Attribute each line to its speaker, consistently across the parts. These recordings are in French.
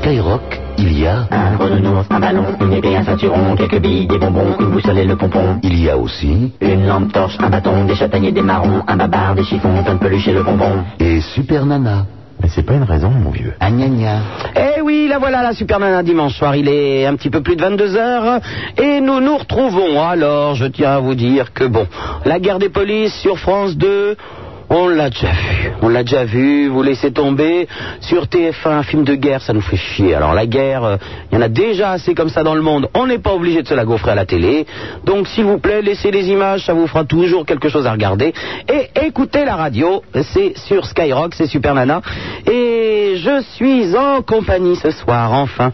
Speaker 1: Skyrock, il y a...
Speaker 2: Un gros nounours, un ballon, une épée, un ceinturon, quelques billes, des bonbons, une boussole et le pompon.
Speaker 1: Il y a aussi...
Speaker 2: Une lampe torche, un bâton, des châtaigniers, des marrons, un babar, des chiffons, plein de peluches et le bonbon.
Speaker 1: Et Super Nana.
Speaker 3: Mais c'est pas une raison, mon vieux.
Speaker 1: Ah, gna gna.
Speaker 4: Eh oui, la voilà, la Superman, dimanche soir. Il est un petit peu plus de 22 heures. Et nous nous retrouvons. Alors, je tiens à vous dire que, bon, la guerre des polices sur France 2... On l'a déjà vu, on l'a déjà vu, vous laissez tomber. Sur TF1, un film de guerre, ça nous fait chier. Alors la guerre, euh, il y en a déjà assez comme ça dans le monde, on n'est pas obligé de se la gaufrer à la télé. Donc s'il vous plaît, laissez les images, ça vous fera toujours quelque chose à regarder. Et écoutez la radio, c'est sur Skyrock, c'est Super Nana. Et je suis en compagnie ce soir, enfin.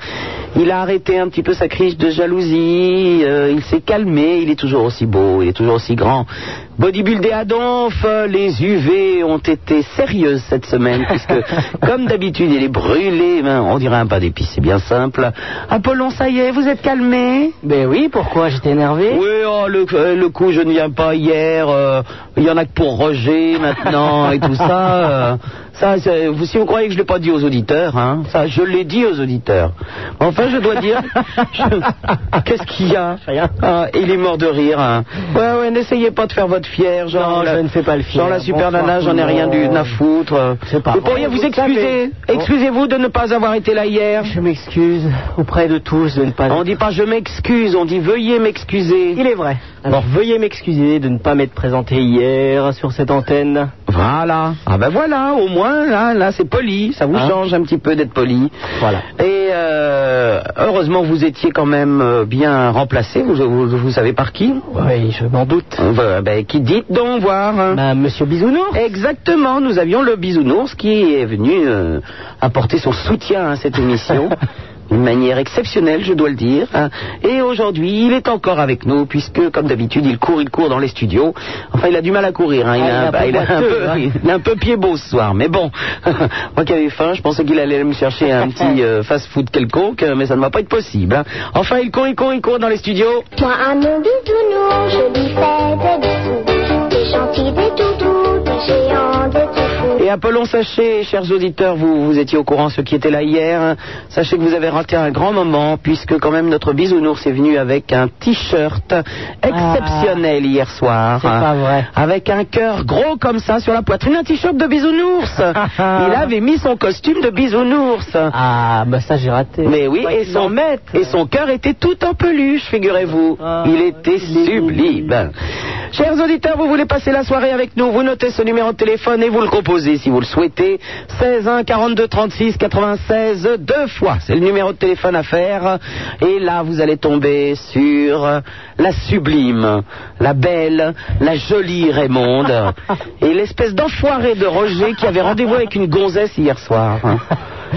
Speaker 4: Il a arrêté un petit peu sa crise de jalousie, euh, il s'est calmé, il est toujours aussi beau, il est toujours aussi grand. Bodybuildé à donf, euh, les UV ont été sérieuses cette semaine, puisque comme d'habitude il est brûlé, ben, on dirait un pain d'épices, c'est bien simple. Apollon, ça y est, vous êtes calmé
Speaker 5: Ben oui, pourquoi J'étais énervé.
Speaker 4: Oui, oh, le, euh, le coup, je ne viens pas hier, euh, il y en a que pour Roger maintenant et tout ça. euh, ça, c'est- vous- si vous croyez que je ne l'ai pas dit aux auditeurs, hein, ça, je l'ai dit aux auditeurs. Enfin, je dois dire, je- qu'est-ce qu'il y a Ah, Il est mort de rire. hein. Ouais, ouais, n'essayez pas de faire votre fier, genre.
Speaker 5: Non,
Speaker 4: la-
Speaker 5: je ne fais pas le fier.
Speaker 4: Genre la super
Speaker 5: Bonsoir
Speaker 4: nana,
Speaker 5: tout
Speaker 4: j'en ai
Speaker 5: le
Speaker 4: rien du
Speaker 5: monde.
Speaker 4: à foutre.
Speaker 5: C'est pas
Speaker 4: vous
Speaker 5: vrai,
Speaker 4: pourriez vous Oh.
Speaker 5: vous
Speaker 4: excuser.
Speaker 5: savez.
Speaker 4: Excusez-vous de ne pas avoir été là hier.
Speaker 5: Je m'excuse auprès de tous de ne pas.
Speaker 4: On dit pas je m'excuse, on dit veuillez m'excuser.
Speaker 5: Il est vrai. Alors veuillez m'excuser de ne pas m'être présenté hier sur cette antenne.
Speaker 4: Voilà. Ah ben voilà, au moins là, là c'est poli, ça vous
Speaker 5: Hein
Speaker 4: change un petit peu d'être poli.
Speaker 5: Voilà.
Speaker 4: Et euh, heureusement vous étiez quand même euh, bien remplacé. Vous, vous, vous savez par qui
Speaker 5: Oui, je m'en doute.
Speaker 4: Euh, ben, ben, qui dit donc voir. hein.
Speaker 5: Bah, Monsieur Bisounours.
Speaker 4: Exactement, nous avions le bisounours qui est venu euh, apporter son soutien à cette émission. D'une manière exceptionnelle, je dois le dire. hein. Et aujourd'hui, il est encore avec nous, puisque, comme d'habitude, il court, il court dans les studios. Enfin, il a du mal à courir. hein. Il,
Speaker 5: Ah,
Speaker 4: a,
Speaker 5: il est
Speaker 4: un-
Speaker 5: un
Speaker 4: il
Speaker 5: peu
Speaker 4: a un
Speaker 5: boiteux,
Speaker 4: peu-
Speaker 5: hein.
Speaker 4: il est un peu pied beau ce soir. Mais bon, moi qui avais faim, je pensais qu'il allait me chercher un petit euh, fast-food quelconque, mais ça ne va pas être possible. hein. Enfin, il court, il court, il court dans les studios.
Speaker 6: Moi à mon bisounours, je lui fais des bisous. Des gentils, des toutous, des géants, des petits fous.
Speaker 4: Et Apollon, sachez, chers auditeurs, vous, vous étiez au courant, ceux qui étaient là hier, hein, sachez que vous avez raté un grand moment, puisque quand même notre bisounours est venu avec un t-shirt exceptionnel hier soir.
Speaker 5: Ah. C'est pas vrai.
Speaker 4: Avec un cœur gros comme ça sur la poitrine, un t-shirt de bisounours. Il avait mis son costume de bisounours.
Speaker 5: Ah, bah ça j'ai raté.
Speaker 4: Mais oui,
Speaker 5: Quoi
Speaker 4: et
Speaker 5: qu'il
Speaker 4: son,
Speaker 5: en mette.
Speaker 4: et son cœur était tout en peluche, figurez-vous.
Speaker 5: Ah,
Speaker 4: il était
Speaker 5: il est
Speaker 4: sublime. Chers auditeurs, vous voulez passer la soirée avec nous, vous notez ce numéro de téléphone et vous le composez si vous le souhaitez. 16 1 42 36 96 deux fois. C'est le numéro de téléphone à faire. Et là, vous allez tomber sur la sublime, la belle, la jolie Raymonde et l'espèce d'enfoiré de Roger qui avait rendez-vous avec une gonzesse hier soir.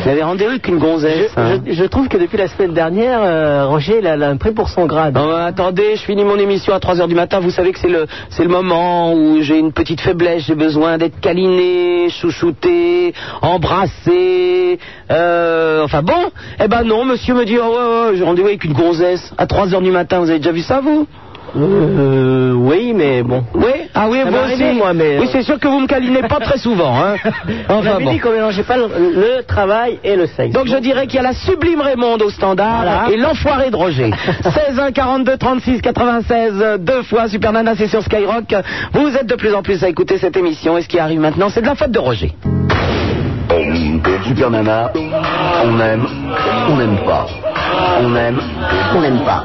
Speaker 4: Il avait rendez-vous avec une gonzesse. hein.
Speaker 5: Je, je trouve que depuis la semaine dernière, euh, Roger l'a- l'a pris pour son grade.
Speaker 4: Non, mais attendez, je finis mon émission à 3h du matin. Vous savez que c'est le, c'est le moment où j'ai une petite faiblesse. J'ai besoin d'être câliné, chouchouté, embrassé. euh, enfin bon, eh ben non, monsieur me dit oh, ouais, ouais, j'ai rendez-vous avec une gonzesse à 3h du matin. Vous avez déjà vu ça, vous
Speaker 5: Euh, oui, mais bon.
Speaker 4: Oui Ah oui,
Speaker 5: Ça
Speaker 4: vous
Speaker 5: m'est
Speaker 4: aussi
Speaker 5: arrivé, moi, mais,
Speaker 4: Oui,
Speaker 5: euh,
Speaker 4: c'est sûr que vous me câlinez pas très souvent. Hein.
Speaker 5: On
Speaker 4: Enfin
Speaker 5: avait
Speaker 4: bon.
Speaker 5: dit qu'on mélangeait pas le, le travail et le sexe.
Speaker 4: Donc je dirais qu'il y a la sublime Raymonde au standard
Speaker 5: Voilà.
Speaker 4: et l'enfoiré de Roger. 16 1 42 36 96 deux fois Super Nana c'est sur Skyrock. Vous êtes de plus en plus à écouter cette émission et ce qui arrive maintenant c'est de la faute de Roger.
Speaker 1: Super Nana, on aime, on n'aime pas. On aime, on n'aime pas.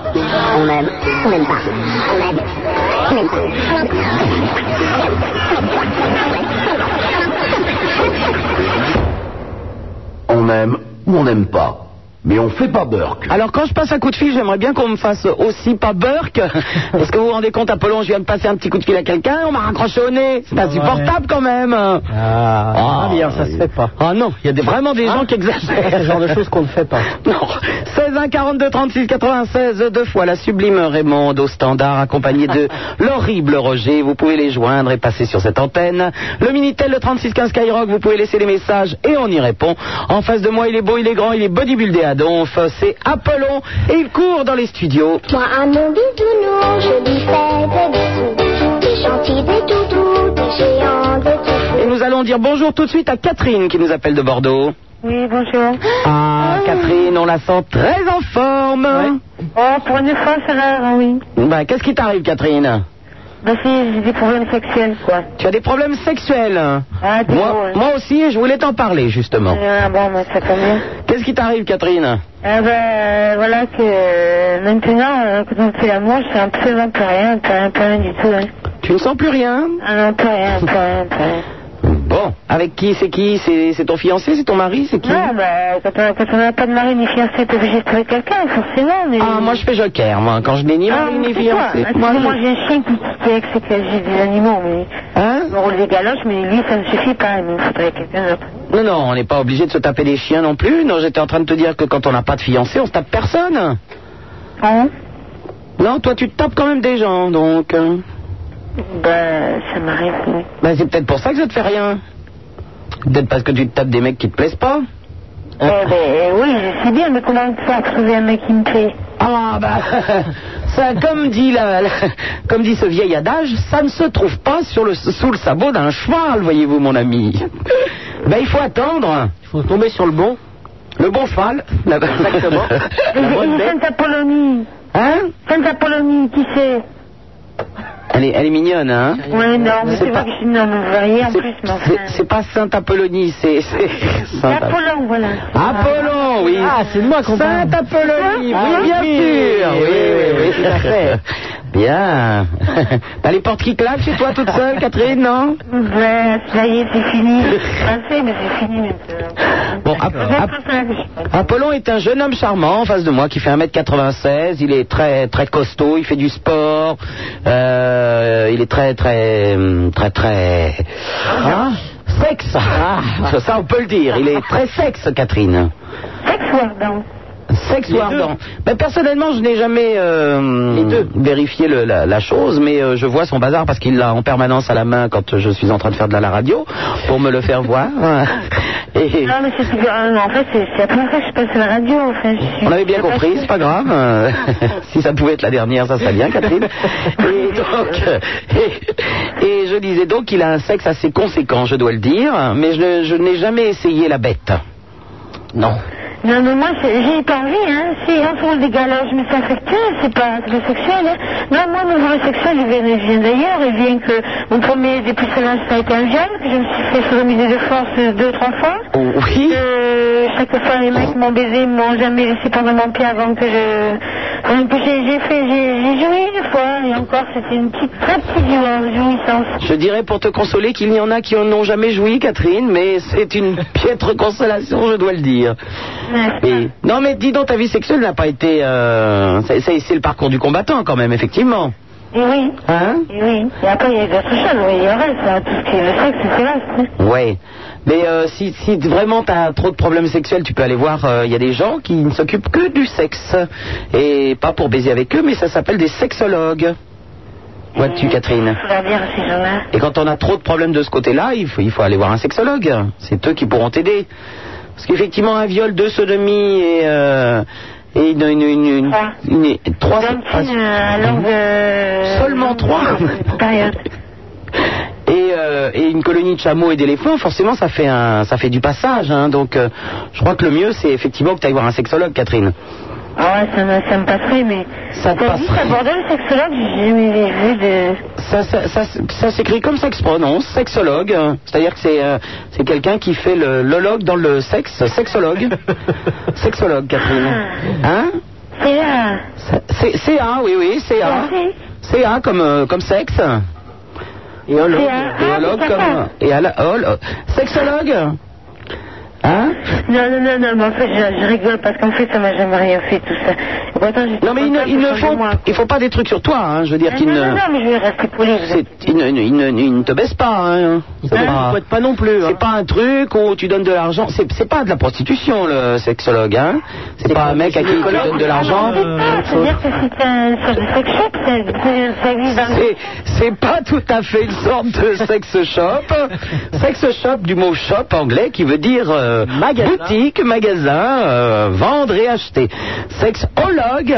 Speaker 6: On aime, on aime pas. On aime, on aime pas.
Speaker 1: On aime ou on n'aime pas. Mais on fait pas Burke.
Speaker 4: Alors quand je passe un coup de fil j'aimerais bien qu'on me fasse aussi pas Burke. Parce que vous vous rendez compte Apollon je viens de passer un petit coup de fil à quelqu'un on m'a raccroché au
Speaker 1: Ah
Speaker 4: nez. C'est insupportable quand même.
Speaker 5: Ah,
Speaker 4: Ah,
Speaker 5: ah bien, ça se fait pas.
Speaker 4: Ah non, il y a des- vraiment des gens qui exagèrent.
Speaker 5: C'est le genre de choses qu'on ne fait pas.
Speaker 4: Non. 16 1 42 36 96 deux fois la sublime Raymond au standard accompagné de l'horrible Roger. Vous pouvez les joindre et passer sur cette antenne. Le minitel le 36 15 Skyrock. Vous pouvez laisser les messages et on y répond. En face de moi, il est beau, il est grand, il est bodybuildé à donf. C'est Apollon et il court dans les studios.
Speaker 6: Moi à mon bisounours, je lui fais des bisous. Des gentils, des toutous, des géants, des petits fous.
Speaker 4: Et nous allons dire bonjour tout de suite à Catherine qui nous appelle de Bordeaux.
Speaker 7: Oui, bonjour.
Speaker 4: Ah, Catherine, on la sent très en forme.
Speaker 7: Oh, pour une fois, ça va, ah oui.
Speaker 4: Bah, qu'est-ce qui t'arrive, Catherine
Speaker 7: Bah si, j'ai des problèmes sexuels, quoi.
Speaker 4: Tu as des problèmes sexuels. hein
Speaker 7: Ah, dis
Speaker 4: moi,
Speaker 7: donc, ouais.
Speaker 4: moi aussi, je voulais t'en parler, justement.
Speaker 7: Ah bon, bah, ça tombe bien.
Speaker 4: Qu'est-ce qui t'arrive, Catherine
Speaker 7: Ah bah, voilà que euh, maintenant, euh, quand on fait l'amour, je fais absolument plus rien, plus rien, plus rien du tout. Hein.
Speaker 4: Tu ne sens plus rien
Speaker 7: Ah non, plus rien, plus rien, plus rien.
Speaker 4: Bon. Avec qui C'est qui C'est c'est ton fiancé C'est ton mari C'est qui
Speaker 7: Non, bah, quand on- quand on n'a pas de mari ni fiancé, t'es obligé de trouver quelqu'un, forcément, mais...
Speaker 4: Ah, moi, je fais joker, moi. Quand je n'ai ni
Speaker 7: Ah,
Speaker 4: mari ni
Speaker 7: mais c'est quoi
Speaker 4: fiancé.
Speaker 7: Parce que
Speaker 4: Moi,
Speaker 7: Moi,
Speaker 4: je-
Speaker 7: j'ai un chien qui qui est c'est que j'ai des animaux, mais...
Speaker 4: Hein
Speaker 7: Je me roule des galoches, mais lui, ça ne suffit pas, mais il faudrait quelqu'un d'autre.
Speaker 4: Non, non, on n'est pas obligé de se taper des chiens non plus. Non, j'étais en train de te dire que quand on n'a pas de fiancé, on se tape personne.
Speaker 7: Ah
Speaker 4: Hein
Speaker 7: bon
Speaker 4: Non, toi, tu te tapes quand même des gens, donc. hein.
Speaker 7: Ben, ça m'arrive, oui.
Speaker 4: Bah, c'est peut-être pour ça que ça te fait rien. Peut-être parce que tu te tapes des mecs qui te plaisent pas.
Speaker 7: Eh ben, eh oui, je sais bien, mais comment faire trouver un mec qui me plaît
Speaker 4: Ah bah, ça, comme dit la- la- comme dit ce vieil adage, ça ne se trouve pas sur le, sous le sabot d'un cheval, voyez-vous, mon ami. Bah, il faut attendre.
Speaker 5: Il faut tomber sur le bon.
Speaker 4: Le bon cheval. Exactement.
Speaker 7: Et et Sainte Apollonie
Speaker 4: Hein
Speaker 7: Sainte Apollonie, qui c'est
Speaker 4: elle est, elle est mignonne, hein
Speaker 7: Oui, non, mais
Speaker 4: C'est
Speaker 7: c'est
Speaker 4: pas-
Speaker 7: vrai que je suis une homme variée en
Speaker 4: C'est-
Speaker 7: plus, mais enfin...
Speaker 4: c'est- C'est pas Sainte Apollonie, c'est. c'est Sainte-
Speaker 7: Apollon, voilà.
Speaker 4: Apollon, oui.
Speaker 5: Ah, c'est de moi qu'on parle.
Speaker 4: Sainte Apollonie,
Speaker 7: Hein
Speaker 5: Ah,
Speaker 4: oui, bien
Speaker 5: oui.
Speaker 4: sûr.
Speaker 5: Oui, oui, oui, tout à fait.
Speaker 4: Bien. T'as les portes qui claquent chez toi toute seule, Catherine, non
Speaker 7: Ben, ça y est, c'est fini. Je pensais, mais c'est fini maintenant.
Speaker 4: Bon, ah, Ap- Ap- Apollon est un jeune homme charmant en face de moi qui fait 1m96. Il est très très costaud, il fait du sport. Euh, il est très très hum, très très. Hein Sexe Ah, Ça, Ça on peut le dire. Il est très sexe, Catherine.
Speaker 7: Sexuardant.
Speaker 4: Sexe ou ardent Ben, Personnellement, je n'ai jamais euh, vérifié le- la, la chose, mais euh, je vois son bazar parce qu'il l'a en permanence à la main quand je suis en train de faire de la, la radio pour me le faire voir. Et
Speaker 7: Non, mais c'est toujours... ah, non, En fait, c'est c'est la première fois que je passe à la radio, enfin, je suis...
Speaker 4: on avait bien
Speaker 7: je sais pas
Speaker 4: compris,
Speaker 7: si-
Speaker 4: c'est pas grave. euh, si ça pouvait être la dernière, ça serait bien, Catherine. Et donc, euh, et, et je disais donc qu'il a un sexe assez conséquent, je dois le dire, mais je, je n'ai jamais essayé la bête. Non.
Speaker 7: Non, mais moi, c'est- j'ai pas envie, hein. Si on roule des galoches, mais c'est affectueux, c'est pas très sexuel, hein. Non, moi, mon vrai sexuel, il vient, il vient d'ailleurs, il vient que mon premier dépucelage, ça a été un jeune, que je me suis fait sodomiser de force euh, deux, trois fois.
Speaker 4: Oui.
Speaker 7: Que chaque fois, les mecs m'ont baisé, m'ont jamais laissé prendre mon pied avant que je... Enfin, que j'ai j'ai fait, j'ai j'ai joui une fois, et encore, c'était une petite, très petite jouance- jouissance.
Speaker 4: Je dirais pour te consoler qu'il y en a qui en ont jamais joui, Catherine, mais c'est une piètre consolation, je dois le dire. Et- Non, mais dis donc, ta vie sexuelle n'a pas été. euh, c'est- C'est c'est le parcours du combattant, quand même, effectivement.
Speaker 7: Et oui.
Speaker 4: Hein
Speaker 7: Et oui. Et après, il y a d'autres choses, oui, il y a le reste, hein. Tout ce qui est le sexe, c'est le reste, hein.
Speaker 4: Ouais. Mais euh, si, si vraiment tu as trop de problèmes sexuels, tu peux aller voir. euh, Il y a des gens qui ne s'occupent que du sexe. Et pas pour baiser avec eux, mais ça s'appelle des sexologues. Vois-tu, Catherine
Speaker 7: Faut leur dire à ces gens-là.
Speaker 4: Et quand on a trop de problèmes de ce côté-là, il faut, il faut aller voir un sexologue. C'est eux qui pourront t'aider. Parce qu'effectivement, un viol, deux sodomies et, euh, et une, une, une, une-
Speaker 7: Trois.
Speaker 4: une- trois-
Speaker 7: Donc,
Speaker 4: ah,
Speaker 7: une euh, longue. euh,
Speaker 4: Seulement trois.
Speaker 7: Période.
Speaker 4: et, euh, et une colonie de chameaux et d'éléphants, forcément, ça fait, un, ça fait du passage. hein. Donc, euh, je crois que le mieux, c'est effectivement que tu ailles voir un sexologue, Catherine.
Speaker 7: Ah ouais, ça me, ça me passerait, mais.
Speaker 4: Ça te
Speaker 7: T'as vu,
Speaker 4: passerait.
Speaker 7: t'as abordé le sexologue, j'ai jamais vu de.
Speaker 4: Ça, ça, ça, ça s'écrit comme ça que se prononce, sexologue. hein. C'est-à-dire que c'est euh, c'est quelqu'un qui fait le lologue dans le sexe, sexologue. sexologue, Catherine. Hein
Speaker 7: C'est là.
Speaker 4: C'est c'est A, oui, oui, c'est A.
Speaker 7: Merci.
Speaker 4: C'est A comme, euh, comme sexe. Et
Speaker 7: C'est
Speaker 4: hologue,
Speaker 7: A.
Speaker 4: et
Speaker 7: Ah,
Speaker 4: hologue
Speaker 7: c'est
Speaker 4: comme.
Speaker 7: ça.
Speaker 4: Et à la- hol- sexologue Hein
Speaker 7: Non, non, non, non, mais en fait, je, je rigole parce qu'en fait, ça m'a jamais rien fait, tout ça. Et pourtant, j'ai-
Speaker 4: Non, mais il ne, il ne faut,
Speaker 7: Moi.
Speaker 4: il faut pas des trucs sur toi, hein, je veux dire
Speaker 7: Ah,
Speaker 4: qu'il
Speaker 7: non,
Speaker 4: ne.
Speaker 7: non, non, mais je vais rester poli. vous
Speaker 4: c'est- Il ne, il ne- il ne te baisse pas. Hein.
Speaker 5: Il ne boite pas non plus. hein.
Speaker 4: C'est pas un truc où tu donnes de l'argent. C'est c'est pas de la prostitution, le sexologue. Hein. C'est pas un mec à qui tu donnes de l'argent.
Speaker 7: Ah,
Speaker 4: euh,
Speaker 7: Non, mais pas, C'est-à-dire que c'est un sur du sex shop, c'est- c'est- ça existe dans le.
Speaker 4: C'est- C'est pas tout à fait une sorte de sex shop. Sex shop du mot shop anglais qui veut dire euh, euh,
Speaker 5: Magasin.
Speaker 4: boutique, magasin, euh, vendre et acheter. Sexologue,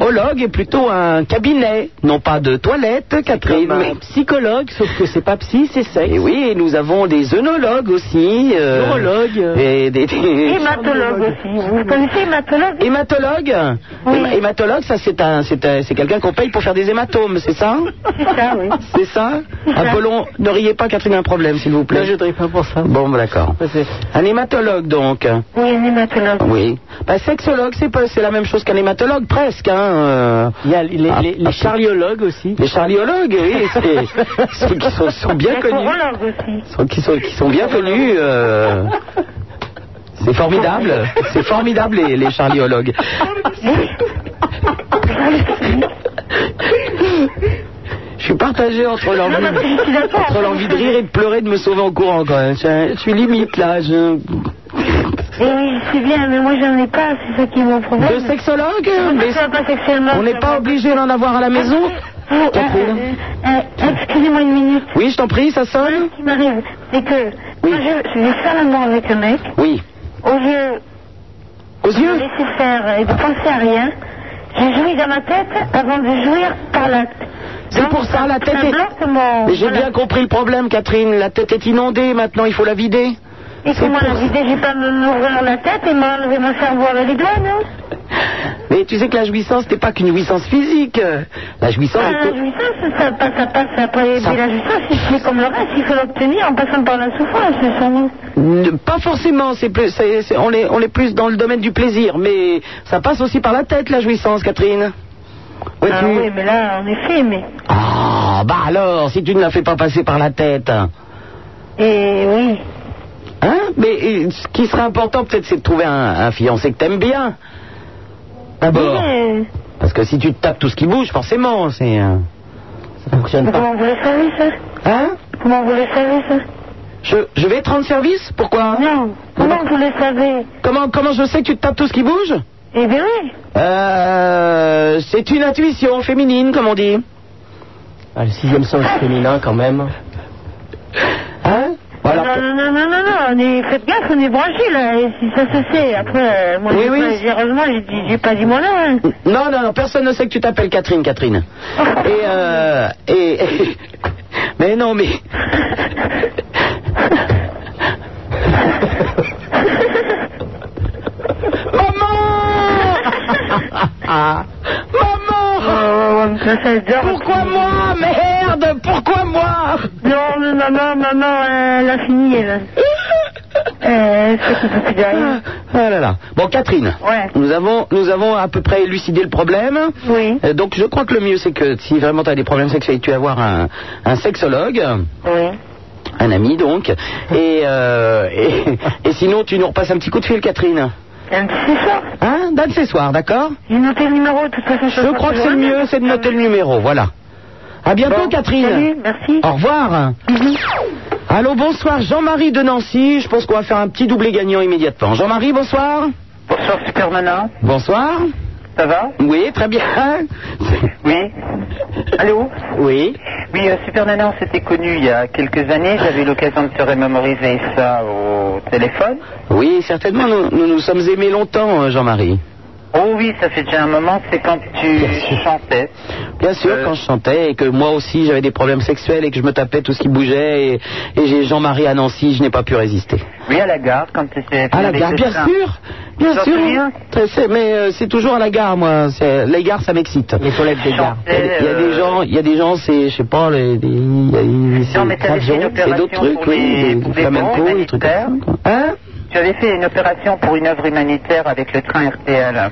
Speaker 4: ologue est plutôt un cabinet, non pas de toilette, Catherine.
Speaker 5: Comme
Speaker 4: mais-
Speaker 5: un psychologue, sauf que c'est pas psy, c'est sexe.
Speaker 4: Et oui, et nous avons des œnologues aussi. euh,
Speaker 5: Neurologue.
Speaker 4: Et des, des-
Speaker 7: Hématologue aussi. Vous connaissez hématologue
Speaker 4: Hématologue
Speaker 7: Oui.
Speaker 4: Héma- Hématologue, ça c'est un, c'est un- c'est quelqu'un qu'on paye pour faire des hématomes, c'est ça
Speaker 7: C'est ça, oui.
Speaker 4: C'est ça Apollon, ne riez pas, Catherine a un problème, s'il vous
Speaker 5: Non,
Speaker 4: plaît.
Speaker 5: je ne pas pour ça.
Speaker 4: Bon, bah, d'accord.
Speaker 5: Ça, c'est-
Speaker 4: Un hématologue, donc
Speaker 7: Oui, un hématologue.
Speaker 4: Oui. Bah, sexologue, c'est pas- c'est la même chose qu'un hématologue, presque. Hein, euh.
Speaker 5: Il y a les, les-
Speaker 4: Ah,
Speaker 5: les
Speaker 4: ah,
Speaker 5: charliologues aussi.
Speaker 4: Les charliologues, oui, c'est- ceux qui sont, sont bien
Speaker 7: Un
Speaker 4: connus.
Speaker 7: horologue aussi.
Speaker 4: Ceux qui sont, qui sont bien connus. euh. C'est formidable. C'est formidable, les, les charliologues. Je suis partagé entre l'envie
Speaker 7: Non, mais je suis d'accord.
Speaker 4: entre l'envie de rire et de pleurer de me sauver en courant quand même. Je, je suis limite là. Je...
Speaker 7: Et oui, je suis bien, mais moi j'en ai pas, c'est ça qui est mon
Speaker 4: De
Speaker 7: problème.
Speaker 4: sexologue
Speaker 7: Je
Speaker 4: mais
Speaker 7: ne suis pas sexuellement.
Speaker 4: On n'est pas obligé d'en avoir à la maison
Speaker 7: Oh,
Speaker 4: Catherine
Speaker 7: euh, euh, Excusez-moi une minute.
Speaker 4: Oui, je t'en prie, ça sonne
Speaker 7: Ce qui m'arrive, c'est que
Speaker 4: Oui.
Speaker 7: quand je, je vais faire l'amour avec un mec,
Speaker 4: Oui.
Speaker 7: au lieu
Speaker 4: Aux
Speaker 7: de me
Speaker 4: yeux
Speaker 7: laisser faire et de penser à rien, je jouis dans ma tête avant de jouir par l'acte.
Speaker 4: C'est
Speaker 7: Donc,
Speaker 4: pour ça, la tête
Speaker 7: ça
Speaker 4: est-
Speaker 7: bloque mon-
Speaker 4: Mais j'ai
Speaker 7: voilà.
Speaker 4: bien compris le problème, Catherine. La tête est inondée maintenant, il faut la vider.
Speaker 7: Et
Speaker 4: c'est
Speaker 7: comment
Speaker 4: pour-
Speaker 7: la vider J'ai pas me m'ouvrir la tête et m'enlever mon cerveau avec les doigts, non
Speaker 4: Mais tu sais que la jouissance n'est pas qu'une jouissance physique. La jouissance
Speaker 7: Ah,
Speaker 4: est...
Speaker 7: La jouissance, ça passe, ça passe après.
Speaker 4: Ça-
Speaker 7: Mais la jouissance, c'est comme le reste, il faut l'obtenir en passant par la souffrance, sans nous.
Speaker 4: Ne- Pas forcément, c'est plus, c'est- c'est- on, est, on est plus dans le domaine du plaisir, mais ça passe aussi par la tête, la jouissance, Catherine.
Speaker 7: Ah
Speaker 4: Vois-tu
Speaker 7: oui, mais là, en effet, mais.
Speaker 4: Ah, bah alors, si tu ne la fais pas passer par la tête.
Speaker 7: Et oui.
Speaker 4: Hein Mais et, ce qui serait important, peut-être, c'est de trouver un, un fiancé que t'aimes bien. D'abord.
Speaker 7: Mais,
Speaker 4: Parce que si tu te tapes tout ce qui bouge, forcément, c'est. euh, ça fonctionne
Speaker 7: mais
Speaker 4: pas.
Speaker 7: comment vous le savez, ça
Speaker 4: Hein
Speaker 7: Comment vous le savez, ça
Speaker 4: je, je vais te rendre service Pourquoi
Speaker 7: Non. Comment vous le savez
Speaker 4: comment, comment je sais que tu te tapes tout ce qui bouge
Speaker 7: Eh bien oui.
Speaker 4: Euh, c'est une intuition féminine, comme on dit.
Speaker 5: Ah, le sixième sens féminin quand même.
Speaker 4: Hein Voilà.
Speaker 7: Non, non, non, non, non, non, on est... faites gaffe, on est branchés, là, et si ça se sait. Après, euh, moi,
Speaker 4: Oui,
Speaker 7: j'ai
Speaker 4: oui.
Speaker 7: pas- j'ai- heureusement, j'ai dit- j'ai pas dit mon nom. hein.
Speaker 4: Non, non, non, personne ne sait que tu t'appelles Catherine, Catherine. Et, euh, et, mais non, mais. Maman Maman
Speaker 7: Ça, ça dort.
Speaker 4: Pourquoi moi Merde ben, Pourquoi moi
Speaker 7: Non, mais maman, maman, euh, elle a fini, elle. euh, c'est qui peut plus derrière.
Speaker 4: Ah là là. Bon, Catherine.
Speaker 7: Ouais.
Speaker 4: Nous avons, nous avons à peu près élucidé le problème.
Speaker 7: Oui.
Speaker 4: Euh, donc, je crois que le mieux, c'est que si vraiment tu as des problèmes sexuels, tu vas voir un, un sexologue,
Speaker 7: Oui.
Speaker 4: un ami donc. Et, euh, et, et sinon, tu nous repasses un petit coup de fil, Catherine.
Speaker 7: Un petit ça.
Speaker 4: Hein D'un de ces soirs, d'accord
Speaker 7: J'ai noté le numéro, de toute façon.
Speaker 4: Je crois que c'est le mieux, c'est de noter le numéro. Voilà. À bientôt,
Speaker 7: Bon,
Speaker 4: Catherine. Ah.
Speaker 7: salut, merci.
Speaker 4: Au revoir.
Speaker 7: Bisous.
Speaker 4: Allô, bonsoir, Jean-Marie de Nancy. Je pense qu'on va faire un petit doublé gagnant immédiatement. Jean-Marie, bonsoir.
Speaker 8: Bonsoir Supermana,
Speaker 4: Bonsoir.
Speaker 8: ça va
Speaker 4: Oui, très bien.
Speaker 8: Oui. Allô
Speaker 4: Oui.
Speaker 8: Oui, euh, Supernana, on s'était connu il y a quelques années. J'avais eu l'occasion de se remémoriser ça au téléphone.
Speaker 4: Oui, certainement, nous nous, nous sommes aimés longtemps, euh, Jean-Marie.
Speaker 8: Oh oui, ça fait déjà un moment, c'est quand tu chantais.
Speaker 4: Bien sûr,
Speaker 8: Euh.
Speaker 4: quand je chantais et que moi aussi j'avais des problèmes sexuels et que je me tapais tout ce qui bougeait et, et j'ai Jean-Marie à Nancy, je n'ai pas pu résister.
Speaker 8: Oui, à la gare, quand tu étais...
Speaker 4: À Ah, la gare, bien sûr, bien
Speaker 8: J'en
Speaker 4: sûr.
Speaker 8: souviens.
Speaker 4: Très- c'est- Mais euh, c'est toujours à la gare, moi. C'est- Les gares, ça m'excite.
Speaker 5: Les toilettes des gars.
Speaker 4: Il y a, il y a des gens, il y a des gens, c'est, je sais pas, les, les- il y a- il- c'est
Speaker 8: Non, mais t'avais fait une
Speaker 4: c'est d'autres
Speaker 8: opération
Speaker 4: trucs,
Speaker 8: pour
Speaker 4: oui,
Speaker 8: les-
Speaker 4: des-
Speaker 8: pour
Speaker 4: des
Speaker 8: les
Speaker 4: flamencos,
Speaker 8: pauvres
Speaker 4: des trucs comme ça, quoi. Hein
Speaker 8: Tu avais fait une opération pour une œuvre humanitaire avec le train RTL.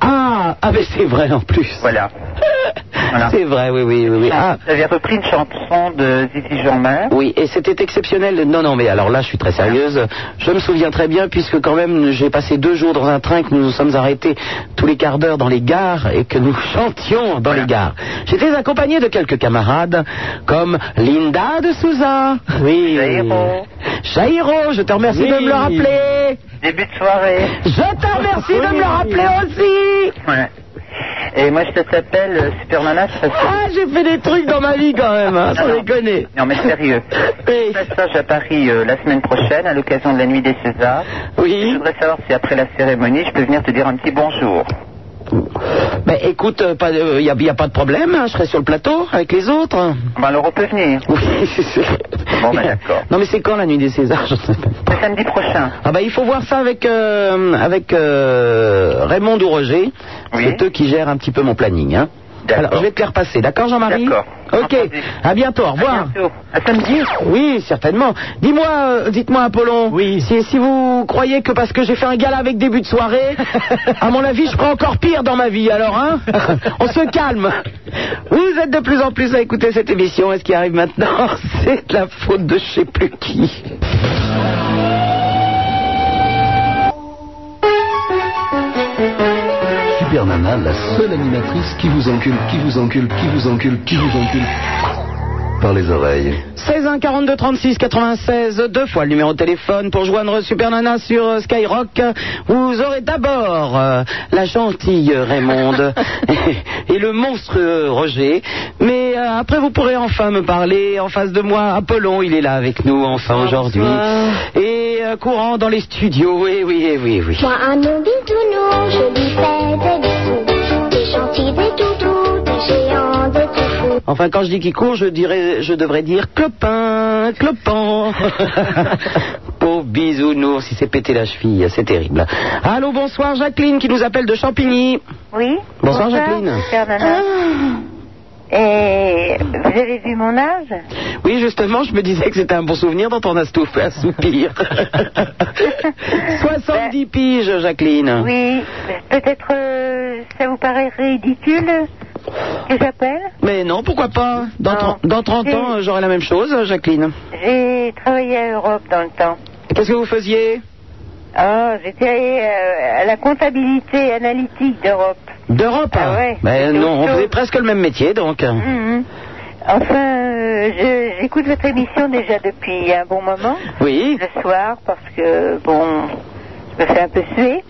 Speaker 4: Ah, ah, mais c'est vrai en plus.
Speaker 8: Voilà. Voilà.
Speaker 4: C'est vrai, oui, oui, oui. oui. Ah,
Speaker 8: Tu avais repris une chanson de Zizi Jean-Mer.
Speaker 4: Oui, et c'était exceptionnel. Non, non, mais alors là, je suis très sérieuse. Je me souviens très bien, puisque quand même, j'ai passé deux jours dans un train, que nous nous sommes arrêtés tous les quarts d'heure dans les gares et que nous chantions dans les gares. J'étais accompagné de quelques camarades, comme Linda de Souza. Oui.
Speaker 8: Jairo.
Speaker 4: Jairo, je te remercie de
Speaker 5: Oui.
Speaker 4: me le rappeler.
Speaker 8: Début de soirée.
Speaker 4: Je te remercie de me le rappeler aussi.
Speaker 8: Ouais. Et moi, je te t'appelle euh, Supermanas parce que...
Speaker 4: Ah, j'ai fait des trucs dans ma vie quand même, hein, sans déconner.
Speaker 8: Non, mais sérieux.
Speaker 4: Oui.
Speaker 8: Je Passage à Paris euh, la semaine prochaine à l'occasion de la nuit des Césars. Je
Speaker 4: Oui.
Speaker 8: voudrais savoir si après la cérémonie, je peux venir te dire un petit bonjour.
Speaker 4: Ben écoute, il n'y a, y a pas de problème, hein, je serai sur le plateau avec les autres.
Speaker 8: Ben alors, on peut venir.
Speaker 4: Oui, c'est sûr.
Speaker 8: Bon, ben, d'accord.
Speaker 4: Non mais c'est quand la nuit des Césars Je sais pas.
Speaker 8: Le samedi prochain.
Speaker 4: Ah ben il faut voir ça avec, euh, avec euh, Raymond ou Roger.
Speaker 8: Oui.
Speaker 4: C'est eux qui gèrent un petit peu mon planning. Hein.
Speaker 8: D'accord.
Speaker 4: Alors je vais te les repasser, d'accord Jean-Marie
Speaker 8: D'accord.
Speaker 4: Ok,
Speaker 8: Entendu.
Speaker 4: à bientôt, au revoir.
Speaker 8: À bientôt. À samedi.
Speaker 4: Oui, certainement. Dis-moi, euh, dites-moi Apollon,
Speaker 5: Oui.
Speaker 4: si, si vous croyez que parce que j'ai fait un gala avec début de soirée, à mon avis, je prends encore pire dans ma vie, alors hein On se calme. Vous êtes de plus en plus à écouter cette émission, et ce qui arrive maintenant, c'est de la faute de je sais plus qui.
Speaker 1: Super Nana, la seule animatrice qui vous encule, qui vous encule, qui vous encule, qui vous encule. Par les oreilles.
Speaker 4: 16 1 42 36 96 deux fois le numéro de téléphone pour joindre Super Nana sur euh, Skyrock. Vous aurez d'abord euh, la gentille Raymonde et, et le monstrueux Roger. Mais euh, après vous pourrez enfin me parler en face de moi. Apollon, il est là avec nous enfin aujourd'hui. Et euh, courant dans les studios. Oui, oui, eh oui, oui.
Speaker 6: Moi, un non bisounours, je lui fais des bisous. Des gentils, des toutous, des géants, des tout fous.
Speaker 4: Enfin, quand je dis qu'il court, je, dirais, je devrais dire clopin, clopin. Pauvre bisounours, il s'est pété la cheville, c'est terrible. Allô, bonsoir Jacqueline qui nous appelle de Champigny.
Speaker 7: Oui.
Speaker 4: Bonsoir, Jacqueline. Ah.
Speaker 7: Super Nana. Et vous avez vu mon âge
Speaker 4: Oui, justement, je me disais que c'était un bon souvenir dont on a soufflé un soupir. 70 piges, Jacqueline.
Speaker 7: Oui. Peut-être euh, ça vous paraît ridicule que j'appelle.
Speaker 4: Mais non, pourquoi pas Dans,
Speaker 7: Non.
Speaker 4: tren- dans 30 ans, euh, j'aurai la même chose, Jacqueline.
Speaker 7: J'ai travaillé à Europe dans le temps.
Speaker 4: Qu'est-ce que vous faisiez
Speaker 7: Oh, j'étais euh, à la comptabilité analytique d'Europe.
Speaker 4: D'Europe
Speaker 7: Ah
Speaker 4: hein
Speaker 7: ouais,
Speaker 4: Mais
Speaker 7: c'était
Speaker 4: non, on
Speaker 7: autre
Speaker 4: faisait
Speaker 7: chose.
Speaker 4: presque le même métier, donc.
Speaker 7: Mhm. Enfin, euh, je- j'écoute votre émission déjà depuis un bon moment,
Speaker 4: Oui,
Speaker 7: le soir, parce que, bon, je me fais un peu suer.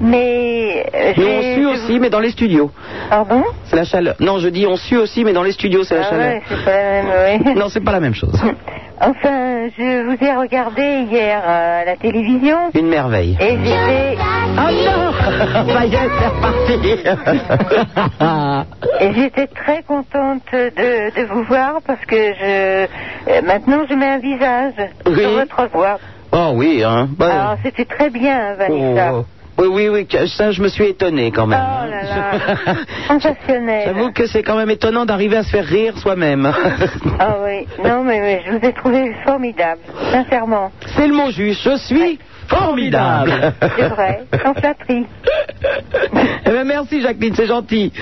Speaker 7: Mais euh,
Speaker 4: mais on
Speaker 7: j'ai-
Speaker 4: sue aussi, mais dans les studios.
Speaker 7: Pardon
Speaker 4: C'est la chaleur. Non, je dis on sue aussi, mais dans les studios, c'est la
Speaker 7: Ah ouais,
Speaker 4: chaleur.
Speaker 7: c'est pas la même, ouais. Ah.
Speaker 4: Non, c'est pas la même chose.
Speaker 7: Enfin, je vous ai regardé hier euh, à la télévision
Speaker 4: Une merveille.
Speaker 7: et j'étais
Speaker 4: Ah non Ça y est, c'est reparti
Speaker 7: et j'étais très contente de, de vous voir parce que je euh, maintenant je mets un visage
Speaker 4: Oui.
Speaker 7: sur votre voix.
Speaker 4: Oh oui, hein. bah,
Speaker 7: Alors c'était très bien, Vanessa.
Speaker 4: oh. Oui, oui, oui, que- ça, je me suis étonné quand même.
Speaker 7: Oh là là, sensationnel.
Speaker 4: J'avoue que c'est quand même étonnant d'arriver à se faire rire soi-même.
Speaker 7: Ah oui, non mais, mais je vous ai trouvé formidable, sincèrement,
Speaker 4: C'est le mot juste, je suis formidable.
Speaker 7: c'est vrai, sans flatterie.
Speaker 4: Eh ben, merci Jacqueline, c'est gentil.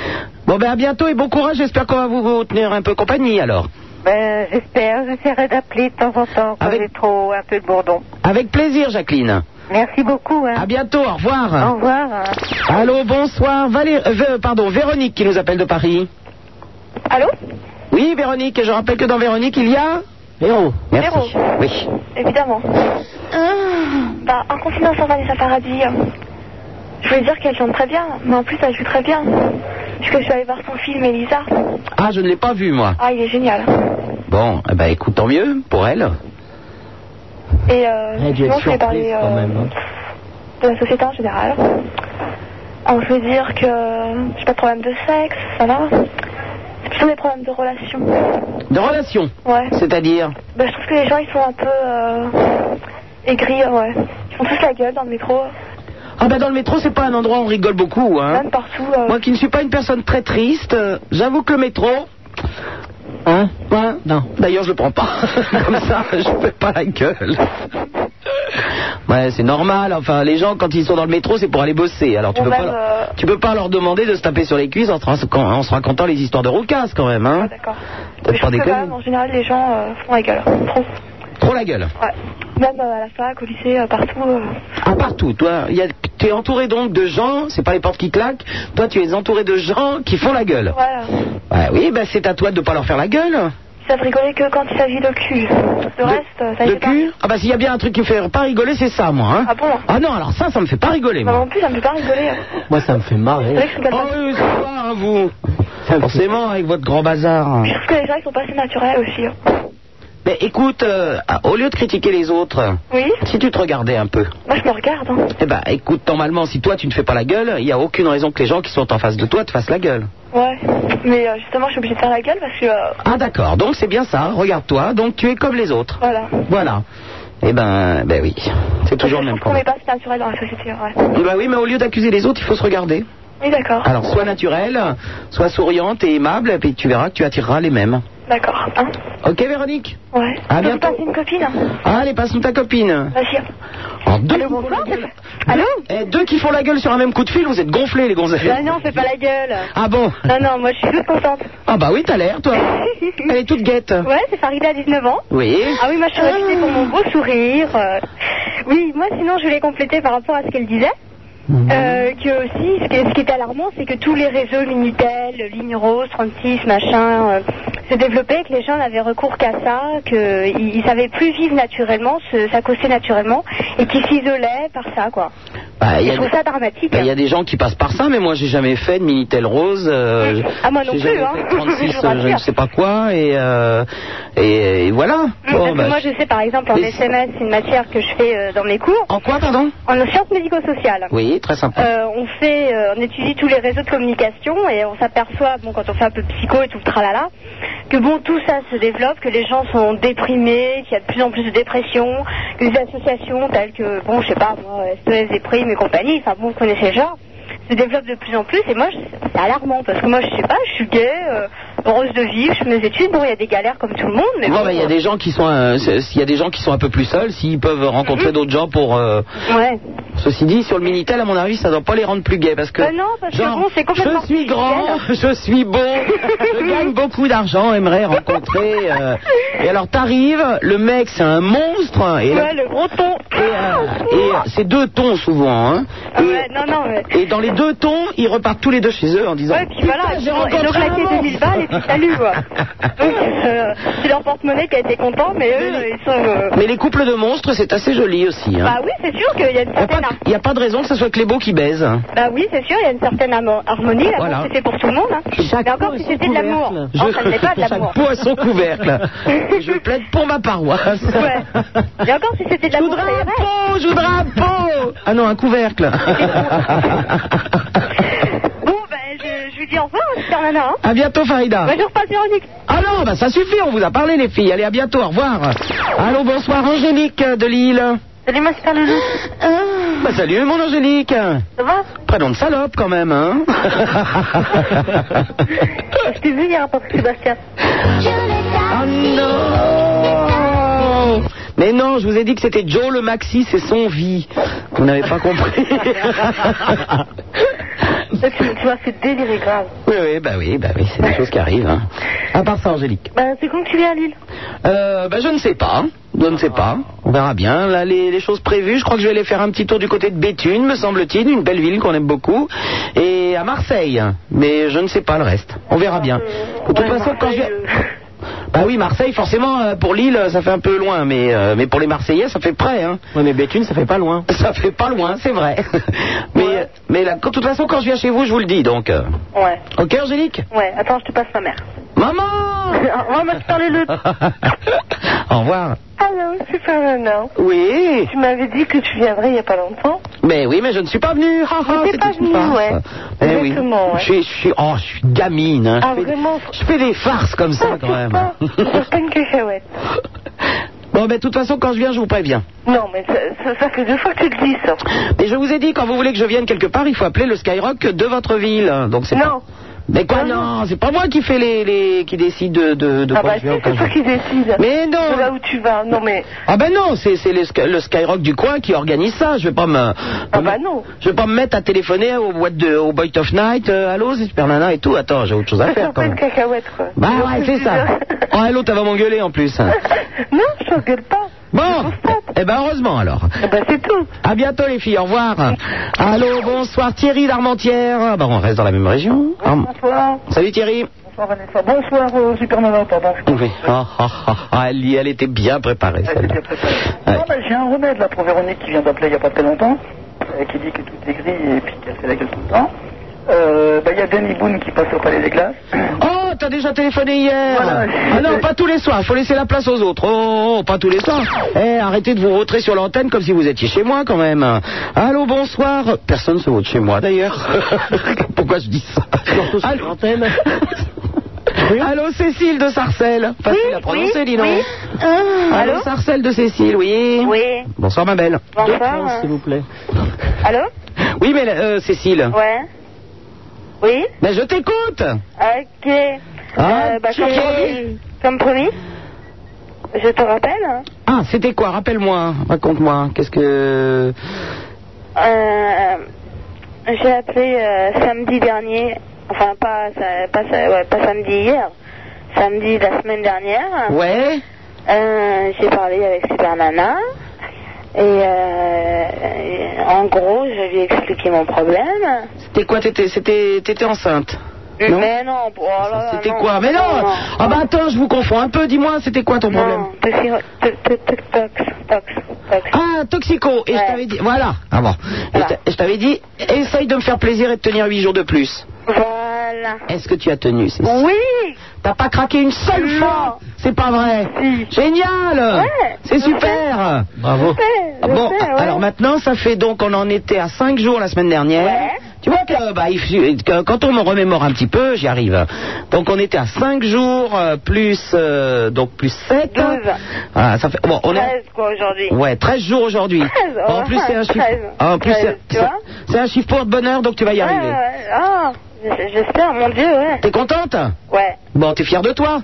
Speaker 4: Bon ben à bientôt et bon courage, j'espère qu'on va vous, vous tenir un peu compagnie alors.
Speaker 7: Ben j'espère, j'essaierai d'appeler de temps en temps quand
Speaker 4: Avec-
Speaker 7: j'ai trop un peu le bourdon.
Speaker 4: Avec plaisir Jacqueline.
Speaker 7: Merci beaucoup. Hein.
Speaker 4: À bientôt, au revoir.
Speaker 7: Au revoir. hein.
Speaker 4: Allô, bonsoir. Valé- euh, Vé- pardon, Véronique qui nous appelle de Paris.
Speaker 9: Allô
Speaker 4: Oui, Véronique, et je rappelle que dans Véronique, il y a... Véro. Merci.
Speaker 9: Véro.
Speaker 4: Oui.
Speaker 9: Évidemment. Bah, un confident sans Vanessa Paradis. euh, Je voulais dire qu'elle chante très bien, mais en plus elle joue très bien. Puisque je suis allée voir son film Elisa.
Speaker 4: Ah, je ne l'ai pas vue, moi.
Speaker 9: Ah, il est génial.
Speaker 4: Bon, eh ben, écoute, tant mieux pour elle.
Speaker 9: Et euh,
Speaker 5: Elle a dû
Speaker 9: sinon,
Speaker 5: être
Speaker 9: je voulais
Speaker 5: surprise
Speaker 9: parler
Speaker 5: quand
Speaker 9: euh,
Speaker 5: même. hein.
Speaker 9: de la société en général. Alors, je voulais dire que euh, j'ai pas de problème de sexe, ça va. C'est plutôt des problèmes de relations.
Speaker 4: De relation,
Speaker 9: Ouais.
Speaker 4: c'est-à-dire...
Speaker 9: Bah, je trouve que les gens ils sont un peu euh, aigris, ouais. Ils font tous la gueule dans le métro,
Speaker 4: Ah ben, dans le métro, c'est pas un endroit où on rigole beaucoup, hein.
Speaker 9: même partout. euh,
Speaker 4: Moi qui ne suis pas une personne très triste, euh, j'avoue que le métro...
Speaker 5: Hein
Speaker 4: Ouais.
Speaker 5: Non.
Speaker 4: D'ailleurs, je le prends pas. Comme ça, je fais pas la gueule. Ouais, c'est normal. Enfin, les gens, quand ils sont dans le métro, c'est pour aller bosser. Alors, tu
Speaker 9: Ou
Speaker 4: peux, pas,
Speaker 9: même,
Speaker 4: leur-
Speaker 9: euh,
Speaker 4: tu peux pas leur demander de se taper sur les cuisses en, se ras- en se racontant les histoires de roucasse, quand même, hein.
Speaker 9: Ah, D'accord.
Speaker 4: Peut-être
Speaker 9: Mais je
Speaker 4: pas
Speaker 9: trouve que
Speaker 4: déconner.
Speaker 9: quand même, en général, les gens euh, font la gueule. Trop.
Speaker 4: Trop la gueule.
Speaker 9: Ouais. Même euh, à la fac, au lycée, euh, partout. euh,
Speaker 4: À partout, toi, il y a- t'es entouré donc de gens, c'est pas les portes qui claquent, toi tu es entouré de gens qui font la gueule. Ah
Speaker 9: Ouais. euh,
Speaker 4: Ouais, oui, ben c'est à toi de pas leur faire la gueule.
Speaker 9: C'est savent rigoler que quand il s'agit de cul. Le reste, euh, ça y
Speaker 4: De
Speaker 9: est pas.
Speaker 4: cul Ah bah s'il y a bien un truc qui me fait pas rigoler, c'est ça, moi. hein.
Speaker 9: Ah bon
Speaker 4: Ah non, alors ça, ça me fait pas rigoler,
Speaker 9: Bah,
Speaker 4: moi.
Speaker 9: en plus, ça me fait pas rigoler. hein.
Speaker 5: Moi, ça me fait
Speaker 9: C'est
Speaker 5: marrer.
Speaker 9: vrai que je rigole
Speaker 4: Oh
Speaker 9: pas.
Speaker 4: oui, ça va, hein, vous Forcément, avec votre grand bazar.
Speaker 9: Je trouve que les gens, ils sont pas assez naturels aussi. hein.
Speaker 4: Mais écoute, euh, au lieu de critiquer les autres,
Speaker 9: Oui
Speaker 4: si tu te regardais un peu,
Speaker 9: Moi, je me regarde. hein.
Speaker 4: eh ben écoute, normalement, si toi tu ne fais pas la gueule, il n'y a aucune raison que les gens qui sont en face de toi te fassent la gueule.
Speaker 9: Ouais. Mais euh, justement, je suis obligée de faire la gueule parce que. euh,
Speaker 4: Ah d'accord, donc c'est bien ça, regarde-toi, donc tu es comme les autres.
Speaker 9: voilà.
Speaker 4: Voilà. Eh ben, ben oui, c'est toujours le
Speaker 9: je
Speaker 4: même
Speaker 9: trouve qu'on n'est
Speaker 4: problème.
Speaker 9: pas assez naturel dans la société, ouais.
Speaker 4: Ben oui, mais au lieu d'accuser les autres, il faut se regarder.
Speaker 9: Oui, d'accord.
Speaker 4: Alors, sois naturelle, sois souriante et aimable, et puis tu verras que tu attireras les mêmes.
Speaker 9: D'accord. Hein
Speaker 4: Ok, Véronique
Speaker 9: Ouais.
Speaker 4: À
Speaker 9: Tu peux
Speaker 4: bientôt.
Speaker 9: me passer une copine hein
Speaker 4: Allez, passe nous ta copine.
Speaker 9: Vas-y.
Speaker 4: Alors, deux
Speaker 9: Allô,
Speaker 4: qui font la
Speaker 9: bonsoir,
Speaker 4: gueule-
Speaker 9: c'est- Allô
Speaker 4: Eh, Deux qui font la gueule sur un même coup de fil, vous êtes gonflés, les gonzesses.
Speaker 7: Ah non, fais pas la gueule.
Speaker 4: Ah bon
Speaker 7: Non, non, moi je suis toute contente.
Speaker 4: Ah bah oui, t'as l'air, toi. Elle est toute guette.
Speaker 7: Ouais, c'est Farida à 19 ans.
Speaker 4: Oui.
Speaker 7: Ah oui, moi je suis réputée pour mon beau sourire. euh. Oui, moi sinon je voulais compléter par rapport à ce qu'elle disait. Euh, que aussi, ce, que- ce qui est alarmant, c'est que tous les réseaux Minitel, Ligne Rose, 36, machin, euh, se développaient, que les gens n'avaient recours qu'à ça, qu'ils ils savaient plus vivre naturellement, se- s'accoster naturellement, et qu'ils s'isolaient par ça, quoi.
Speaker 4: Bah, il y
Speaker 7: Je
Speaker 4: a
Speaker 7: trouve
Speaker 4: des-
Speaker 7: ça dramatique.
Speaker 4: bah, il y a des gens qui passent par ça, mais moi j'ai jamais fait de Minitel Rose. euh,
Speaker 7: Ah, moi non
Speaker 4: j'ai
Speaker 7: plus,
Speaker 4: jamais
Speaker 7: hein.
Speaker 4: fait de 36,
Speaker 7: Je vous
Speaker 4: euh, je ne
Speaker 7: rassure.
Speaker 4: sais pas quoi, et, euh, et, et voilà.
Speaker 7: Mm,
Speaker 4: Bon,
Speaker 7: Parce
Speaker 4: bah,
Speaker 7: que moi, je sais par exemple en
Speaker 4: Mais-
Speaker 7: SMS, une matière que je fais euh, dans mes cours,
Speaker 4: En quoi, pardon
Speaker 7: en sciences médico-sociales.
Speaker 4: Oui, très sympa.
Speaker 7: Euh, on fait, euh, on étudie tous les réseaux de communication et on s'aperçoit, bon, quand on fait un peu psycho et tout le tralala, que bon, tout ça se développe, que les gens sont déprimés, qu'il y a de plus en plus de dépression, que les associations telles que, bon, je sais pas, moi, SOS déprime et compagnie, enfin bon, vous connaissez le genre, se développent de plus en plus et moi, je- c'est alarmant parce que moi, je sais pas, je suis gay, euh, heureuse de vivre, je fais mes études, bon, il y a des galères comme tout le monde, mais
Speaker 4: Bon,
Speaker 7: bon,
Speaker 4: bah, il y a des gens qui sont, euh, c'est- s'il y a des gens qui sont un peu plus seuls, s'ils peuvent rencontrer d'autres gens pour. euh,
Speaker 7: ouais.
Speaker 4: Ceci dit, sur le minitel, à mon avis, ça doit pas les rendre plus gays parce que.
Speaker 7: Bah non, parce que
Speaker 4: genre,
Speaker 7: bon, c'est complètement
Speaker 4: Je suis grand, je suis beau, je gagne beaucoup d'argent, aimerais rencontrer. euh, Et alors t'arrives, le mec c'est un monstre et,
Speaker 7: Ouais, le gros ton.
Speaker 4: et, euh, et, euh, c'est deux tons souvent. Hein.
Speaker 7: Ah ouais, non, non, mais-
Speaker 4: Et dans les deux tons, ils repartent tous les deux chez eux en disant.
Speaker 7: Ouais, puis voilà,
Speaker 4: Putain,
Speaker 7: ils
Speaker 4: j'ai
Speaker 7: ont, ils ont
Speaker 4: rencontré
Speaker 7: claqué
Speaker 4: un monstre.
Speaker 7: 2000 balles et puis salut, quoi. Donc, euh, c'est leur porte-monnaie qui a été content, mais eux,
Speaker 4: Mais-
Speaker 7: ils sont. euh,
Speaker 4: Mais les couples de monstres, c'est assez joli aussi. Hein.
Speaker 7: Bah oui, c'est sûr qu'il y a une
Speaker 4: Il
Speaker 7: certaine.
Speaker 4: n'y a, pas de raison que ce soit que les beaux qui baisent. hein.
Speaker 7: Bah oui, c'est sûr, il y a une certaine amo- harmonie, là,
Speaker 4: Voilà.
Speaker 7: parce que c'est pour tout le monde. Hein.
Speaker 5: Chaque
Speaker 7: Mais encore
Speaker 5: peau
Speaker 7: si
Speaker 5: est
Speaker 7: c'était
Speaker 5: sous
Speaker 7: de l'amour. Non,
Speaker 5: couvercle.
Speaker 7: ça ne l'est pas de l'amour.
Speaker 4: Chaque peau à son couvercle. Et je plaide pour ma paroisse.
Speaker 7: Ouais. Et encore si c'était
Speaker 4: Je
Speaker 7: de l'amour,
Speaker 4: voudrais
Speaker 7: ça
Speaker 4: un
Speaker 7: irait.
Speaker 4: pot, je voudrais un pot. Ah non, un couvercle.
Speaker 7: Bon, bah je, je lui dis au revoir, super nana. Hein.
Speaker 4: à bientôt, Farida.
Speaker 7: Bah, je repasse Véronique.
Speaker 4: Ah non, bah ça suffit, on vous a parlé, les filles. Allez, à bientôt, au revoir. Allô, bonsoir, Angélique euh, de Lille.
Speaker 7: Salut, ma super loulou.
Speaker 4: Bah salut, mon Angélique.
Speaker 7: Ça va
Speaker 4: Prénom de salope, quand même, hein.
Speaker 7: Je t'ai vu hier à Patrick Sébastien.
Speaker 4: Oh non Mais non, je vous ai dit que c'était Joe le Maxi, c'est son vie. Vous n'avez pas compris.
Speaker 7: tu, vois, c'est déliré grave.
Speaker 4: oui, oui, bah oui, bah oui, c'est des choses qui arrivent. hein. À part ça, Angélique.
Speaker 7: Bah, c'est quand que tu viens à Lille
Speaker 4: Euh, bah, je ne sais pas. Je ne sais pas. On verra bien. Là, les, les choses prévues, je crois que je vais aller faire un petit tour du côté de Béthune, me semble-t-il, une belle ville qu'on aime beaucoup, et à Marseille. Mais je ne sais pas le reste. On verra bien. Ah.
Speaker 7: Euh,
Speaker 4: De toute façon, quand je vais- Bah oui, Marseille, forcément, euh, pour Lille, ça fait un peu loin, mais, euh, mais pour les Marseillais, ça fait près, hein.
Speaker 5: Ouais, mais Béthune, ça fait pas loin.
Speaker 4: Ça fait pas loin, c'est vrai. Mais, euh, mais là, de toute façon, quand je viens chez vous, je vous le dis, donc. euh.
Speaker 7: Ouais.
Speaker 4: Ok, Angélique
Speaker 7: Ouais, attends, je te passe ma mère.
Speaker 4: Maman
Speaker 7: Moi, ma super loulou.
Speaker 4: Au revoir.
Speaker 7: Allô, super nana.
Speaker 4: Oui
Speaker 7: Tu m'avais dit que tu viendrais il n'y a pas longtemps.
Speaker 4: Mais Ben oui, mais je ne suis pas venue. Ah, ah,
Speaker 7: t'es
Speaker 4: c'est
Speaker 7: pas
Speaker 4: une
Speaker 7: venue,
Speaker 4: farce.
Speaker 7: ouais.
Speaker 4: Eh oui.
Speaker 7: Exactement, ouais.
Speaker 4: Je suis, je suis, oh, je suis gamine. hein.
Speaker 7: Ah,
Speaker 4: je fais,
Speaker 7: vraiment Ah,
Speaker 4: Je fais des farces comme ça, quand même. hein.
Speaker 7: pas, pas une cacahuète.
Speaker 4: Bon, mais de toute façon, quand je viens, je vous préviens.
Speaker 7: Non, mais ça, ça- ça fait deux fois que tu le dis, ça.
Speaker 4: Mais je vous ai dit, quand vous voulez que je vienne quelque part, il faut appeler le Skyrock de votre ville. hein. Donc c'est
Speaker 7: Non.
Speaker 4: Pas... Mais quoi,
Speaker 7: Ah,
Speaker 4: non, c'est pas moi qui fais les, les- qui décide de, de, de
Speaker 7: Ah
Speaker 4: quand
Speaker 7: bah,
Speaker 4: je viens ou
Speaker 7: si,
Speaker 4: quand
Speaker 7: c'est
Speaker 4: je
Speaker 7: toi
Speaker 4: viens.
Speaker 7: qui décides.
Speaker 4: Mais non.
Speaker 7: De là où tu vas. Non, mais.
Speaker 4: Ah ben non, c'est c'est les Sky- le Skyrock du coin qui organise ça. Je vais pas me.
Speaker 7: Ah bah non.
Speaker 4: Je vais pas me mettre à téléphoner au boîte de au Boy of Night. euh, Allô, c'est Super Nana et tout. Attends, j'ai autre chose à
Speaker 7: Ça
Speaker 4: faire quand
Speaker 7: fait une
Speaker 4: même.
Speaker 7: cacahuète, quoi.
Speaker 4: Bah
Speaker 7: Non,
Speaker 4: ouais,
Speaker 7: je
Speaker 4: c'est
Speaker 7: te
Speaker 4: ça.
Speaker 7: jure.
Speaker 4: Oh, allô, t'as vas m'engueuler en plus.
Speaker 7: non, je t'engueule pas.
Speaker 4: Bon, eh ben heureusement alors.
Speaker 7: Ah bah, c'est tout.
Speaker 4: À bientôt les filles, au revoir. Ah, Allô, bonsoir Thierry d'Armentière. Bah on reste dans la même région. Arm-
Speaker 7: Bonsoir.
Speaker 4: Salut Thierry.
Speaker 10: Bonsoir Vanessa. Bonsoir au Superman Intendant.
Speaker 4: Oui. Ah, ah, ah, ah, elle, y- elle était bien préparée,
Speaker 10: Ouais,
Speaker 4: celle-là.
Speaker 10: c'était après ça.
Speaker 4: Ouais.
Speaker 10: Non, mais j'ai un remède là pour Véronique qui vient d'appeler il n'y a pas très longtemps, euh, qui dit que tout est gris et puis qu'elle fait la gueule tout le temps. Euh, bah, Il y a Danny Boone qui passe au Palais des Glaces.
Speaker 4: Oh, t'as déjà téléphoné hier
Speaker 10: Voilà.
Speaker 4: Ah non, pas tous les soirs, faut laisser la place aux autres. Oh, oh, pas tous les soirs. Eh, arrêtez de vous retirer sur l'antenne comme si vous étiez chez moi quand même. Allô, bonsoir. Personne se vote chez moi d'ailleurs. Pourquoi je dis ça
Speaker 5: Surtout sur
Speaker 4: Allô-
Speaker 5: l'antenne.
Speaker 4: Allô, Cécile de Sarcelles. Facile à prononcer, dis donc. Allô,
Speaker 7: Ah, Allô
Speaker 4: Sarcelles de Cécile, oui.
Speaker 7: Oui.
Speaker 4: Bonsoir, ma belle.
Speaker 5: Réponse,
Speaker 7: Bonsoir.
Speaker 5: S'il vous plaît.
Speaker 7: Allô
Speaker 4: Oui, mais euh, Cécile.
Speaker 7: Ouais. Oui
Speaker 4: Mais je t'écoute.
Speaker 7: Ok.
Speaker 4: Ah,
Speaker 7: Euh, bah, comme
Speaker 4: Ok.
Speaker 7: promis, comme promis, je te rappelle. hein.
Speaker 4: Ah, c'était quoi Rappelle-moi, raconte-moi. Qu'est-ce que.
Speaker 7: Euh, j'ai appelé euh, samedi dernier, enfin pas, sa- pas, sa- ouais, pas samedi hier, samedi la semaine dernière.
Speaker 4: Ouais.
Speaker 7: Euh, j'ai parlé avec Super Nana et, euh, et en gros je lui ai expliqué mon problème.
Speaker 4: C'était quoi T'étais, c'était, t'étais enceinte. Non.
Speaker 7: Mais non, oh là là,
Speaker 4: C'était
Speaker 7: non,
Speaker 4: quoi Mais non. Ah bah attends, je vous confonds un peu. Dis-moi, c'était quoi ton problème
Speaker 7: Non, toxi- to- to- to- tox, tox, tox.
Speaker 4: Ah, toxico. Et
Speaker 7: Ouais.
Speaker 4: je t'avais dit, voilà. Ah bon. Et
Speaker 7: Voilà.
Speaker 4: je t'a- Et je t'avais dit, essaye de me faire plaisir et de tenir huit jours de plus.
Speaker 7: Voilà.
Speaker 4: Est-ce que tu as tenu Cécile
Speaker 7: Oui,
Speaker 4: T'as pas craqué une seule
Speaker 7: Non.
Speaker 4: fois C'est pas vrai
Speaker 7: Si.
Speaker 4: Génial
Speaker 7: Ouais,
Speaker 4: C'est
Speaker 7: je
Speaker 4: super Bravo
Speaker 7: sais, je
Speaker 4: Bon, ah,
Speaker 7: sais, ouais.
Speaker 4: alors maintenant, ça fait donc, on en était à 5 jours la semaine dernière.
Speaker 7: Ouais.
Speaker 4: Tu vois que, bah, il f- que- quand on me remémore un petit peu, j'y arrive. Donc on était à 5 jours, euh, plus, euh, donc plus 7.
Speaker 7: Douze.
Speaker 4: Ah, ça fait, bon, on est à-
Speaker 7: 13 quoi aujourd'hui.
Speaker 4: Ouais, 13 jours aujourd'hui.
Speaker 7: Treize, ouais,
Speaker 4: en plus, c'est un chiffre.
Speaker 7: treize,
Speaker 4: en plus,
Speaker 7: treize,
Speaker 4: c'est-
Speaker 7: tu vois
Speaker 4: c'est un chiffre pour de bonheur, donc tu vas y
Speaker 7: Ouais,
Speaker 4: arriver.
Speaker 7: ouais, Ah, j- j'espère, mon Dieu, ouais.
Speaker 4: T'es contente
Speaker 7: Ouais.
Speaker 4: Bon, t'es fière de toi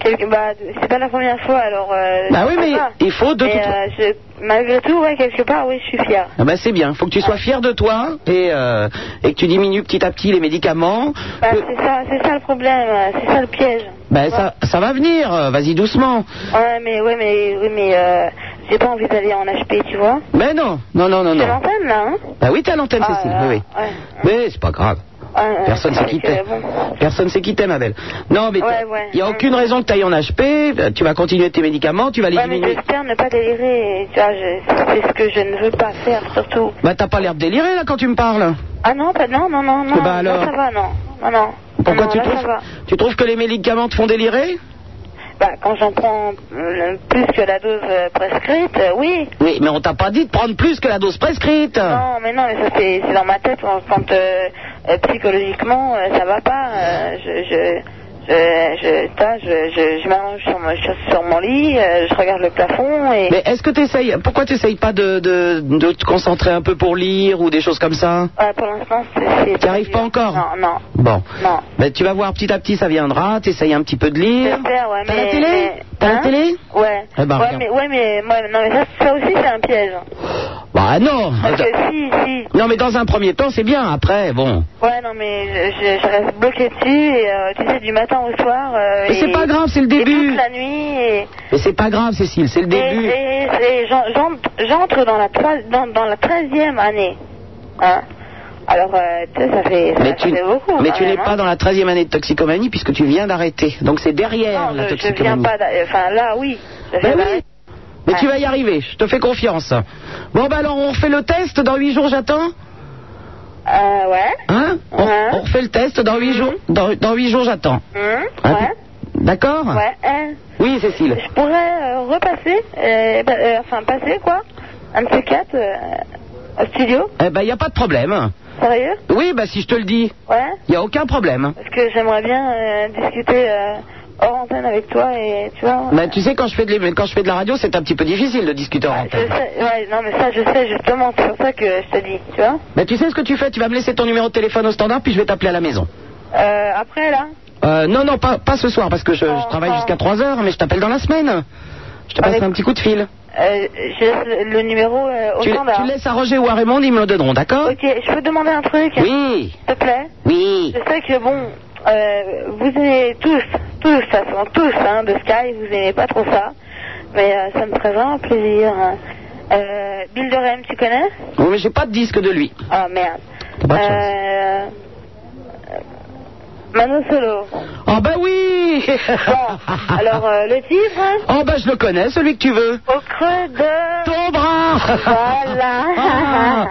Speaker 7: Quelque- bah, c'est pas la première fois, alors. euh,
Speaker 4: Bah
Speaker 7: je
Speaker 4: oui,
Speaker 7: sais
Speaker 4: mais
Speaker 7: pas.
Speaker 4: il faut de
Speaker 7: Mais,
Speaker 4: toute-
Speaker 7: euh, je- Malgré tout, ouais, quelque part, oui, je suis fière.
Speaker 4: Ah bah c'est bien, faut que tu sois fier de toi et, euh, et que tu diminues petit à petit les médicaments.
Speaker 7: Bah,
Speaker 4: Que-
Speaker 7: c'est ça, c'est ça le problème, euh, c'est ça le piège.
Speaker 4: Euh, bah, ça, ça va venir, euh, vas-y doucement.
Speaker 7: Ouais, mais ouais, mais oui, mais euh, j'ai pas envie d'aller en HP, tu vois.
Speaker 4: Mais non, non, non, non,
Speaker 7: C'est
Speaker 4: non.
Speaker 7: l'antenne là, hein
Speaker 4: Bah oui, t'as l'antenne,
Speaker 7: Ah,
Speaker 4: Cécile,
Speaker 7: là,
Speaker 4: oui, oui.
Speaker 7: ouais.
Speaker 4: Mais c'est pas grave.
Speaker 7: Ouais, ouais,
Speaker 4: Personne
Speaker 7: c'est
Speaker 4: sait qui
Speaker 7: que,
Speaker 4: t'es.
Speaker 7: bon.
Speaker 4: Personne sait qui t'es, ma belle. Non, mais
Speaker 7: Ouais, ouais.
Speaker 4: il n'y a aucune raison que tu ailles en HP. euh, Tu vas continuer tes médicaments, tu vas les
Speaker 7: Ouais, mais
Speaker 4: diminuer.
Speaker 7: j'espère ne pas délirer. et, Tu vois, je- c'est ce que je ne veux pas faire, surtout.
Speaker 4: Bah t'as pas l'air de délirer là quand tu me parles.
Speaker 7: Ah non, pas non, non, non, non.
Speaker 4: Eh ben alors.
Speaker 7: Là, ça va, non, non, non.
Speaker 4: Pourquoi
Speaker 7: Ah, non,
Speaker 4: tu
Speaker 7: là,
Speaker 4: trouves
Speaker 7: ça va.
Speaker 4: Tu trouves que les médicaments te font délirer
Speaker 7: Bah, quand j'en prends euh, plus que la dose euh, prescrite, euh, oui.
Speaker 4: Oui, mais on t'a pas dit de prendre plus que la dose prescrite.
Speaker 7: Non, mais non, mais ça c'est c'est dans ma tête. Quand, quand, euh, euh, psychologiquement, euh, ça va pas. euh, je, je, je, je, t'as, je, je, je m'allonge sur, mon- sur- sur mon lit, euh, je regarde le plafond et.
Speaker 4: Mais est-ce que tu essayes Pourquoi tu n'essayes pas de, de, de te concentrer un peu pour lire ou des choses comme ça
Speaker 7: Ouais, pour l'instant, c'est. c'est-
Speaker 4: T'y arrives pas encore
Speaker 7: Non, non.
Speaker 4: Bon.
Speaker 7: Non.
Speaker 4: Ben, tu vas voir petit à petit, ça viendra. Tu un petit peu de lire.
Speaker 7: J'espère, ouais,
Speaker 4: T'as
Speaker 7: mais.
Speaker 4: la télé
Speaker 7: mais-
Speaker 4: T'as la
Speaker 7: Hein
Speaker 4: télé
Speaker 7: Ouais.
Speaker 4: Eh ben,
Speaker 7: ouais,
Speaker 4: regarde.
Speaker 7: mais, ouais, mais, ouais, non, mais ça, ça aussi, c'est un piège.
Speaker 4: Bah non
Speaker 7: Parce que si, si,
Speaker 4: Non, mais dans un premier temps, c'est bien. Après, bon.
Speaker 7: Ouais, non, mais je, je- je reste bloquée dessus, et, euh, tu sais, du matin au soir. euh,
Speaker 4: Mais c'est
Speaker 7: et-
Speaker 4: pas grave, c'est le
Speaker 7: et
Speaker 4: début.
Speaker 7: toute la nuit, et,
Speaker 4: Mais c'est pas grave, Cécile, c'est le
Speaker 7: et,
Speaker 4: début.
Speaker 7: et- et j'en- j'entre- j'entre dans la trois- dans, dans la 13e année. Hein Alors, euh, tu sais, ça fait, ça,
Speaker 4: Mais
Speaker 7: ça
Speaker 4: tu,
Speaker 7: fait beaucoup.
Speaker 4: mais
Speaker 7: quand
Speaker 4: tu
Speaker 7: même,
Speaker 4: n'es pas
Speaker 7: hein.
Speaker 4: dans la 13e année de toxicomanie puisque tu viens d'arrêter. Donc c'est derrière
Speaker 7: Non,
Speaker 4: la
Speaker 7: je, je
Speaker 4: toxicomanie.
Speaker 7: viens pas. d'a- Enfin, là, oui. Je
Speaker 4: Ben
Speaker 7: viens
Speaker 4: oui. Mais tu vas y arriver, je te fais confiance. Bon, bah alors on fait le test, dans 8 jours j'attends
Speaker 7: d'arrêter. Euh, ouais.
Speaker 4: Hein on,
Speaker 7: Ouais.
Speaker 4: on refait le test, dans 8 jours, dans, dans huit jours j'attends.
Speaker 7: Hum,
Speaker 4: Hein,
Speaker 7: ouais.
Speaker 4: D'accord
Speaker 7: Ouais. hein.
Speaker 4: Oui, Cécile.
Speaker 7: Je pourrais euh, repasser, euh, bah, euh, enfin, passer, quoi, un de ces quatre, euh, au studio.
Speaker 4: Eh ben, il n'y a pas de problème.
Speaker 7: Sérieux
Speaker 4: Oui, bah si je te le dis,
Speaker 7: Ouais.
Speaker 4: il n'y a aucun problème.
Speaker 7: Parce que j'aimerais bien euh, discuter euh, hors antenne avec toi et tu vois.
Speaker 4: Bah, tu sais, quand je fais de, l'é- quand je fais de la radio, c'est un petit peu difficile de discuter en
Speaker 7: Je
Speaker 4: antenne.
Speaker 7: sais, ouais, non mais ça je sais justement, c'est pour ça que je te dis, tu vois.
Speaker 4: Mais tu sais ce que tu fais Tu vas me laisser ton numéro de téléphone au standard, puis je vais t'appeler à la maison.
Speaker 7: Euh, après là,
Speaker 4: Euh, non, non, pas, pas ce soir, parce que je, je
Speaker 7: Oh,
Speaker 4: travaille
Speaker 7: oh.
Speaker 4: jusqu'à 3 heures, mais je t'appelle dans la semaine. Je te passerai
Speaker 7: Avec-
Speaker 4: un petit coup de fil.
Speaker 7: euh, je laisse le, le numéro euh, au
Speaker 4: Tu,
Speaker 7: standard.
Speaker 4: tu le laisses à Roger ou à Raymond, ils me le donneront, d'accord
Speaker 7: Ok, je peux demander un truc,
Speaker 4: Oui,
Speaker 7: s'il te plaît.
Speaker 4: oui.
Speaker 7: Je sais que bon, euh, vous aimez tous, tous, de toute façon, tous, hein, de Sky, vous aimez pas trop ça, mais euh, ça me ferait vraiment plaisir. hein. Euh, Bill de Rem, tu connais
Speaker 4: Oui, mais j'ai pas de disque de lui.
Speaker 7: Oh merde.
Speaker 4: T'as pas de
Speaker 7: Oh, Euh, Mano Solo.
Speaker 4: Ah,
Speaker 5: Oh
Speaker 4: bah,
Speaker 5: ben oui
Speaker 7: Bon, alors euh, le titre hein
Speaker 5: Oh ben je le connais, celui que tu veux.
Speaker 7: Au creux de...
Speaker 5: Ton bras
Speaker 7: Voilà.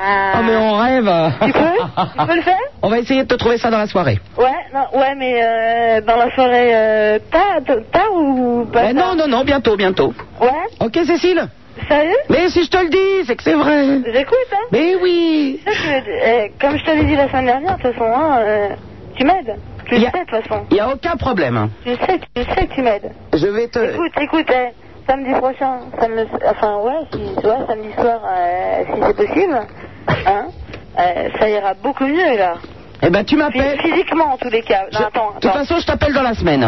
Speaker 5: Ah, oh, mais on rêve
Speaker 7: Tu peux Tu peux le faire
Speaker 5: On va essayer de te trouver ça dans la soirée.
Speaker 7: Ouais, non, ouais, mais euh, dans la forêt, euh, t'as, t'as- t'as ou pas
Speaker 5: Mais Eh,
Speaker 7: t'as
Speaker 5: non, non, non, bientôt, bientôt.
Speaker 7: Ouais
Speaker 5: Ok Cécile
Speaker 7: Sérieux
Speaker 5: Mais si je te le dis, c'est que c'est vrai.
Speaker 7: J'écoute, hein
Speaker 5: Mais oui
Speaker 7: Ça, tu veux- eh, Comme je te l'ai dit la semaine dernière, de toute façon, hein, euh, tu m'aides. Tu le
Speaker 5: Y a-
Speaker 7: sais, de toute façon.
Speaker 5: Il n'y a aucun problème.
Speaker 7: Je sais, je sais que tu m'aides.
Speaker 5: Je vais te...
Speaker 7: Écoute, écoute, eh, samedi prochain, samedi, enfin ouais, si, tu vois, samedi soir, euh, si c'est possible, hein, euh, ça ira beaucoup mieux là.
Speaker 5: Eh ben tu
Speaker 7: Phy-
Speaker 5: m'appelles.
Speaker 7: Physiquement en tous les cas.
Speaker 5: Je-
Speaker 7: Non, attends,
Speaker 5: de toute
Speaker 7: attends.
Speaker 5: façon, je t'appelle dans la semaine.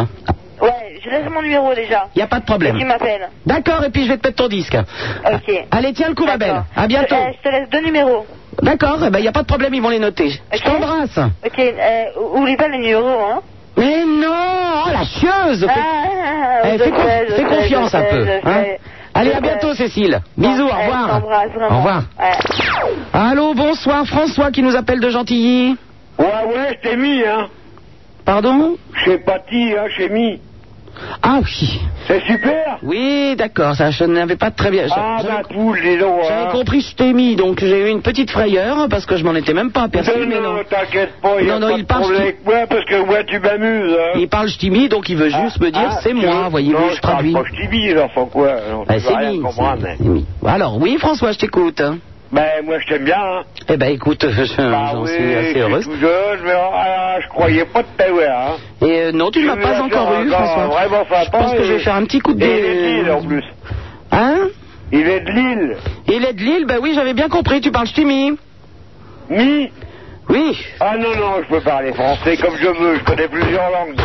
Speaker 7: Ouais, je laisse mon numéro déjà.
Speaker 5: Il n'y a pas de
Speaker 7: Tu
Speaker 5: problème.
Speaker 7: m'appelles.
Speaker 5: D'accord, et puis je vais te mettre ton disque.
Speaker 7: Ok.
Speaker 5: Allez, tiens le coup, ma belle.
Speaker 7: D'accord.
Speaker 5: À bientôt.
Speaker 7: Je, eh, je te laisse deux numéros.
Speaker 5: D'accord, eh ben, il n'y a pas de problème, ils vont les noter. Je
Speaker 7: Ok.
Speaker 5: t'embrasse.
Speaker 7: Ok, eh, ou- oublie pas les numéros, hein.
Speaker 5: Mais non Oh, la chieuse
Speaker 7: Ah, ah, ah,
Speaker 5: Eh,
Speaker 7: je
Speaker 5: fais, con-
Speaker 7: sais, je
Speaker 5: fais
Speaker 7: sais,
Speaker 5: confiance
Speaker 7: je
Speaker 5: un
Speaker 7: sais,
Speaker 5: peu.
Speaker 7: je
Speaker 5: hein.
Speaker 7: sais.
Speaker 5: Allez, à
Speaker 7: Je
Speaker 5: bientôt,
Speaker 7: sais.
Speaker 5: Cécile. Bisous, au
Speaker 7: Eh, je
Speaker 5: revoir.
Speaker 7: t'embrasse vraiment.
Speaker 5: Au revoir.
Speaker 7: Ouais.
Speaker 5: Allô, bonsoir, François qui nous appelle de Gentilly.
Speaker 10: Ouais, ouais, je t'ai mis, hein.
Speaker 5: Pardon
Speaker 10: Chez Patty, hein, chez Mi.
Speaker 5: Ah oui.
Speaker 10: C'est super
Speaker 5: Oui, d'accord, ça, je n'avais pas très bien... je-
Speaker 10: Ah,
Speaker 5: j'avais-
Speaker 10: ma poule, dis donc,
Speaker 5: J'avais
Speaker 10: hein.
Speaker 5: compris, je t'ai mis, donc j'ai eu une petite frayeur parce que je m'en étais même pas aperçu.
Speaker 10: Non,
Speaker 5: mais
Speaker 10: non,
Speaker 5: non.
Speaker 10: t'inquiète pas, il y a
Speaker 5: Non, non,
Speaker 10: pas
Speaker 5: il
Speaker 10: de
Speaker 5: parle
Speaker 10: problème
Speaker 5: tout-
Speaker 10: avec moi, parce que moi, tu m'amuses, hein.
Speaker 5: Il parle ch'timi, donc il veut juste me dire
Speaker 10: Ah,
Speaker 5: c'est
Speaker 10: tu-
Speaker 5: moi,
Speaker 10: non,
Speaker 5: voyez-vous, je traduis.
Speaker 10: parle pas, je t'ai mis, l'enfant, quoi. Non, tu
Speaker 5: Bah,
Speaker 10: vas rien
Speaker 5: mis,
Speaker 10: comprendre. hein.
Speaker 5: c'est- c'est mis. Alors, oui, François, je t'écoute. hein.
Speaker 10: Ben, moi, je t'aime bien, hein.
Speaker 5: Eh ben, écoute, je-
Speaker 4: Ah,
Speaker 10: Bah
Speaker 5: j'en
Speaker 10: oui,
Speaker 5: suis
Speaker 10: je
Speaker 5: assez
Speaker 10: suis
Speaker 5: heureuse.
Speaker 10: tout jeune, mais ah, je croyais pas de t'avoir, hein.
Speaker 5: Et euh, non, tu ne m'as
Speaker 10: me
Speaker 5: pas
Speaker 10: l'as
Speaker 5: encore
Speaker 10: fait
Speaker 5: eu,
Speaker 10: encore,
Speaker 5: François.
Speaker 10: Vraiment sympa.
Speaker 5: je pense que
Speaker 10: et-
Speaker 5: je vais faire un petit coup de
Speaker 10: Et il est de
Speaker 5: dé-
Speaker 10: Lille, en plus.
Speaker 5: Hein
Speaker 10: Il est de Lille.
Speaker 5: Il est de Lille Ben oui, j'avais bien compris, tu parles ch'timi.
Speaker 10: Mi
Speaker 5: Oui.
Speaker 10: Ah non, non, je peux parler français comme je veux, je connais plusieurs langues.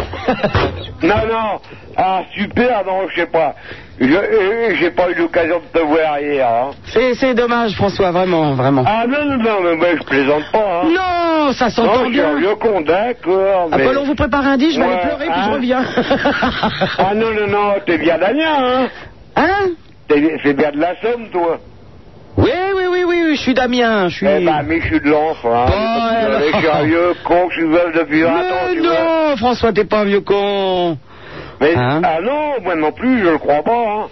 Speaker 10: non, non, ah super, non, je sais pas. Je- euh, J'ai pas eu l'occasion de te voir hier. hein.
Speaker 5: C'est c'est dommage, François, vraiment, vraiment.
Speaker 10: Ah non, non, non, mais moi je plaisante pas. Hein.
Speaker 5: Non, ça
Speaker 10: non
Speaker 5: s'entend
Speaker 10: je suis
Speaker 5: bien.
Speaker 10: un
Speaker 5: Ah, bah,
Speaker 10: vieux con, d'accord. Mais...
Speaker 5: Apollon, vous préparez un dit, je vais aller
Speaker 10: Ouais,
Speaker 5: pleurer, puis
Speaker 10: hein.
Speaker 5: je reviens.
Speaker 10: Ah non, non, non, t'es bien d'Amiens, hein.
Speaker 5: Hein
Speaker 10: T'es c'est bien de la Somme, toi.
Speaker 5: Oui, oui, oui, oui, oui, je suis Damien, je suis...
Speaker 10: Eh ben, mais je suis de l'enfant.
Speaker 5: Oh,
Speaker 10: Hein.
Speaker 5: eh ben.
Speaker 10: je suis un vieux con, je suis veuf depuis 20 ans,
Speaker 5: Mais
Speaker 10: tu vois.
Speaker 5: non, François, t'es pas un vieux con.
Speaker 10: Mais,
Speaker 5: Hein
Speaker 10: Ah non, moi non plus, je le crois pas. Hein.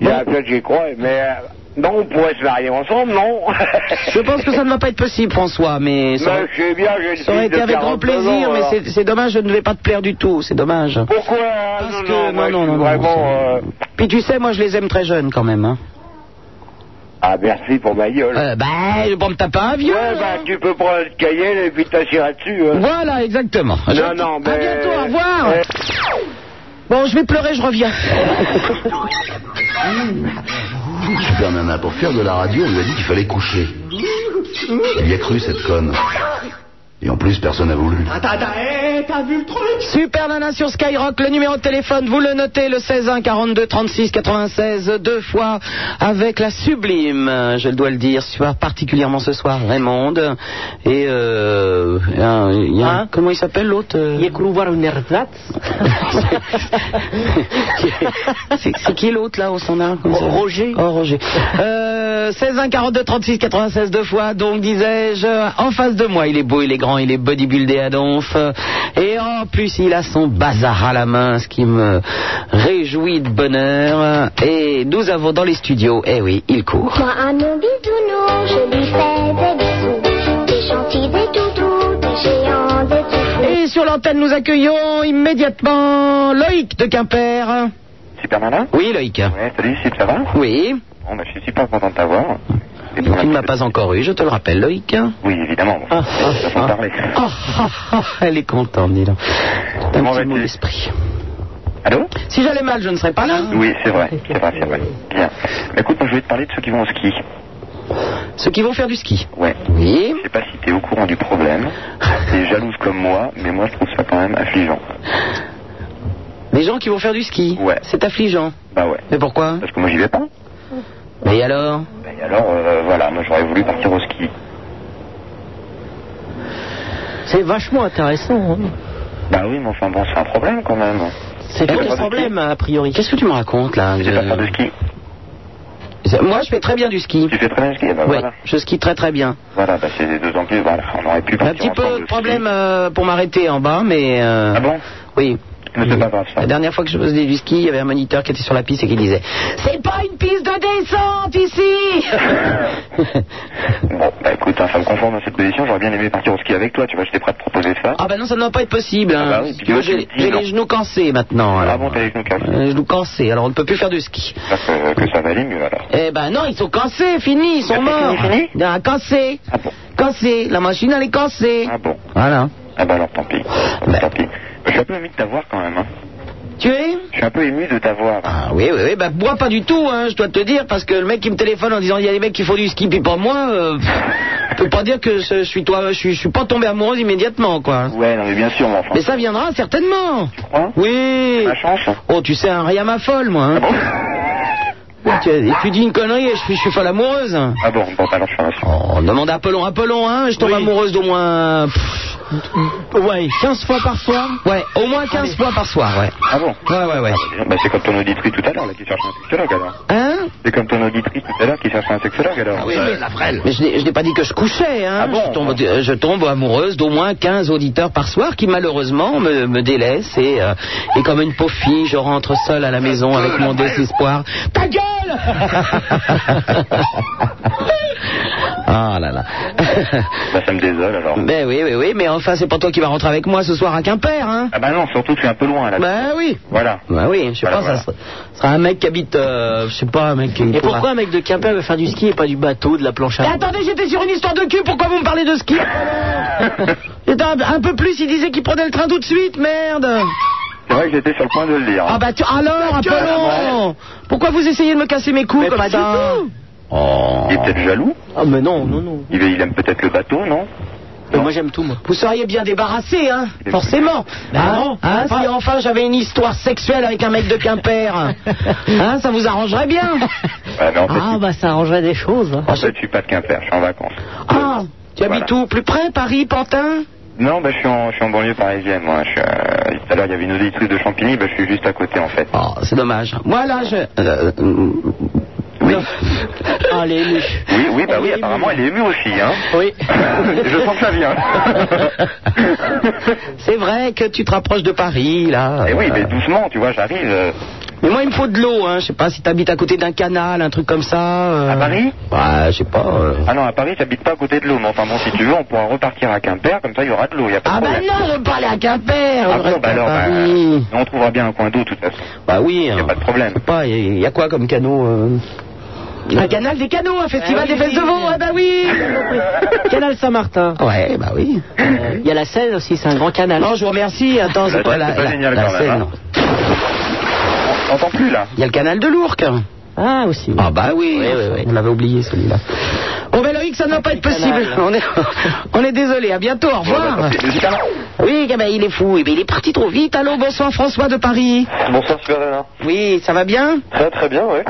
Speaker 10: Il y a peut-être j'y crois, mais euh, non, on pourrait se marier ensemble, non
Speaker 5: Je pense que ça ne va pas être possible, François, mais ça,
Speaker 10: Mais je sais bien, j'ai une
Speaker 5: ça aurait
Speaker 10: fille
Speaker 5: été
Speaker 10: de
Speaker 5: avec grand
Speaker 10: 49
Speaker 5: plaisir,
Speaker 10: ans,
Speaker 5: mais
Speaker 10: alors.
Speaker 5: c'est- c'est dommage, je ne vais pas te plaire du tout, c'est dommage.
Speaker 10: Pourquoi hein,
Speaker 5: Parce
Speaker 10: non,
Speaker 5: que-
Speaker 10: non, moi,
Speaker 5: non, non,
Speaker 10: je suis
Speaker 5: non,
Speaker 10: vraiment...
Speaker 5: non,
Speaker 10: euh,
Speaker 5: Puis tu sais, moi, je les aime très jeunes, quand même. Hein.
Speaker 10: Ah, merci pour ma gueule.
Speaker 5: Euh, bah, bon, t'as pas un vieux
Speaker 10: ouais, bah, tu peux prendre le cahier et puis t'assurer dessus. Hein.
Speaker 5: Voilà, exactement. Je-
Speaker 10: Non, non, mais...
Speaker 5: À bientôt, au revoir.
Speaker 10: Eh,
Speaker 5: Bon, je vais pleurer, je reviens.
Speaker 11: Super Nana, pour faire de la radio, on lui a dit qu'il fallait coucher. Il y a cru, cette conne. Et en plus, personne n'a voulu.
Speaker 5: Super Nana sur Skyrock, le numéro de téléphone, vous le notez, le 16 1 42 36 96, deux fois avec la sublime, euh, je dois le dire, super, particulièrement ce soir, Raymond. Et euh, il y a un- il y a un-
Speaker 4: Hein
Speaker 5: comment il s'appelle l'autre euh,
Speaker 4: Je cru voir un ersatz.
Speaker 5: C'est c'est qui l'autre là au standard comme ça
Speaker 4: Roger.
Speaker 5: Oh Roger. Euh, 16 1 42 36 96 deux fois donc disais-je en face de moi il est beau il est grand il est bodybuildé à donf et en plus il a son bazar à la main ce qui me réjouit de bonheur et nous avons dans les studios eh oui il court.
Speaker 6: Moi à mon bisounours, je lui fais des bisous, des gentils, des toutous, des géants, des toufous.
Speaker 5: Et sur l'antenne nous accueillons immédiatement Loïc de Quimper.
Speaker 10: Super Nana
Speaker 5: Oui Loïc.
Speaker 10: Ouais, salut, Sip, ça va
Speaker 5: Oui.
Speaker 10: Bon, bah, je suis super content de t'avoir. Et pour
Speaker 5: Tu ne
Speaker 10: la-
Speaker 5: m'as pas encore eu, je te le rappelle, Loïc.
Speaker 10: Oui, évidemment. bon,
Speaker 5: Ah, ah,
Speaker 10: façon de
Speaker 5: ah.
Speaker 10: parler.
Speaker 5: Ah, ah, ah, elle est contente, dis donc. T'as
Speaker 10: Comment
Speaker 5: un petit mot
Speaker 10: vas-tu
Speaker 5: d'esprit.
Speaker 10: Allô
Speaker 5: Si j'allais mal, je ne serais pas là.
Speaker 10: Oui, c'est vrai, c'est vrai, c'est vrai. Bien. Bah, écoute, moi, je vais te parler de ceux qui vont au ski.
Speaker 5: Ceux qui vont faire du ski.
Speaker 10: Ouais.
Speaker 5: Oui.
Speaker 10: Je sais pas si t'es au courant du problème. T'es jalouse comme moi, mais moi, je trouve ça quand même affligeant.
Speaker 5: Les gens qui vont faire du ski.
Speaker 10: Ouais.
Speaker 5: C'est affligeant.
Speaker 10: Bah ouais.
Speaker 5: Mais pourquoi
Speaker 10: Parce que moi, j'y vais pas.
Speaker 5: Mais alors
Speaker 10: Bah, et alors, euh, voilà, moi, j'aurais voulu partir au ski.
Speaker 4: C'est vachement intéressant. hein.
Speaker 10: Bah oui, mais enfin, bon, c'est un problème quand même.
Speaker 4: C'est
Speaker 10: Eh,
Speaker 4: quoi
Speaker 5: ben,
Speaker 10: pas
Speaker 4: le
Speaker 10: de
Speaker 4: problème, a priori
Speaker 5: Qu'est-ce que tu me racontes là
Speaker 10: Je vais pas faire de ski.
Speaker 5: Je-
Speaker 4: C'est- Moi, je fais très bien du ski.
Speaker 10: Tu fais très bien le ski, eh ben
Speaker 4: oui,
Speaker 10: voilà.
Speaker 4: je skie très très bien.
Speaker 10: Voilà, bah, c'est les deux ans plus, voilà, on aurait pu
Speaker 4: Un
Speaker 10: partir
Speaker 4: petit peu
Speaker 10: ensemble
Speaker 4: de
Speaker 10: au
Speaker 4: problème euh, pour m'arrêter en bas, mais. euh,
Speaker 10: Ah bon
Speaker 4: Oui.
Speaker 10: Mais c'est pas grave, ça.
Speaker 4: La dernière fois que je faisais du ski, il y avait un moniteur qui était sur la piste et qui disait C'est pas une piste de descente ici
Speaker 10: Bon, bah écoute, hein, ça me conforme dans cette position, j'aurais bien aimé partir au ski avec toi, tu vois, j'étais prêt à te proposer ça.
Speaker 4: Ah bah non, ça ne doit pas être possible. hein.
Speaker 10: Ah bah oui, puis
Speaker 4: Moi,
Speaker 10: moi, tu
Speaker 4: J'ai
Speaker 10: me dis
Speaker 4: j'ai
Speaker 10: non.
Speaker 4: les genoux cansés maintenant.
Speaker 10: Ah
Speaker 4: alors.
Speaker 10: bon, t'as les genoux cassés.
Speaker 4: Euh, Les genoux cansés, alors on ne peut plus faire du ski.
Speaker 10: J'espère que, que ça va aller mieux alors.
Speaker 4: Eh ben non, ils sont cansés, finis, ils sont morts.
Speaker 10: fini
Speaker 4: Ah, cansés. Cansés, la machine elle est cansée.
Speaker 10: Ah bon
Speaker 4: Voilà.
Speaker 10: Ah bah alors tant pis. Tant pis. Je suis un peu ému de t'avoir quand même. Hein.
Speaker 4: Tu es
Speaker 10: Je suis un peu ému de t'avoir.
Speaker 4: Ah oui, oui, oui, bah bois pas du tout, hein, je dois te dire, parce que le mec qui me téléphone en disant il y a des mecs qui font du ski, puis pas moi, euh, pff, je peux pas dire que je je suis toi, je suis, je suis pas tombé amoureuse immédiatement, quoi.
Speaker 10: Ouais, non mais bien sûr, mon enfant.
Speaker 4: Mais ça viendra certainement. Tu
Speaker 10: crois
Speaker 4: Oui.
Speaker 10: La chance hein.
Speaker 4: Oh, tu sais, un rien m'affole, moi.
Speaker 10: Ah
Speaker 4: hein. tu, tu dis une connerie et je, suis- je suis folle amoureuse.
Speaker 10: Ah bon, bon, bah alors je suis un
Speaker 4: On demande à Apollon, Apollon, hein, je tombe amoureuse d'au moins. pff,
Speaker 5: Ouais, 15 fois par soir
Speaker 4: ouais, au moins 15 fois par soir, ouais.
Speaker 10: Ah bon
Speaker 4: Ouais, ouais, ouais.
Speaker 10: Bah c'est comme ton auditrice tout à l'heure là qui cherche un sexologue alors.
Speaker 4: Hein
Speaker 10: C'est comme ton auditrice tout à l'heure qui cherche un sexologue alors.
Speaker 5: Ah
Speaker 10: Euh,
Speaker 4: Mais je n'ai- je n'ai pas dit que je couchais, hein.
Speaker 10: Ah bon
Speaker 4: je, tombe, euh, je tombe amoureuse d'au moins 15 auditeurs par soir qui malheureusement me, me délaissent et, euh, et comme une pauvre fille, je rentre seule à la maison avec mon désespoir. Ta gueule Ah là là.
Speaker 10: Bah ça me désole alors.
Speaker 4: mais oui, oui, oui, mais enfin, c'est pas toi qui vas rentrer avec moi ce soir à Quimper, hein.
Speaker 10: Ah bah non, surtout tu es un peu loin là.
Speaker 5: Ah
Speaker 4: Ben oui.
Speaker 10: Voilà.
Speaker 4: Ben oui, je sais
Speaker 10: Voilà,
Speaker 4: pas,
Speaker 10: voilà.
Speaker 4: ça sera- ce sera un mec qui habite, euh, je sais pas, un mec qui.
Speaker 5: Et pourquoi un mec de Quimper veut faire du ski et pas du bateau, de la planche à
Speaker 4: Mais attendez, j'étais sur une histoire de cul, pourquoi vous me parlez de ski J'étais un, un peu plus, il disait qu'il prenait le train tout de suite, merde
Speaker 10: C'est vrai que j'étais sur le point de le dire.
Speaker 4: Ah bah tu... alors, Apollon Pourquoi vous essayez de me casser mes couilles
Speaker 5: Mais
Speaker 4: comme
Speaker 5: pas
Speaker 4: ça
Speaker 5: du
Speaker 11: Oh.
Speaker 10: Il est peut-être jaloux.
Speaker 5: Ah mais non, non, non.
Speaker 10: Il, il aime peut-être le bateau, non
Speaker 5: Mais moi j'aime tout moi.
Speaker 4: Vous seriez bien débarrassé, hein
Speaker 10: Il est
Speaker 4: Forcément Hein,
Speaker 5: non,
Speaker 4: hein, Si enfin j'avais une histoire sexuelle avec un mec de Quimper, hein, ça vous arrangerait bien
Speaker 10: Ah mais en fait,
Speaker 5: Ah bah ça arrangerait des choses. hein.
Speaker 10: en fait, Oh, je suis pas de Quimper, je suis en vacances.
Speaker 4: Ah Tu habites où Plus près Paris, Pantin
Speaker 10: Non, bah, je, suis en, je suis en banlieue parisienne. Moi. Je suis, euh, tout à l'heure, il y avait une auditrice de Champigny, bah, je suis juste à côté en fait.
Speaker 4: Oh, c'est dommage. Moi, là, je...
Speaker 10: Oui,
Speaker 5: Ah les ému.
Speaker 10: oui, oui, bah,
Speaker 5: Elle
Speaker 10: oui
Speaker 5: est
Speaker 10: apparemment, elle est émue aussi. Hein.
Speaker 5: Oui.
Speaker 10: je sens que ça vient.
Speaker 4: c'est vrai que tu te rapproches de Paris, là.
Speaker 10: Et Eh oui,
Speaker 4: Euh,
Speaker 10: mais doucement, tu vois, j'arrive. euh,
Speaker 4: mais moi, il me faut de l'eau, hein. Je sais pas si t'habites à côté d'un canal, un truc comme ça. euh.
Speaker 10: À Paris
Speaker 4: Ouais, je sais pas. euh.
Speaker 10: Ah non, à Paris, j'habite pas à côté de l'eau, mais enfin bon, si tu veux, on pourra repartir à Quimper, comme ça, il y aura de l'eau, il y a pas
Speaker 4: Ah,
Speaker 10: de
Speaker 4: bah
Speaker 10: problème.
Speaker 4: non, je me parlais à Quimper.
Speaker 10: Ah
Speaker 4: je
Speaker 10: bon,
Speaker 4: reste
Speaker 10: bah
Speaker 4: à
Speaker 10: alors, bah,
Speaker 4: Paris.
Speaker 10: on trouvera bien un coin d'eau, de toute façon.
Speaker 4: Bah oui.
Speaker 10: a pas de problème.
Speaker 4: Je sais pas, il y, a quoi comme canot euh Un canal des canaux, un festival des fesses de veau. Ah bah oui.
Speaker 5: Canal Saint-Martin.
Speaker 4: ouais, bah oui.
Speaker 5: Il y a la Seine aussi, c'est un grand canal.
Speaker 4: Non, je vous remercie. Attends, c'est
Speaker 10: La
Speaker 4: pas
Speaker 10: Seine,
Speaker 4: la,
Speaker 10: Bah, c'est pas
Speaker 4: la-
Speaker 10: génial
Speaker 4: la
Speaker 10: quand même,
Speaker 4: Seine,
Speaker 10: hein.
Speaker 4: non.
Speaker 10: On t'entend plus, là
Speaker 4: Il y a le canal de l'Ourcq.
Speaker 5: Ah aussi.
Speaker 4: Ah bah oui,
Speaker 5: Oui, oui, oui.
Speaker 4: on l'avait oublié celui-là. Bon ben Loïc,
Speaker 5: Ah,
Speaker 4: ça ne va pas être possible. On est, on est désolé, à bientôt, au revoir. Oui, eh ben, il est fou, Eh ben, il est parti trop vite. Allô, bonsoir François de Paris.
Speaker 10: Bonsoir, Superdana.
Speaker 4: Oui, ça va bien
Speaker 10: Très, très bien, oui.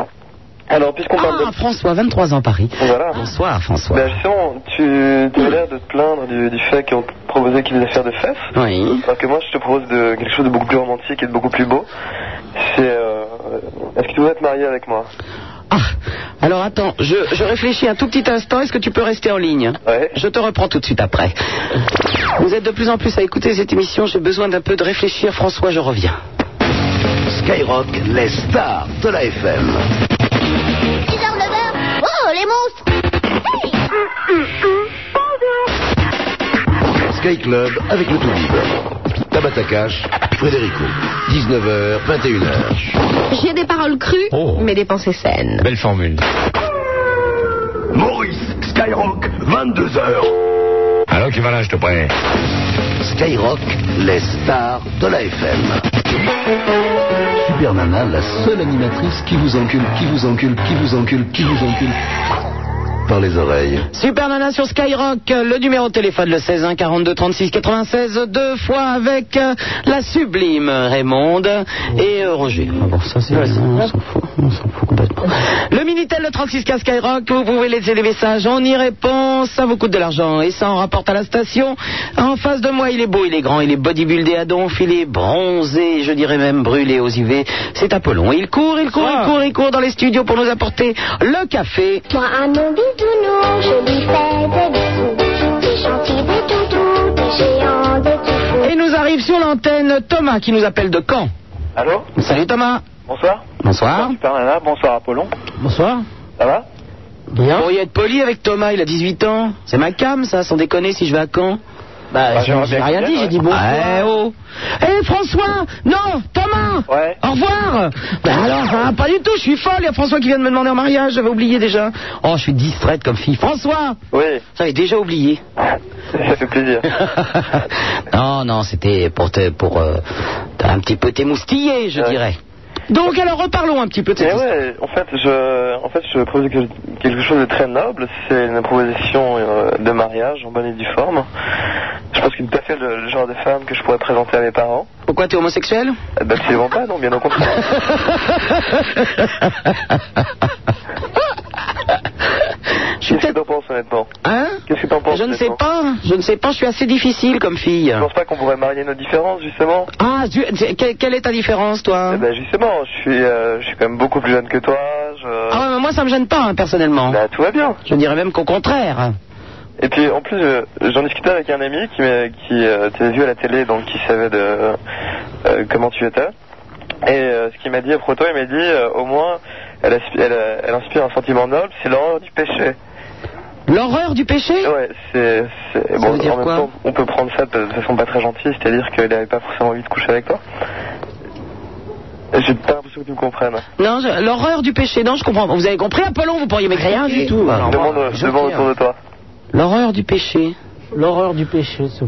Speaker 10: Alors, puisqu'on
Speaker 4: Ah, François, 23 ans Paris.
Speaker 12: Voilà.
Speaker 4: Bonsoir François.
Speaker 12: Bah justement, tu, tu as l'air de te plaindre du, du fait qu'on te proposait qu'il faisait faire des fesses.
Speaker 4: Oui.
Speaker 12: Alors que moi, je te propose de, quelque chose de beaucoup plus romantique et de beaucoup plus beau. C'est. euh, Est-ce que tu voudrais te marier avec moi
Speaker 4: Ah, alors attends, je, je réfléchis un tout petit instant. Est-ce que tu peux rester en ligne
Speaker 12: Ouais.
Speaker 4: Je te reprends tout de suite après. Vous êtes de plus en plus à écouter cette émission. J'ai besoin d'un peu de réfléchir. François, je reviens.
Speaker 1: Skyrock, les stars de la FM.
Speaker 6: 10h, 9h. Oh, les monstres Hey
Speaker 1: Sky Club avec le tout libre. Tabata Cash, Frédérico. 19h, 21h.
Speaker 13: J'ai des paroles crues,
Speaker 3: Oh.
Speaker 13: mais des pensées saines.
Speaker 3: Belle formule.
Speaker 1: Maurice, Skyrock, 22h.
Speaker 3: Alors, qui va là, je te prête
Speaker 1: Skyrock, les stars de la FM. Super Nana, la seule animatrice qui vous encule, qui vous encule, qui vous encule, qui vous encule. Par les oreilles.
Speaker 4: Super Nana sur Skyrock, euh, le numéro de téléphone le 16 1 42 36 96 deux fois avec euh, la sublime Raymonde et euh, Roger. Ah bon, ça c'est on s'en fout, on s'en fout complètement. Le Minitel, le 3615 Skyrock, vous pouvez laisser des messages, on y répond, ça vous coûte de l'argent et ça en rapporte à la station. En face de moi, il est beau, il est grand, il est bodybuildé à donf, il est bronzé, je dirais même brûlé aux IV. C'est Apollon. Il court, il court, il court, il court dans les studios pour nous apporter le café.
Speaker 6: Moi, à mon bisounours, je lui fais des bisous. T'es gentil, des toutous, t'es géant, des toutous.
Speaker 4: Et nous arrive sur l'antenne Thomas qui nous appelle de Caen.
Speaker 10: Allô
Speaker 4: Salut Thomas.
Speaker 10: Bonsoir.
Speaker 4: Bonsoir.
Speaker 10: Super Nana, bonsoir Apollon.
Speaker 4: Bonsoir.
Speaker 10: Ça va
Speaker 4: Bien. Pourriez être poli avec Thomas, il a 18 ans. C'est ma cam ça, sans déconner si je vais à Caen. Bah,
Speaker 10: Bah,
Speaker 4: j'ai
Speaker 10: j'aimerais
Speaker 4: j'ai
Speaker 10: bien
Speaker 4: rien
Speaker 10: qu'il
Speaker 4: dit,
Speaker 10: vienne,
Speaker 4: j'ai
Speaker 10: ouais.
Speaker 4: dit bonsoir.
Speaker 10: Ouais,
Speaker 4: Eh oh Eh, François Non Thomas
Speaker 10: Ouais.
Speaker 4: Au revoir Bah alors, ça va pas du tout, je suis folle, il y a François qui vient de me demander en mariage, j'avais oublié déjà. Oh, je suis distraite comme fille. François
Speaker 12: Oui,
Speaker 4: J'avais déjà oublié.
Speaker 12: ça fait plaisir.
Speaker 4: non, non, c'était pour, te- pour euh, un petit peu t'émoustiller, je dirais. Donc, alors, reparlons un petit peu de cette
Speaker 12: Mais
Speaker 4: histoire.
Speaker 12: Eh ouais, en fait, je, en fait, je propose que- quelque chose de très noble. C'est une proposition euh, de mariage en bonne et due forme. Je pense que c'est tout à fait le, le genre de femme que je pourrais présenter à mes parents.
Speaker 4: Pourquoi t'es homosexuel
Speaker 12: Eh ben, absolument pas, non, bien au contraire. Qu'est-ce que t'en penses honnêtement
Speaker 4: Hein
Speaker 12: Qu'est-ce que t'en penses
Speaker 4: Je ne sais
Speaker 12: honnêtement
Speaker 4: pas, je ne sais pas, je suis assez difficile comme fille.
Speaker 12: Je pense pas qu'on pourrait marier nos différences justement.
Speaker 4: Ah, tu- tu- que- quelle est ta différence, toi
Speaker 12: Eh ben justement, je suis, euh, je suis quand même beaucoup plus jeune que toi. Je...
Speaker 4: Ah ouais, mais moi, ça me gêne pas, hein, personnellement.
Speaker 12: Bah, tout va bien.
Speaker 4: Je dirais même qu'au contraire.
Speaker 12: Et puis en plus, euh, j'en discutais avec un ami qui m'a- qui euh, t'avait vu à la télé, donc qui savait de euh, comment tu étais. Et euh, ce qu'il m'a dit à Proto, il m'a dit euh, au moins, elle, aspi- elle, euh, elle inspire un sentiment noble, c'est l'horreur du péché.
Speaker 4: L'horreur du péché
Speaker 12: Eh Ouais, c'est c'est-
Speaker 4: Ça veut dire
Speaker 12: en même
Speaker 4: quoi
Speaker 12: temps, on peut prendre ça de de façon pas très gentille, c'est-à-dire qu'il n'avait pas forcément envie de coucher avec toi. J'ai pas l'impression que tu me comprennes.
Speaker 4: Non, je- l'horreur du péché, non, je comprends. pas. Vous avez compris, Apollon, vous pourriez m'écrire.
Speaker 5: Rien du tout.
Speaker 4: Alors,
Speaker 12: demande
Speaker 4: moi, je
Speaker 12: demande
Speaker 4: tiens.
Speaker 12: autour de toi.
Speaker 4: L'horreur du péché.
Speaker 5: L'horreur du péché. ce-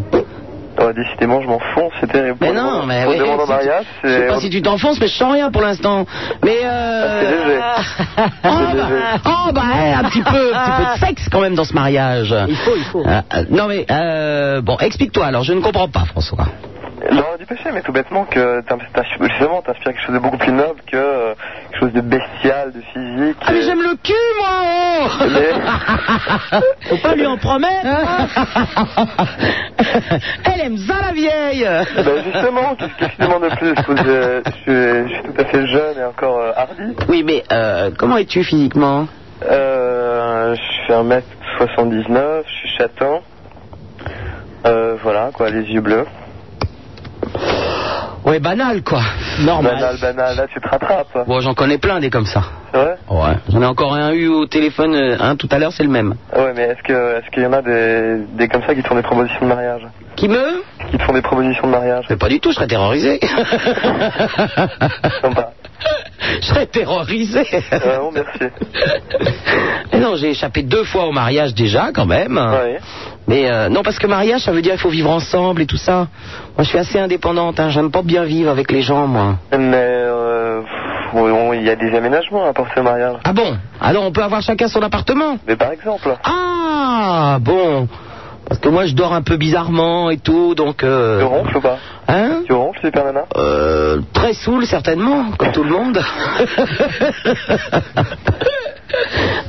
Speaker 12: Oh, décidément, je m'enfonce, c'est terrible.
Speaker 4: Mais
Speaker 12: Pour
Speaker 4: non,
Speaker 12: demander-
Speaker 4: mais
Speaker 12: pour
Speaker 4: ouais,
Speaker 12: demander en
Speaker 4: si-
Speaker 12: mariage,
Speaker 4: Je sais
Speaker 12: c'est.
Speaker 4: pas si tu t'enfonces, mais je sens rien pour l'instant. Mais
Speaker 12: C'est
Speaker 4: euh...
Speaker 12: léger.
Speaker 4: Oh
Speaker 12: C'est léger.
Speaker 4: bah, oh, bah, eh, un petit peu, un petit peu de sexe quand même dans ce mariage.
Speaker 5: Il faut, il faut.
Speaker 4: Ah, ah, non mais euh, bon, explique-toi. Alors, je ne comprends pas, François.
Speaker 12: L'horreur du péché, mais tout bêtement que t'in- t'in- justement, t'inspires quelque chose de beaucoup plus noble que euh, quelque chose de bestial, de physique. euh,
Speaker 4: Ah mais
Speaker 12: et-
Speaker 4: j'aime le cul, moi. oh Faut pas lui en promettre. hein. Elle aime ça, la vieille.
Speaker 12: Ben, justement, qu'est-ce que tu demandes de plus Parce que je, je suis, je suis tout à fait jeune et encore euh, hardi.
Speaker 4: Oui, mais euh, comment es-tu physiquement
Speaker 12: Euh, je suis 1m79, je suis châtain. Euh, voilà, quoi, les yeux bleus.
Speaker 4: Ouais, banal quoi. Oh,
Speaker 12: Banal, ben- banal, là tu te rattrapes.
Speaker 4: Bon, j'en connais plein des comme ça.
Speaker 12: C'est vrai
Speaker 4: Ouais. J'en ai encore un eu au téléphone, euh, un tout à l'heure, c'est le même.
Speaker 12: Ah Ouais, mais est-ce que est-ce qu'il y en a des, des comme ça qui te font des propositions de mariage
Speaker 4: Qui me
Speaker 12: Qui te font des propositions de mariage
Speaker 4: Mais pas du tout, je serais terrorisé.
Speaker 12: Sympa.
Speaker 4: je serais terrorisé.
Speaker 12: Vraiment, Ah merci.
Speaker 4: Mais non, j'ai échappé deux fois au mariage déjà, quand même.
Speaker 12: Ouais.
Speaker 4: Mais euh, non, parce que mariage, ça veut dire il faut vivre ensemble et tout ça. Moi, je suis assez indépendante, hein. j'aime pas bien vivre avec les gens, moi.
Speaker 12: Mais euh, pff, oui, on- il y a des aménagements à porter au mariage.
Speaker 4: Ah bon Alors, on peut avoir chacun son appartement
Speaker 12: Mais par exemple,
Speaker 4: Ah, bon. Parce que moi, je dors un peu bizarrement et tout, donc... euh,
Speaker 12: tu ronfles ou pas
Speaker 4: Hein
Speaker 12: Tu ronfles, super nana
Speaker 4: Euh, très saoul, certainement, comme tout le monde.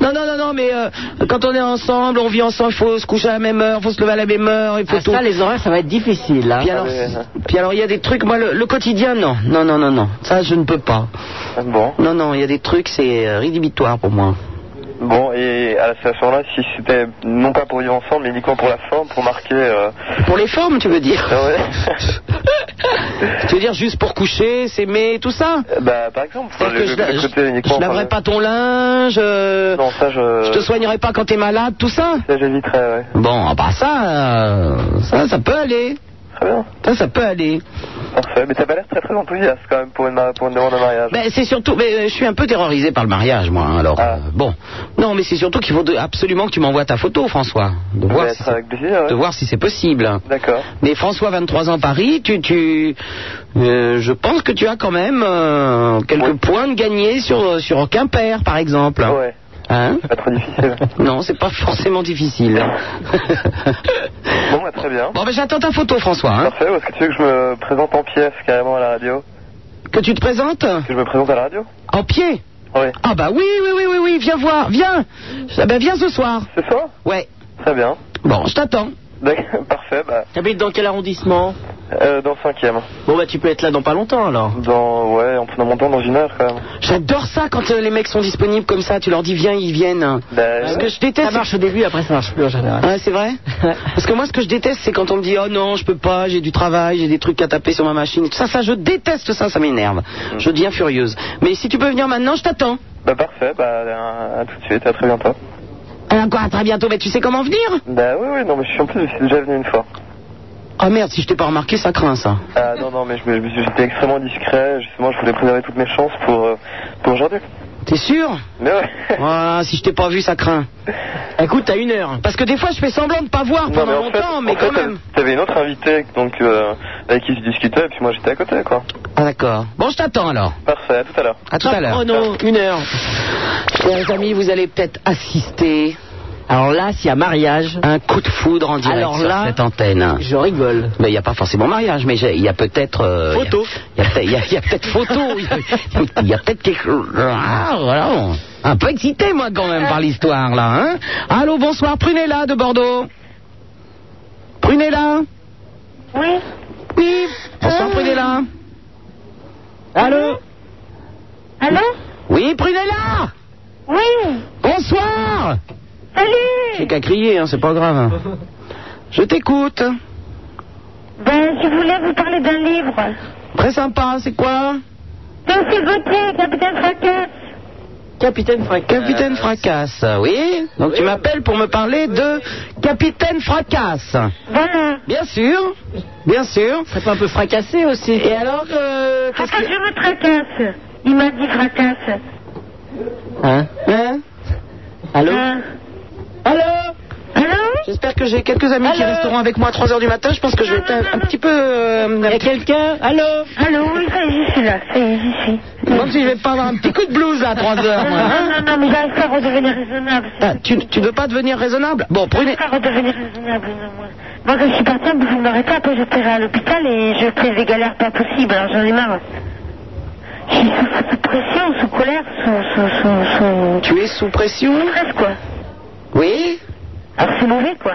Speaker 4: Non, non, non, non, mais euh, quand on est ensemble, on vit ensemble, il faut se coucher à la même heure, il faut se lever à la même heure, il faut
Speaker 5: Ah,
Speaker 4: tout.
Speaker 5: ça, les horaires, ça va être difficile. hein.
Speaker 4: Puis alors,
Speaker 12: Ah, ouais.
Speaker 4: puis alors, il y a des trucs, moi, le, le quotidien, non. Non, non, non, non. Ça, je ne peux pas.
Speaker 12: Ah, Bon,
Speaker 4: Non, non, il y a des trucs, c'est euh, rédhibitoire pour moi.
Speaker 12: bon, et à cette façon-là, si c'était non pas pour vivre ensemble, mais uniquement pour la forme, pour marquer. euh,
Speaker 4: Pour les formes, tu veux dire
Speaker 12: Ah ouais.
Speaker 4: Tu veux dire juste pour coucher, s'aimer, tout ça
Speaker 12: bah, par exemple,
Speaker 4: C'est-à-dire
Speaker 12: le-
Speaker 4: que
Speaker 12: le
Speaker 4: je,
Speaker 12: côté
Speaker 4: je,
Speaker 12: uniquement.
Speaker 4: je laverai pas ton linge, euh,
Speaker 12: Non, ça, je.
Speaker 4: je te soignerai pas quand t'es malade, tout ça
Speaker 12: Ça, j'éviterais, ouais.
Speaker 4: Bon, ah bah ça, euh, ça, ça peut aller.
Speaker 12: Très bien.
Speaker 4: Ça, ça peut aller.
Speaker 12: Parfait, mais t'as pas l'air très très enthousiaste quand même pour une, ma- pour une demande de mariage.
Speaker 4: Ben, c'est surtout, mais euh, je suis un peu terrorisé par le mariage, moi. hein, alors,
Speaker 12: Ah.
Speaker 4: euh, bon, non, mais c'est surtout qu'il faut de- absolument que tu m'envoies ta photo, François, de
Speaker 12: Je vais
Speaker 4: voir,
Speaker 12: être
Speaker 4: si
Speaker 12: avec
Speaker 4: c'est-
Speaker 12: plaisir, ouais.
Speaker 4: de voir si c'est possible.
Speaker 12: D'accord.
Speaker 4: Mais François, 23 ans, Paris, tu, tu, euh, je pense que tu as quand même euh, quelques
Speaker 12: Oui.
Speaker 4: points de gagner sur sur Quimper, par exemple.
Speaker 12: Ouais,
Speaker 4: Hein
Speaker 12: c'est pas trop difficile.
Speaker 4: Non, c'est pas forcément difficile. hein.
Speaker 12: bon, bah, très bien.
Speaker 4: bon, ben j'attends ta photo, François. hein.
Speaker 12: Parfait, ou est-ce que tu veux que je me présente en pièce carrément à la radio
Speaker 4: Que tu te présentes
Speaker 12: Que je me présente à la radio
Speaker 4: en pied.
Speaker 12: Oui.
Speaker 4: Ah bah oui, oui, oui, oui, oui, viens voir, viens. Ah bah viens ce soir.
Speaker 12: Ce soir
Speaker 4: Ouais.
Speaker 12: Très bien.
Speaker 4: Bon, je t'attends.
Speaker 12: D'accord, Parfait, bah.
Speaker 5: T'habites dans quel arrondissement
Speaker 12: Euh, dans le cinquième.
Speaker 5: Bon, bah, tu peux être là dans pas longtemps alors.
Speaker 12: Dans, ouais, en prenant mon temps dans une heure quand même.
Speaker 4: J'adore ça quand euh, les mecs sont disponibles comme ça, tu leur dis viens, ils viennent.
Speaker 12: Ben,
Speaker 4: Ce que je déteste.
Speaker 5: Ça marche au début, après ça marche plus en général.
Speaker 4: Ouais, c'est vrai Parce que moi, ce que je déteste, c'est quand on me dit Oh non, je peux pas, j'ai du travail, j'ai des trucs à taper sur ma machine. Ça, ça, je déteste ça, ça m'énerve.
Speaker 12: Mm.
Speaker 4: Je deviens furieuse. Mais si tu peux venir maintenant, je t'attends.
Speaker 12: Bah, parfait, bah, à, à tout de suite, à très bientôt.
Speaker 4: Alors quoi, Euh, à très bientôt, mais tu sais comment venir
Speaker 12: Bah, oui, oui, non, mais je suis en plus, je suis déjà venu une fois.
Speaker 4: Ah merde, si je t'ai pas remarqué, ça craint ça.
Speaker 12: Ah, non, non, mais je, me- je me suis- j'étais extrêmement discret, justement, je voulais préserver toutes mes chances pour, euh, pour aujourd'hui.
Speaker 4: T'es sûr
Speaker 12: Mais ouais.
Speaker 4: Voilà, si je t'ai pas vu, ça craint.
Speaker 5: Écoute, t'as une heure.
Speaker 4: Parce que des fois, je fais semblant de pas voir
Speaker 12: Non,
Speaker 4: pendant
Speaker 12: mais en fait,
Speaker 4: longtemps, mais
Speaker 12: en
Speaker 4: quand
Speaker 12: fait,
Speaker 4: même.
Speaker 12: T'avais une autre invitée, donc, euh, avec qui je discutais, et puis moi j'étais à côté, quoi.
Speaker 4: Ah d'accord. Bon, je t'attends alors.
Speaker 12: Parfait, à tout à l'heure.
Speaker 4: À tout à l'heure.
Speaker 5: Oh non, une heure.
Speaker 4: Chers amis, vous allez peut-être assister
Speaker 5: Alors là, s'il y a mariage,
Speaker 4: à un coup de foudre en direct
Speaker 5: Alors
Speaker 4: sur
Speaker 5: là,
Speaker 4: cette antenne.
Speaker 5: je rigole.
Speaker 4: Mais il n'y a pas forcément mariage, mais j'ai- il y a peut-être. euh,
Speaker 5: Photo.
Speaker 4: Il y a, il y a- il y a peut-être photo. Il y a- il y a, peut-être quelque chose. Ah, voilà. on- Un peu excité, moi, quand même, par l'histoire, là. Hein Allô, bonsoir, Prunella de Bordeaux. Prunella
Speaker 7: Oui Euh,
Speaker 4: Oui. Bonsoir, Prunella. Allô
Speaker 7: Allô
Speaker 4: Oui, Prunella
Speaker 7: Oui
Speaker 4: Bonsoir J'ai
Speaker 7: Salut
Speaker 4: qu'à crier, hein, c'est pas grave. hein. Je t'écoute.
Speaker 7: Ben, je voulais vous parler d'un livre.
Speaker 4: Très sympa, c'est quoi
Speaker 7: Monsieur Gauthier, capitaine Fracas.
Speaker 5: Capitaine Fracas.
Speaker 4: Capitaine Fracasse, oui. Donc tu m'appelles pour me parler de Capitaine Fracasse.
Speaker 7: Voilà.
Speaker 4: Bien sûr, bien sûr.
Speaker 5: Ça fait un peu fracassé aussi.
Speaker 4: Et alors, euh,
Speaker 7: Ah,
Speaker 4: qu'est-ce
Speaker 7: quand
Speaker 4: que...
Speaker 7: je me tracasse. Il m'a dit fracasse.
Speaker 5: Hein
Speaker 4: Hein
Speaker 5: Allô
Speaker 7: Hein
Speaker 4: Allô
Speaker 7: Allô
Speaker 4: J'espère que j'ai quelques amis qui
Speaker 5: Allô
Speaker 4: resteront avec moi à 3h du matin. Je pense que je vais être un, un petit peu... euh,
Speaker 5: Il y a quelqu'un Allô
Speaker 7: Allô, oui, ça y est, je suis là. Ça y est, j'y suis.
Speaker 4: Je me demande si je vais pas avoir un petit coup de blues là, à 3h, moi.
Speaker 7: Non,
Speaker 4: hein.
Speaker 7: non, non, mais j'arrive pas à redevenir raisonnable.
Speaker 4: Ah, tu, tu ne veux pas devenir raisonnable Bon, prenez...
Speaker 7: J'arrive pas à redevenir raisonnable, non, moi. Moi, quand je suis partable, vous m'arrêtez, après je serai à l'hôpital et je fais des galères pas possibles, alors j'en ai marre. Je suis sous, sous pression, sous colère, sous... sous, sous, sous...
Speaker 4: Tu es sous pression
Speaker 7: stress, quoi.
Speaker 4: Oui
Speaker 7: Alors Ah, c'est mauvais, quoi.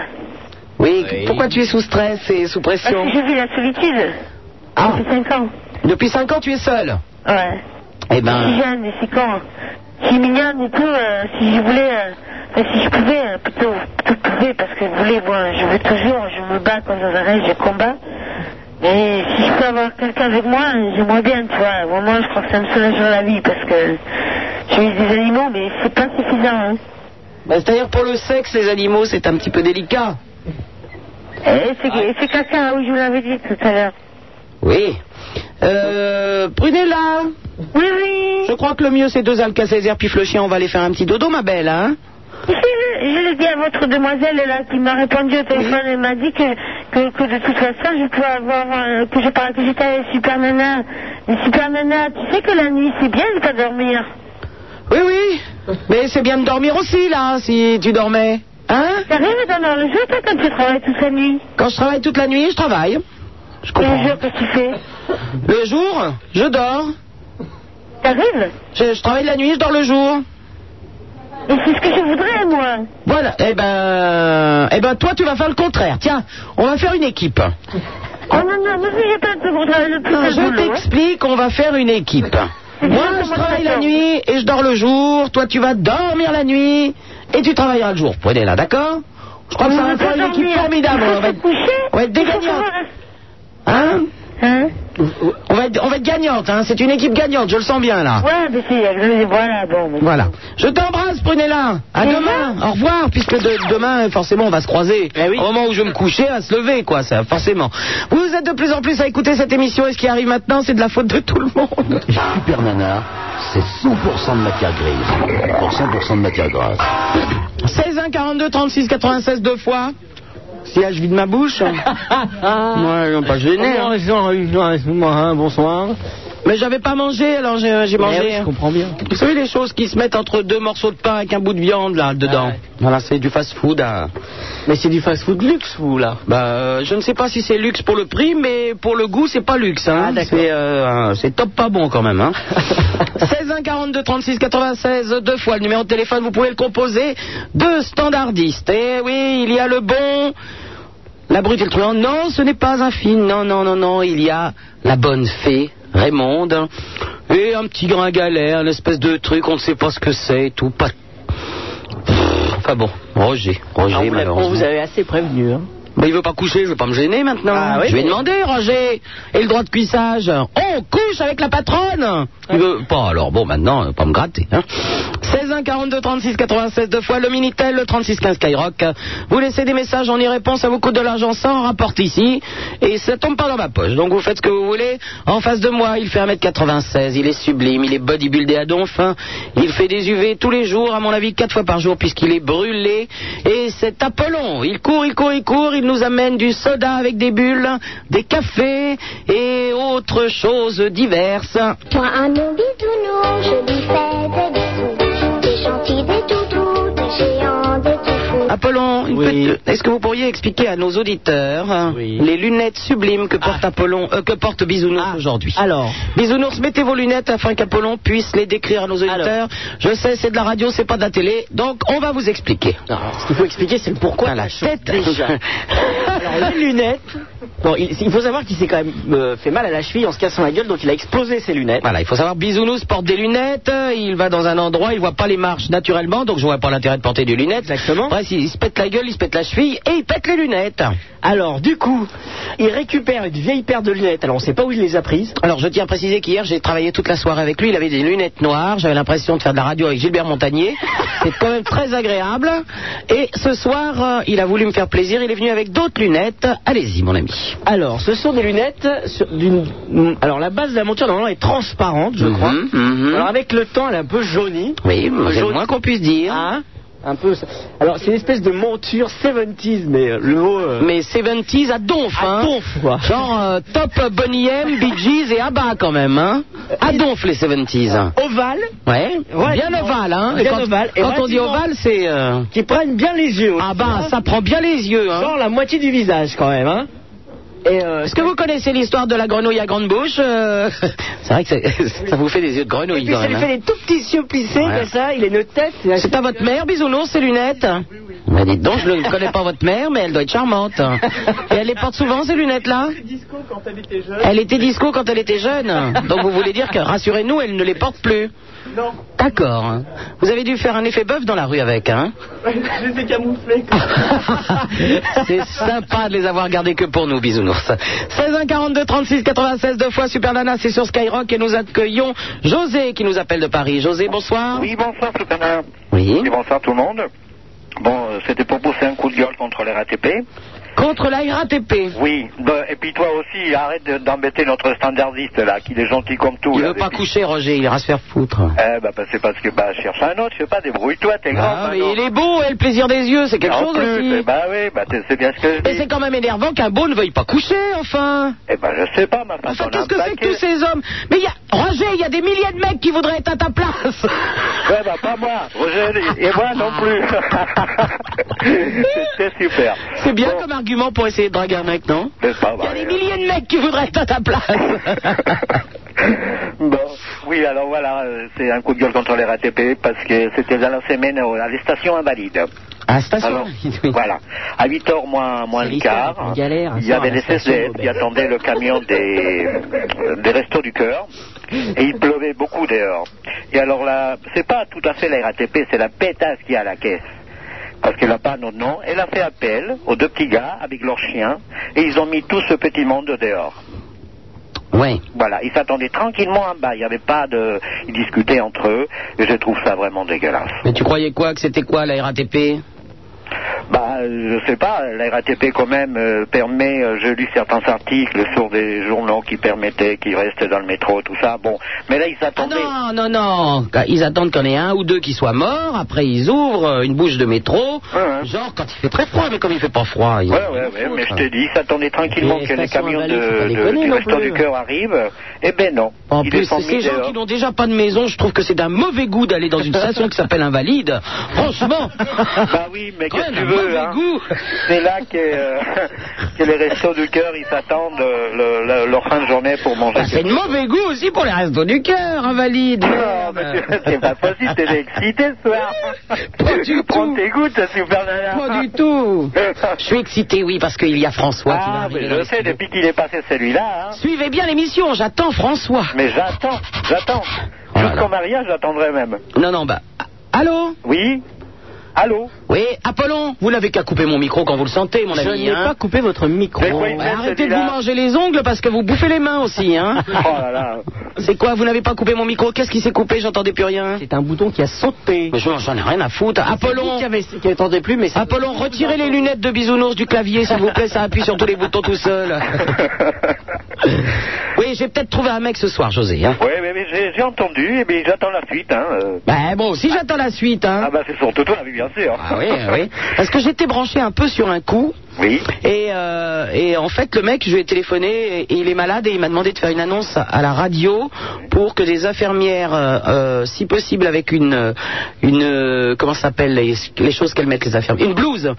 Speaker 4: Oui, pourquoi tu es sous stress et sous
Speaker 7: Parce
Speaker 4: pression
Speaker 7: que j'ai vu la solitude.
Speaker 4: Ah,
Speaker 7: C'est 5 ans.
Speaker 4: depuis 5 ans, tu es seule
Speaker 7: Ouais.
Speaker 4: Eh
Speaker 7: Je suis
Speaker 4: ben...
Speaker 7: jeune et c'est quand Je suis mignonne et tout, euh, si je voulais, euh, enfin, si je pouvais, euh, plutôt, plutôt pouvais, parce que je voulais, moi, je veux toujours, je me bats quand dans un rêve, je combat. Mais si je peux avoir quelqu'un avec moi, j'aimerais bien, tu vois. Au moins, je crois que ça me soulagerait la vie, parce que j'ai eu des animaux, mais c'est pas suffisant, hein.
Speaker 4: Bah, C'est-à-dire pour le sexe, les animaux, c'est un petit peu délicat.
Speaker 7: Et Eh, c'est et c'est caca, oui, je vous l'avais dit tout à l'heure.
Speaker 4: Oui. Euh, Prunella,
Speaker 7: Oui, oui.
Speaker 4: je crois que le mieux c'est deux Alka-Seltzer puis le chien, on va aller faire un petit dodo, ma belle, hein
Speaker 7: Je, je l'ai dit à votre demoiselle là qui m'a répondu au téléphone elle m'a dit que, que, que de toute façon je pouvais avoir euh, que je parlais que j'étais avec super nana. Mais super nana, tu sais que la nuit c'est bien de pas dormir.
Speaker 4: Oui, oui. Mais c'est bien de dormir aussi, là, si tu dormais. Hein
Speaker 7: T'arrives à dormir le jour toi quand tu travailles toute la nuit.
Speaker 4: Quand je travaille toute la nuit, je travaille. Je
Speaker 7: Et le
Speaker 4: comprends.
Speaker 7: jour que tu fais.
Speaker 4: Le jour, je dors.
Speaker 7: T'arrives
Speaker 4: Je, je travaille la nuit, je dors le jour.
Speaker 7: Et c'est ce que je voudrais moi.
Speaker 4: Voilà. Eh ben, eh ben, toi, tu vas faire le contraire. Tiens, on va faire une équipe.
Speaker 7: Oh non, non, ne fais pas que vous travaillez le plus
Speaker 4: Non,
Speaker 7: le
Speaker 4: je
Speaker 7: boulot, hein.
Speaker 4: t'explique, on va faire une équipe.
Speaker 7: C'est
Speaker 4: Moi,
Speaker 7: bien,
Speaker 4: je
Speaker 7: moi,
Speaker 4: travaille la
Speaker 7: d'accord.
Speaker 4: nuit et je dors le jour. Toi, tu vas dormir la nuit et tu travailleras le jour. Prenez là, d'accord Je crois que ça
Speaker 7: On
Speaker 4: va
Speaker 7: va
Speaker 4: faire
Speaker 7: pas
Speaker 4: une équipe
Speaker 7: dormir.
Speaker 4: formidable.
Speaker 7: Il
Speaker 4: On
Speaker 7: faut
Speaker 4: va
Speaker 7: se
Speaker 4: être,
Speaker 7: coucher.
Speaker 4: on va être des
Speaker 7: Il faut
Speaker 4: gagnantes.
Speaker 7: savoir-
Speaker 4: Hein
Speaker 7: Hein
Speaker 4: on va être, on va être gagnante, hein. C'est une équipe gagnante, je le sens bien, là.
Speaker 7: Ouais, mais c'est... Voilà, bon. mais-
Speaker 4: Voilà. Je t'embrasse, Prunella. À
Speaker 7: Au
Speaker 4: demain. Au revoir, puisque de- demain, forcément, on va se croiser. Au moment où je vais me coucher, à se lever, quoi, ça, forcément. Vous êtes de plus en plus à écouter cette émission et ce qui arrive maintenant, c'est de la faute de tout le monde.
Speaker 1: Super Nana, c'est 100% de matière grise pour 100% de matière grasse.
Speaker 4: 16 1 42 36 96 deux fois. Si là je vide ma bouche. Moi, ouais, non, pas gêné. hein.
Speaker 5: Bonjour, bonjour, bonjour, bonsoir.
Speaker 4: Mais j'avais pas mangé, alors j'ai j'ai
Speaker 5: Mais
Speaker 4: mangé.
Speaker 5: oui, je comprends bien.
Speaker 4: Vous savez, les choses qui se mettent entre deux morceaux de pain avec un bout de viande, là, dedans. Ah Voilà, c'est du fast-food. Mais c'est du fast-food luxe, vous, là Bah, euh, je ne sais pas si c'est luxe pour le prix, mais pour le goût, c'est pas luxe. Hein. c'est euh, un- c'est top pas bon, quand même. Hein. 16 1 42 36 96, deux fois le numéro de téléphone, vous pouvez le composer. Deux standardistes. Eh oui, il y a le bon... La brute et le truand, non, ce n'est pas un film. Non, non, non, non, il y a la bonne fée, Raymonde, et un petit gringalet, une espèce de truc, on ne sait pas ce que c'est, et tout, pas... Enfin bon, Roger, Roger,
Speaker 5: On vous l'a- on
Speaker 4: malheureusement.
Speaker 5: vous avait assez prévenu. Hein.
Speaker 4: Mais Bah, il veut pas coucher, je vais pas me gêner maintenant.
Speaker 5: oui,
Speaker 4: je vais
Speaker 5: mais-
Speaker 4: demander, Roger. Et le droit de cuissage On couche avec la patronne Il veut pas, alors bon, maintenant, euh, pas me gratter. Hein. 16 1 42 36 96 deux fois le Minitel, le 36 15 Skyrock. Vous laissez des messages en y-réponse, ça vous coûte de l'argent, ça en rapporte ici. Et ça tombe pas dans ma poche. Donc vous faites ce que vous voulez. En face de moi, il fait 1m96, il est sublime, il est bodybuildé à donf. hein. Il fait des UV tous les jours, à mon avis, quatre fois par jour, puisqu'il est brûlé. Et c'est Apollon. Il court, il court, il court. Il nous amène du soda avec des bulles, des cafés et autres choses diverses.
Speaker 6: Moi, un homme bisounours, je lui fais des bisous. Des gentils, des toutous, des géants, des tout fous.
Speaker 4: Ah. Apollon, une petite- est-ce que vous pourriez expliquer à nos auditeurs hein, les lunettes sublimes que
Speaker 5: Ah.
Speaker 4: porte Apollon, euh, que porte Bisounours aujourd'hui Alors, Bisounours, mettez vos lunettes afin qu'Apollon puisse les décrire à nos auditeurs. Je sais, c'est de la radio, c'est pas de la télé, donc on va vous expliquer.
Speaker 5: Ce qu'il faut expliquer, c'est le pourquoi de la tête déjà. Alors, les lunettes. Bon, il, il faut savoir qu'il s'est quand même euh, fait mal à la cheville en se cassant la gueule, donc il a explosé ses lunettes.
Speaker 4: Voilà, il faut savoir, Bisounours porte des lunettes, euh, il va dans un endroit, il voit pas les marches naturellement, donc je vois pas l'intérêt de porter des lunettes. Exactement. Bref, il, il se pète la gueule, il se pète la cheville et il pète les lunettes.
Speaker 5: Alors, du coup, il récupère une vieille paire de lunettes. Alors, on sait pas où il les a prises.
Speaker 4: Alors, je tiens à préciser qu'hier, j'ai travaillé toute la soirée avec lui. Il avait des lunettes noires. J'avais l'impression de faire de la radio avec Gilbert Montagnier. C'est quand même très agréable. Et ce soir, euh, il a voulu me faire plaisir. Il est venu avec d'autres lunettes. Allez-y, mon ami.
Speaker 5: Alors, ce sont des lunettes sur- d'une. Alors, la base de la monture normalement est transparente, je crois.
Speaker 4: Hmm
Speaker 5: Alors, avec le temps, elle est un peu jaunie.
Speaker 4: Mhm, Oui, c'est le
Speaker 5: Jaune-
Speaker 4: moins qu'on puisse dire.
Speaker 5: Hein un peu. ça. Alors, c'est une espèce de monture 70s, mais euh, le mot. euh,
Speaker 4: Mais 70s à donf, hein.
Speaker 5: À donf, quoi.
Speaker 4: Genre euh, top Bonnie M, Bee Gees et Abba quand même, hein.
Speaker 5: Euh,
Speaker 4: À donf les
Speaker 5: Oh,
Speaker 4: 70s.
Speaker 5: ovale.
Speaker 4: Ouais.
Speaker 5: Ouais,
Speaker 4: bien
Speaker 5: non.
Speaker 4: ovale, hein.
Speaker 5: Bien
Speaker 4: quand
Speaker 5: ovale. Et
Speaker 4: quand on dit
Speaker 5: relativement-
Speaker 4: ovale, c'est. euh,
Speaker 5: Qui prennent bien les yeux. aussi,
Speaker 4: Ah bah,
Speaker 5: hein.
Speaker 4: ça prend bien les yeux, hein.
Speaker 5: Genre la moitié du visage, quand même, hein. Et euh,
Speaker 4: Est-ce que vous connaissez l'histoire de la grenouille à grande bouche Euh, C'est vrai que c'est- ça vous fait des yeux de
Speaker 5: Et
Speaker 4: grenouille
Speaker 5: puis
Speaker 4: quand
Speaker 5: ça
Speaker 4: même. hein.
Speaker 5: lui fait des tout petits yeux plissés
Speaker 4: Ouais.
Speaker 5: comme ça, il est une tête.
Speaker 4: hein. C'est à votre mère, bisounours, ces lunettes Bah, dites donc, je ne connais pas votre mère, mais elle doit être charmante. Et elle les porte souvent, ces lunettes-là Elle était disco quand elle était jeune. Donc vous voulez dire que, rassurez-nous, elle ne les porte plus
Speaker 14: Non,
Speaker 4: D'accord. Vous avez dû faire un effet bœuf dans la rue avec, hein
Speaker 14: je les ai camouflés.
Speaker 4: C'est sympa de les avoir gardés que pour nous, bisounours. 16 1 42 36 96 deux fois Super Nana, c'est sur Skyrock et nous accueillons José qui nous appelle de Paris. José, bonsoir.
Speaker 10: Oui, bonsoir, Superman.
Speaker 4: Oui.
Speaker 10: Et bonsoir tout le monde. Bon, euh, c'était pour pousser un coup de gueule contre les RATP.
Speaker 4: Contre la RATP.
Speaker 10: Oui, ben, et puis toi aussi, arrête de- d'embêter notre standardiste là, qui est gentil comme tout.
Speaker 4: Il
Speaker 10: là,
Speaker 4: veut pas
Speaker 10: depuis-
Speaker 4: coucher, Roger, il ira se faire foutre.
Speaker 10: Eh ben, ben, c'est parce que bah cherche un autre, je sais pas, débrouille-toi, t'es grand.
Speaker 4: Ah, mais il est beau, et le plaisir des yeux, c'est quelque
Speaker 10: en
Speaker 4: chose
Speaker 10: plus, eh
Speaker 4: aussi.
Speaker 10: ben oui, ben, t'es- c'est bien ce que je
Speaker 4: Et
Speaker 10: dis.
Speaker 4: c'est quand même énervant qu'un beau ne veuille pas coucher, enfin.
Speaker 10: Eh ben je sais pas, ma hein, femme.
Speaker 4: Enfin, qu'est-ce que c'est que tous
Speaker 10: euh,
Speaker 4: ces hommes Mais il y a... Roger, il y a des milliers de mecs qui voudraient être à ta place.
Speaker 10: Ouais, bah pas moi, Roger, et moi non plus. C'était super.
Speaker 4: C'est bien comme argument pour essayer de draguer un mec, non
Speaker 10: N'est-ce pas,
Speaker 4: Il y a
Speaker 10: bah,
Speaker 4: des
Speaker 10: euh,
Speaker 4: milliers de mecs qui voudraient être à ta place.
Speaker 10: bon, oui, alors voilà, euh, c'est un coup de gueule contre les RATP parce que c'était dans la semaine euh, à la station
Speaker 1: Ah,
Speaker 10: invalide.
Speaker 4: À la station
Speaker 10: Alors,
Speaker 4: invalide, oui.
Speaker 10: voilà, à 8h moins, moins
Speaker 5: C'est
Speaker 10: le
Speaker 5: l'histoire,
Speaker 10: quart,
Speaker 5: une galère,
Speaker 10: il y
Speaker 5: ça, à
Speaker 10: avait
Speaker 5: la
Speaker 10: les
Speaker 5: station
Speaker 10: CCF qui
Speaker 5: Robert.
Speaker 10: attendaient le camion des, euh, des Restos du Cœur et il pleuvait beaucoup dehors. Et alors là, c'est pas tout à fait la RATP, c'est la pétasse qui a à la caisse. Parce qu'elle n'a pas notre nom, elle a fait appel aux deux petits gars avec leurs chiens et ils ont mis tout ce petit monde dehors.
Speaker 4: Ouais.
Speaker 10: Voilà, ils s'attendaient tranquillement en bas. Il n'y avait pas de. Ils discutaient entre eux. Et je trouve ça vraiment dégueulasse.
Speaker 4: Mais tu croyais quoi Que c'était quoi la RATP
Speaker 10: Bah, je sais pas, la RATP quand même euh, permet, euh, j'ai lu certains articles sur des journaux qui permettaient qu'ils restent dans le métro, tout ça, bon. Mais là, ils attendaient...
Speaker 4: Ah Non, non, non. Ils attendent qu'on ait un ou deux qui soient morts. Après, ils ouvrent euh, une bouche de métro. Genre quand il fait très froid, mais comme il fait pas froid. ils-
Speaker 10: Ouais, ouais, ouais, mais je te dis, ils s'attendaient tranquillement
Speaker 4: Mais
Speaker 10: que les
Speaker 4: façon,
Speaker 10: camions
Speaker 4: à
Speaker 10: de,
Speaker 4: Valais, faut pas
Speaker 10: de-
Speaker 4: déconner
Speaker 10: du
Speaker 4: non
Speaker 10: Resto
Speaker 4: plus. hein.
Speaker 10: du Cœur arrivent. Eh ben non.
Speaker 4: Ah. En
Speaker 10: Ils
Speaker 4: plus,
Speaker 10: les sont
Speaker 4: c'est
Speaker 10: mis
Speaker 4: ces gens
Speaker 10: dehors.
Speaker 4: qui n'ont déjà pas de maison, je trouve que c'est d'un mauvais goût d'aller dans une station qui s'appelle Invalide. Franchement.
Speaker 10: Bah oui, mais qu'est-ce que
Speaker 4: Ouais,
Speaker 10: tu
Speaker 4: le
Speaker 10: veux
Speaker 4: mauvais
Speaker 10: hein
Speaker 4: goût.
Speaker 10: C'est là que, euh, que les restos du cœur, ils attendent euh, le- le- leur fin de journée pour manger.
Speaker 4: Bah, c'est de mauvais goût aussi pour les restos du cœur, Invalide.
Speaker 10: Non, mais c'est- c'est pas possible, t'es excité ce soir.
Speaker 4: Ah, Pas du
Speaker 10: Prends tes gouttes, super nana.
Speaker 4: Pas du tout. Je suis excité, oui, parce qu'il y a François qui va
Speaker 10: Ah, mais
Speaker 4: arriver.
Speaker 10: je sais, depuis qu'il est passé celui-là, hein.
Speaker 4: Suivez bien l'émission, j'attends François.
Speaker 10: Mais j'attends, j'attends. Jusqu'au mariage, j'attendrai même.
Speaker 4: Non, non, bah. Allô
Speaker 10: Oui Allô
Speaker 4: Oui, Apollon, vous n'avez qu'à couper mon micro quand vous le sentez, mon
Speaker 5: Je
Speaker 4: ami.
Speaker 5: n'ai
Speaker 4: hein.
Speaker 5: pas coupé votre micro.
Speaker 4: Mais quoi, il fait, Arrêtez de vous manger les ongles parce que vous bouffez les mains aussi, hein.
Speaker 10: Oh là là.
Speaker 4: C'est quoi Vous n'avez pas coupé mon micro Qu'est-ce qui s'est coupé J'entendais plus rien. C'est un bouton qui a sauté. Mais je- j'en ai rien à foutre. Ah, Apollon,
Speaker 5: Qui avait- qui attendait plus, mais c'est-
Speaker 4: Apollon, retirez les lunettes de bisounours du clavier, s'il vous plaît. Ça appuie sur tous les boutons tout seul. Oui, j'ai peut-être trouvé un mec ce soir, José. Hein.
Speaker 10: Oui, mais, mais j'ai j'ai entendu, et bien j'attends la suite. Hein. euh.
Speaker 4: Ben bon, si j'attends la suite, hein.
Speaker 10: Ah bah c'est surtout toi, oui, bien sûr.
Speaker 4: Ah oui, ah oui. Parce que j'étais branché un peu sur un coup.
Speaker 10: Oui.
Speaker 4: Et, euh, et en fait, le mec, je lui ai téléphoné, et il est malade et il m'a demandé de faire une annonce à la radio pour que des infirmières, euh, euh, si possible, avec une, euh, une, euh, comment ça s'appelle les, les choses qu'elles mettent les infirmières, une blouse,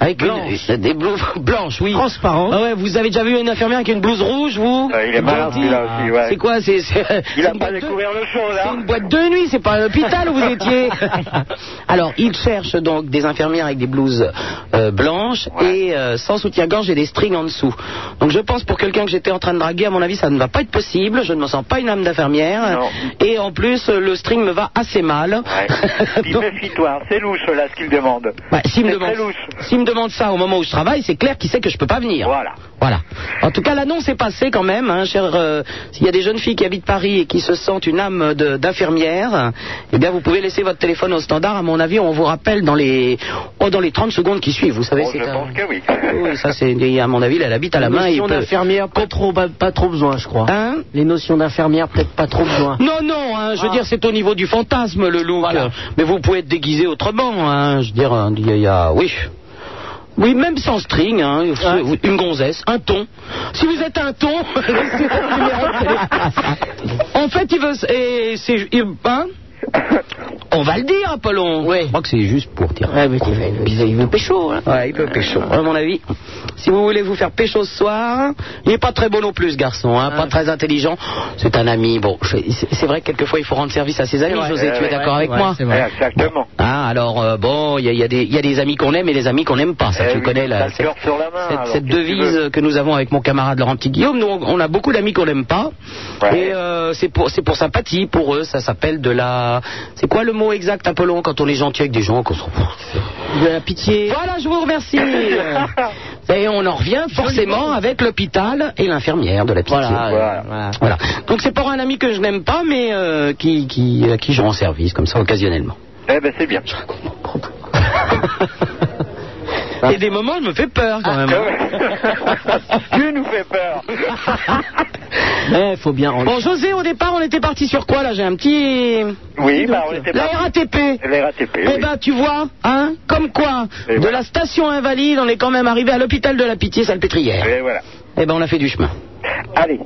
Speaker 4: avec
Speaker 5: Blanche.
Speaker 4: Une, des blouses blanches, oui.
Speaker 5: Transparent.
Speaker 4: Ah ouais, vous avez déjà vu une infirmière avec une blouse rouge, vous
Speaker 10: Euh, il est malade,
Speaker 4: Gentil.
Speaker 10: celui-là aussi, ouais.
Speaker 4: C'est quoi C'est c'est-
Speaker 10: Il
Speaker 4: c'est
Speaker 10: a
Speaker 4: une
Speaker 10: pas
Speaker 4: boîte de-
Speaker 10: découvert le show, là.
Speaker 4: c'est une boîte de nuit, c'est pas un hôpital où vous étiez. Alors, ils cherchent donc des infirmières avec des blouses euh, blanches et euh, sans soutien-gorge et des strings en dessous. Donc, je pense pour quelqu'un que j'étais en train de draguer, à mon avis, ça ne va pas être possible. Je ne me sens pas une âme d'infirmière. Et en plus, euh, le string me va assez mal.
Speaker 10: Puis
Speaker 4: Donc,
Speaker 10: méfie-toi, hein. c'est louche là ce qu'il demande.
Speaker 4: bah, s'il me
Speaker 10: C'est très
Speaker 4: demande,
Speaker 10: louche.
Speaker 4: s'il me demande ça au moment où je travaille, c'est clair qu'il sait que je peux pas venir.
Speaker 10: Voilà.
Speaker 4: Voilà. En tout cas, l'annonce est passée quand même. Hein, cher, euh, S'il y a des jeunes filles qui habitent Paris et qui se sentent une âme de- d'infirmière, euh, eh bien, vous pouvez laisser votre téléphone au standard. À mon avis, on vous rappelle dans les, oh, dans les 30 secondes qui suivent. Vous savez,
Speaker 10: Bon,
Speaker 4: c'est
Speaker 10: Oh, je
Speaker 4: un-
Speaker 10: pense que oui.
Speaker 4: Oui, ça, c'est à mon avis, là, elle habite à la main.
Speaker 5: Les
Speaker 4: et il
Speaker 5: notions
Speaker 4: peut-
Speaker 5: d'infirmière, pas trop, pas, pas trop besoin, je crois.
Speaker 4: Hein
Speaker 5: Les notions d'infirmière, peut-être pas trop besoin.
Speaker 4: Non, non, hein, je veux dire, c'est au niveau du fantasme, le look. Mais vous pouvez être déguisé autrement, hein, je veux dire, il y a- il y a- oui. Oui, même sans string, hein, une gonzesse, un ton. Si vous êtes un ton, c'est votre numéro de téléphone. en fait, il veut... Et c'est, il- hein on va le dire, Apollon. Je crois que c'est juste pour dire.
Speaker 5: Ouais, mais il veut- il veut- il veut pécho, hein.
Speaker 4: Ouais, il peut pécho. À mon avis, si vous voulez vous faire pécho ce soir, il n'est pas très beau non plus, ce garçon. hein, Pas très intelligent. C'est un ami. Bon, je- c'est c'est vrai que quelquefois, il faut rendre service à ses amis,
Speaker 5: vrai.
Speaker 4: José.
Speaker 5: Ouais,
Speaker 4: tu es
Speaker 5: ouais,
Speaker 4: d'accord
Speaker 5: ouais,
Speaker 4: avec
Speaker 5: ouais,
Speaker 4: moi
Speaker 5: c'est vrai.
Speaker 10: Exactement.
Speaker 4: Ah, alors, euh, bon, il y a, il y a des- il y a des amis qu'on aime et des amis qu'on n'aime pas. Ça,
Speaker 10: Eh
Speaker 4: tu
Speaker 10: oui,
Speaker 4: connais
Speaker 10: t'as
Speaker 4: la,
Speaker 10: le
Speaker 4: cette,
Speaker 10: cœur sur la main,
Speaker 4: cette-
Speaker 10: Ah, alors,
Speaker 4: cette
Speaker 10: qu'est-ce que tu veux
Speaker 4: devise que nous avons avec mon camarade Laurent Petit-Guillaume. Nous, on a beaucoup d'amis qu'on n'aime pas.
Speaker 10: Ouais.
Speaker 4: Et euh, c'est pour, c'est pour sympathie. Pour eux, ça s'appelle de la. C'est quoi le mot exact, Apollon, quand on est gentil avec des gens qu'on s'en
Speaker 5: De la pitié.
Speaker 4: voilà, je vous remercie. Et on en revient forcément avec l'hôpital et l'infirmière de la pitié.
Speaker 5: Voilà,
Speaker 10: Voilà.
Speaker 5: voilà.
Speaker 4: Voilà. Donc c'est pour un ami que je n'aime pas, mais euh, qui, qui, à qui je rends service comme ça occasionnellement.
Speaker 10: Eh ben c'est bien. Ah.
Speaker 4: Et des moments, je me fais peur quand même. hein.
Speaker 10: tu nous fais peur.
Speaker 5: Eh, faut bien rendre.
Speaker 4: Bon, José, au départ, on était parti sur quoi là J'ai un petit.
Speaker 10: Oui, bah on était
Speaker 4: La
Speaker 10: pas.
Speaker 4: RATP.
Speaker 10: Les RATP.
Speaker 4: Eh ben, tu vois, hein, comme quoi,
Speaker 10: Et
Speaker 4: de
Speaker 10: voilà.
Speaker 4: la station invalide, on est quand même arrivé à l'hôpital de la Pitié-Salpêtrière.
Speaker 10: Et voilà.
Speaker 4: Eh ben, on a fait du chemin.
Speaker 10: Allez,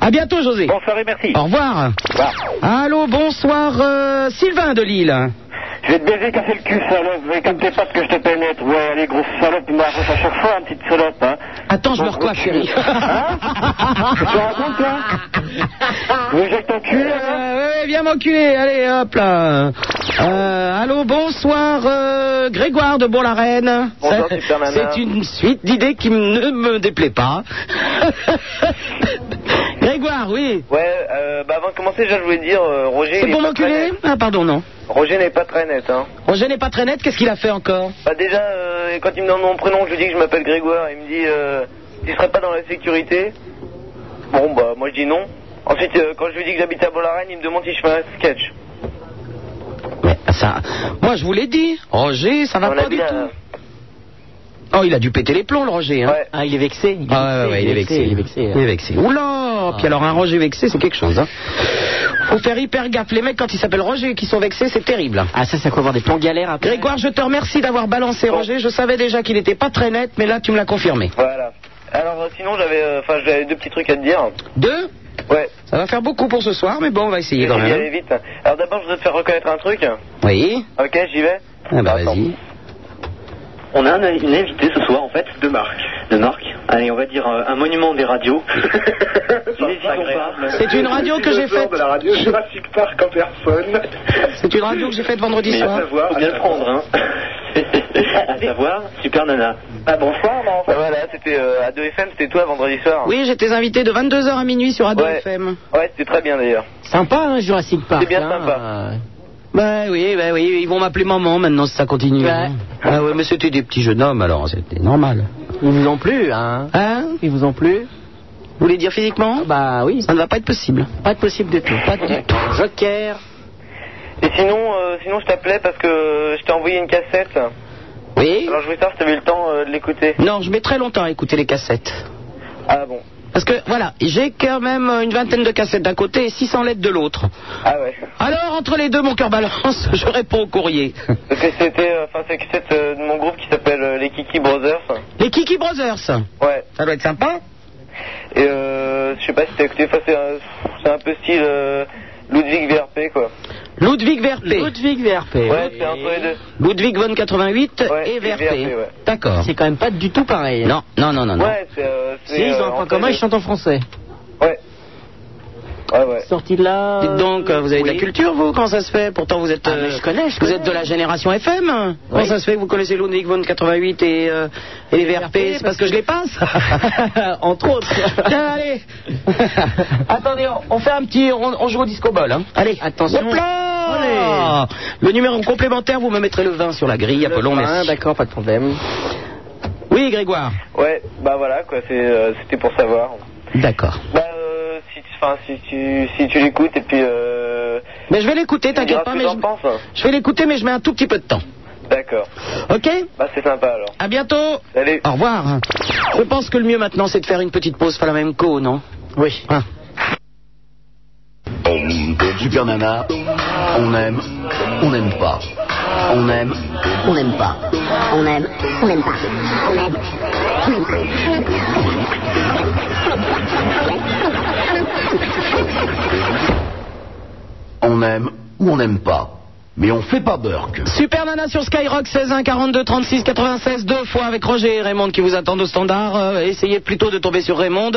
Speaker 4: À bientôt, José.
Speaker 10: bonsoir et merci.
Speaker 4: Au revoir.
Speaker 10: Au revoir.
Speaker 4: Allô, bonsoir, euh, Sylvain de Lille.
Speaker 10: Je vais te baiser, casser le cul, salope. Mais comme t'es pas que je te pénètre, ouais, allez, grosse salope, tu m'arroses à chaque fois, hein, petite salope, hein.
Speaker 4: Attends, je me recoiffe, chérie.
Speaker 10: Hein Tu te racontes, là Tu veux que j'aille t'enculer, là
Speaker 4: Euh, ouais, ouais, viens m'enculer, allez, hop là. Euh, allô, bonsoir, euh, Grégoire de Bourg-la-Reine.
Speaker 12: Bonsoir,
Speaker 4: C'est-
Speaker 12: Super Nana.
Speaker 4: C'est une suite d'idées qui ne me déplaît pas. Grégoire, oui.
Speaker 12: Ouais, euh, bah avant de commencer, déjà, je voulais dire, euh, Roger.
Speaker 4: C'est
Speaker 12: il est
Speaker 4: pour
Speaker 12: pas très
Speaker 4: m'enculer
Speaker 12: net.
Speaker 4: Ah, pardon, non.
Speaker 12: Roger n'est pas très net, hein.
Speaker 4: Roger n'est pas très net, qu'est-ce qu'il a fait encore
Speaker 12: Bah déjà, euh, quand il me demande mon prénom, je lui dis que je m'appelle Grégoire, il me dit euh, tu serais pas dans la sécurité Bon bah moi je dis non. Ensuite, euh, quand je lui dis que j'habite à Bollarène, il me demande si je fais un sketch.
Speaker 4: Mais ça, moi je vous l'ai dit, Roger, ça va
Speaker 12: On
Speaker 4: Bah, pas
Speaker 12: a
Speaker 4: du
Speaker 12: bien,
Speaker 4: tout.
Speaker 12: euh,
Speaker 4: Oh, il a dû péter les plombs, le Roger. Hein.
Speaker 5: Ah, il est vexé. Il est
Speaker 4: Ah ouais,
Speaker 5: vexé,
Speaker 4: ouais, il est vexé.
Speaker 5: Il est vexé. hein. Ah.
Speaker 4: Il est vexé. Oula Puis alors, un Roger vexé, c'est quelque chose. Hein. Faut faire hyper gaffe. Les mecs, quand ils s'appellent Roger et qu'ils sont vexés, c'est terrible.
Speaker 5: Ah, ça, ça peut avoir des plans galères hein. après.
Speaker 4: Grégoire, je te remercie d'avoir balancé Roger. Je savais déjà qu'il n'était pas très net, mais là, tu me l'as confirmé.
Speaker 12: Voilà. Alors euh, sinon j'avais, euh, enfin j'avais deux petits trucs à te dire.
Speaker 4: Deux
Speaker 12: Ouais.
Speaker 4: Ça va faire beaucoup pour ce soir, mais bon, on va essayer quand
Speaker 12: Je vais y
Speaker 4: même.
Speaker 12: aller vite. Alors d'abord je dois te faire reconnaître un truc.
Speaker 4: Oui.
Speaker 12: Ok, j'y vais.
Speaker 4: Ah bah, vas-y.
Speaker 15: On a un- une invitée ce soir en fait. De marque. De marque. Allez, on va dire euh, un monument des radios.
Speaker 4: C'est une radio que j'ai faite.
Speaker 16: la radio Jurassic Park en personne. euh,
Speaker 4: C'est une radio que j'ai faite vendredi
Speaker 15: Mais à
Speaker 4: soir.
Speaker 15: savoir, faut bien le prendre, hein. à savoir, Super Nana.
Speaker 12: Ah bonsoir, non Voilà, c'était euh, à 2FM, c'était toi vendredi soir.
Speaker 4: Oui, j'étais invité de 22h à minuit sur Radio FM.
Speaker 12: Ouais, c'était très bien d'ailleurs.
Speaker 5: Sympa, hein, Jurassic Park.
Speaker 12: C'est bien
Speaker 5: hein.
Speaker 12: sympa.
Speaker 4: Bah oui, bah oui, ils vont m'appeler maman maintenant si ça continue. Ah ouais, mais c'était des petits jeunes hommes alors, c'était normal.
Speaker 5: Ils vous ont plu, hein
Speaker 4: Hein
Speaker 5: Ils vous ont plu
Speaker 4: Vous voulez dire physiquement
Speaker 5: Bah oui.
Speaker 4: Ça ne va pas être possible.
Speaker 5: Pas de possible du tout. Pas du tout. Joker.
Speaker 12: Et sinon, euh, sinon je t'appelais parce que je t'ai envoyé une cassette.
Speaker 4: Oui
Speaker 12: Alors je voulais savoir si t'avais eu le temps euh, de l'écouter.
Speaker 4: Non, je mets très longtemps à écouter les cassettes.
Speaker 12: Ah bon.
Speaker 4: Parce que voilà, j'ai quand même une vingtaine de cassettes d'un côté et 600 lettres de l'autre.
Speaker 12: Ah ouais.
Speaker 4: Alors, entre les deux, mon cœur balance, je réponds au courrier.
Speaker 12: Parce que c'était, euh, enfin c'est que c'est euh, de mon groupe qui s'appelle euh, les Kiki Brothers.
Speaker 4: Les Kiki Brothers
Speaker 12: Ouais.
Speaker 4: Ça doit être sympa
Speaker 12: Et euh, je sais pas si t'as écouté, enfin, c'est un, c'est un peu style euh, Ludwig VRP quoi.
Speaker 4: Ludwig Verpé.
Speaker 5: Ludwig VRP.
Speaker 12: Ouais, c'est entre les deux.
Speaker 4: Ludwig von 88
Speaker 12: Ouais,
Speaker 4: et
Speaker 12: et
Speaker 4: Verpé.
Speaker 12: Verpé, ouais.
Speaker 4: D'accord.
Speaker 5: C'est quand même pas du tout pareil. hein.
Speaker 4: Non, non, non, non. non.
Speaker 12: Ouais, c'est. euh,
Speaker 5: Si,
Speaker 12: c'est,
Speaker 5: ils
Speaker 12: euh,
Speaker 5: ont un point
Speaker 12: entre les
Speaker 5: commun,
Speaker 12: deux.
Speaker 5: ils chantent en français.
Speaker 12: Ouais. Ouais, ouais.
Speaker 5: Sorti de là.
Speaker 4: Dites donc, euh, vous avez de la culture, vous Comment ça se fait Pourtant, vous êtes.
Speaker 5: Ah, mais
Speaker 4: euh,
Speaker 5: je connais, je
Speaker 4: Vous
Speaker 5: connais.
Speaker 4: êtes de la génération FM hein Comment ça se fait que Vous connaissez Ludwig von 88 et, euh, et les VRP C'est parce que je les passe
Speaker 5: Entre autres.
Speaker 4: Tiens, allez Attendez, on, on fait un petit. On, on joue au disco ball. Hein. Allez,
Speaker 5: Attention.
Speaker 4: Hop là Le numéro complémentaire, vous me mettrez le 20 sur la grille, Apollon,
Speaker 5: Ah,
Speaker 4: merci.
Speaker 5: D'accord, pas de problème.
Speaker 4: Oui, Grégoire
Speaker 12: Ouais, bah voilà quoi, c'est, euh, c'était pour savoir.
Speaker 4: D'accord.
Speaker 12: Bah, euh, si, tu- enfin, si tu, si tu l'écoutes et puis. Euh,
Speaker 4: Mais je vais l'écouter,
Speaker 12: tu me diras
Speaker 4: t'inquiète
Speaker 12: ce
Speaker 4: pas,
Speaker 12: que
Speaker 4: mais
Speaker 12: t'en
Speaker 4: je,
Speaker 12: penses. hein.
Speaker 4: je vais l'écouter, mais je mets un tout petit peu de temps.
Speaker 12: D'accord.
Speaker 4: Ok
Speaker 12: Bah c'est sympa alors.
Speaker 4: À bientôt
Speaker 12: Salut.
Speaker 4: Au revoir. Je pense que le mieux maintenant, c'est de faire une petite pause, pas la même co, non
Speaker 5: Oui.
Speaker 4: Hein.
Speaker 1: Super Nana, on aime, on n'aime pas. On aime, on n'aime pas.
Speaker 2: On aime, on n'aime pas. On aime.
Speaker 1: On aime ou on n'aime pas. Mais on fait pas Burke.
Speaker 4: Super Nana sur Skyrock, 16 1 42 36 96, deux fois avec Roger et Raymond qui vous attendent au standard. Euh, essayez plutôt de tomber sur Raymond.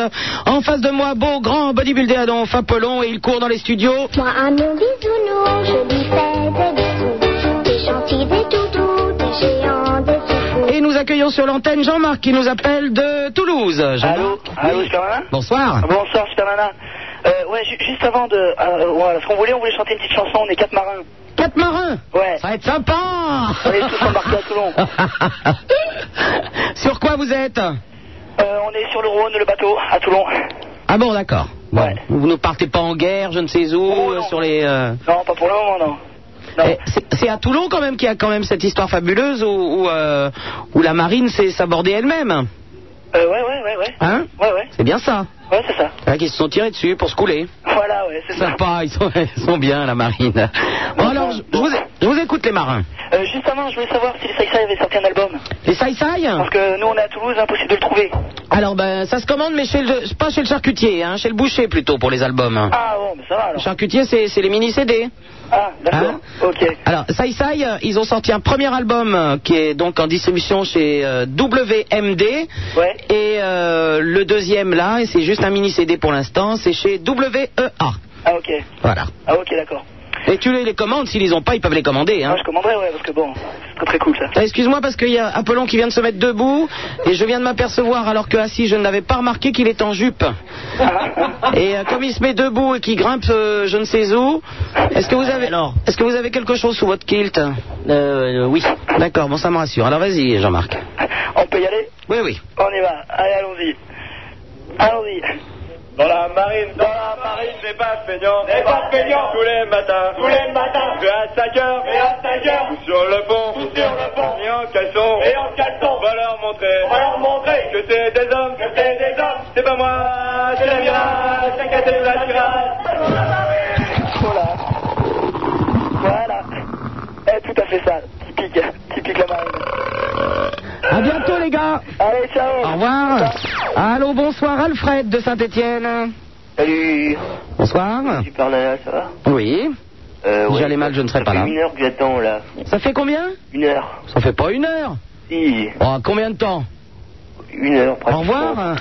Speaker 4: En face de moi, beau, grand, bodybuildé, Adam Fapelon, et il court dans les studios.
Speaker 6: Moi, à mon bisounours, je lui fais des bisous. Des gentils, des toutous, des géants, des fous.
Speaker 4: Et nous accueillons sur l'antenne Jean-Marc qui nous appelle de Toulouse. Jean-Marc.
Speaker 17: Allô Allô, Ah Super Nana
Speaker 4: Bonsoir.
Speaker 17: Bonsoir, Super Nana. Euh, ouais, ju- juste avant de. euh, voilà, ce qu'on voulait, on voulait chanter une petite chanson, on est quatre marins.
Speaker 4: Quatre marins.
Speaker 17: Ouais.
Speaker 4: Ça va être sympa.
Speaker 17: On est tous embarqués à Toulon.
Speaker 4: sur quoi vous êtes
Speaker 17: Euh, on est sur le Rhône, le bateau, à Toulon.
Speaker 4: Ah bon, d'accord. Bon, Vous ne partez pas en guerre, je ne sais où, euh, sur les. euh,
Speaker 17: Non, pas pour le moment, Oh, non.
Speaker 4: eh, c'est- C'est à Toulon quand même qu'il y a quand même cette histoire fabuleuse où, où, euh, où la marine s'est sabordée elle-même.
Speaker 17: Euh, ouais, ouais, ouais, ouais.
Speaker 4: Hein
Speaker 17: Ouais, ouais.
Speaker 4: C'est bien ça.
Speaker 17: Ouais, c'est ça.
Speaker 4: Hein, Qu'ils se sont tirés dessus pour se couler.
Speaker 17: Voilà, ouais, c'est ça.
Speaker 4: Sympa, ils sont, ils sont bien la marine. Bon alors, je, je vous, je vous écoute les marins.
Speaker 17: Euh, juste avant, je voulais savoir si les Saïsa avaient sorti un album.
Speaker 4: Les Sai Sai
Speaker 17: Parce que nous, on est à Toulouse, impossible de le trouver.
Speaker 4: Alors ben ça se commande mais chez le, pas chez le charcutier, hein, chez le boucher plutôt pour les albums.
Speaker 17: Ah, bon, mais ça va
Speaker 4: Le
Speaker 17: alors.
Speaker 4: charcutier c'est c'est les mini CD.
Speaker 17: Ah, d'accord.
Speaker 4: Hein
Speaker 17: ok.
Speaker 4: Alors, Sai Sai, euh, ils ont sorti un premier album euh, qui est donc en distribution chez euh, WMD.
Speaker 17: Ouais.
Speaker 4: Et euh, le deuxième là, et c'est juste un mini CD pour l'instant, c'est chez WEA.
Speaker 17: Ah, ok.
Speaker 4: Voilà.
Speaker 17: Ah, ok, d'accord.
Speaker 4: Et tu les les commandes, s'ils les ont pas, ils peuvent les commander. Hein.
Speaker 17: Moi, je commanderais, ouais, parce que bon, c'est très très cool ça.
Speaker 4: Ah, Excuse-moi parce qu'il y a Apollon qui vient de se mettre debout et je viens de m'apercevoir alors que assis je n'avais pas remarqué qu'il est en jupe. Et euh, comme il se met debout et qu'il grimpe euh, je ne sais où, est-ce que vous avez est-ce que vous avez quelque chose sous votre kilt
Speaker 5: Euh, oui.
Speaker 4: D'accord, bon ça me rassure. Alors vas-y Jean-Marc.
Speaker 17: On peut y aller
Speaker 4: Oui oui.
Speaker 17: On y va, allez, allons-y. Allons-y.
Speaker 16: Dans la marine, dans la marine, n'est pas peignant, n'est pas peignant. Tous les matins, Eh ben, tous les matins, je vais à 5 heures, et à 5 heures, ou sur le pont, ou sur le pont, et en caleçon, et en caleçon. On va leur montrer, on va leur montrer que c'est des hommes, que c'est des hommes. C'est pas moi, c'est la mirage, c'est qu'à c'est la mirage.
Speaker 8: Voilà. Voilà. Eh, tout à fait ça. Typique, typique la marine.
Speaker 4: À bientôt les gars.
Speaker 8: Allez, ciao.
Speaker 4: Au revoir. Allô, bonsoir Alfred de Saint-Étienne.
Speaker 18: Salut.
Speaker 4: Bonsoir.
Speaker 18: Super Nana, ça va
Speaker 4: Oui.
Speaker 18: Euh,
Speaker 4: Si
Speaker 18: ouais,
Speaker 4: j'allais mal, je ne serais
Speaker 18: ça
Speaker 4: pas
Speaker 18: fait
Speaker 4: là.
Speaker 18: une heure que j'attends, là.
Speaker 4: Ça fait combien
Speaker 18: Une heure.
Speaker 4: Ça fait pas une heure.
Speaker 18: Si,
Speaker 4: Oh, combien de temps
Speaker 18: une heure,
Speaker 4: Au
Speaker 18: pratiquement.
Speaker 4: revoir.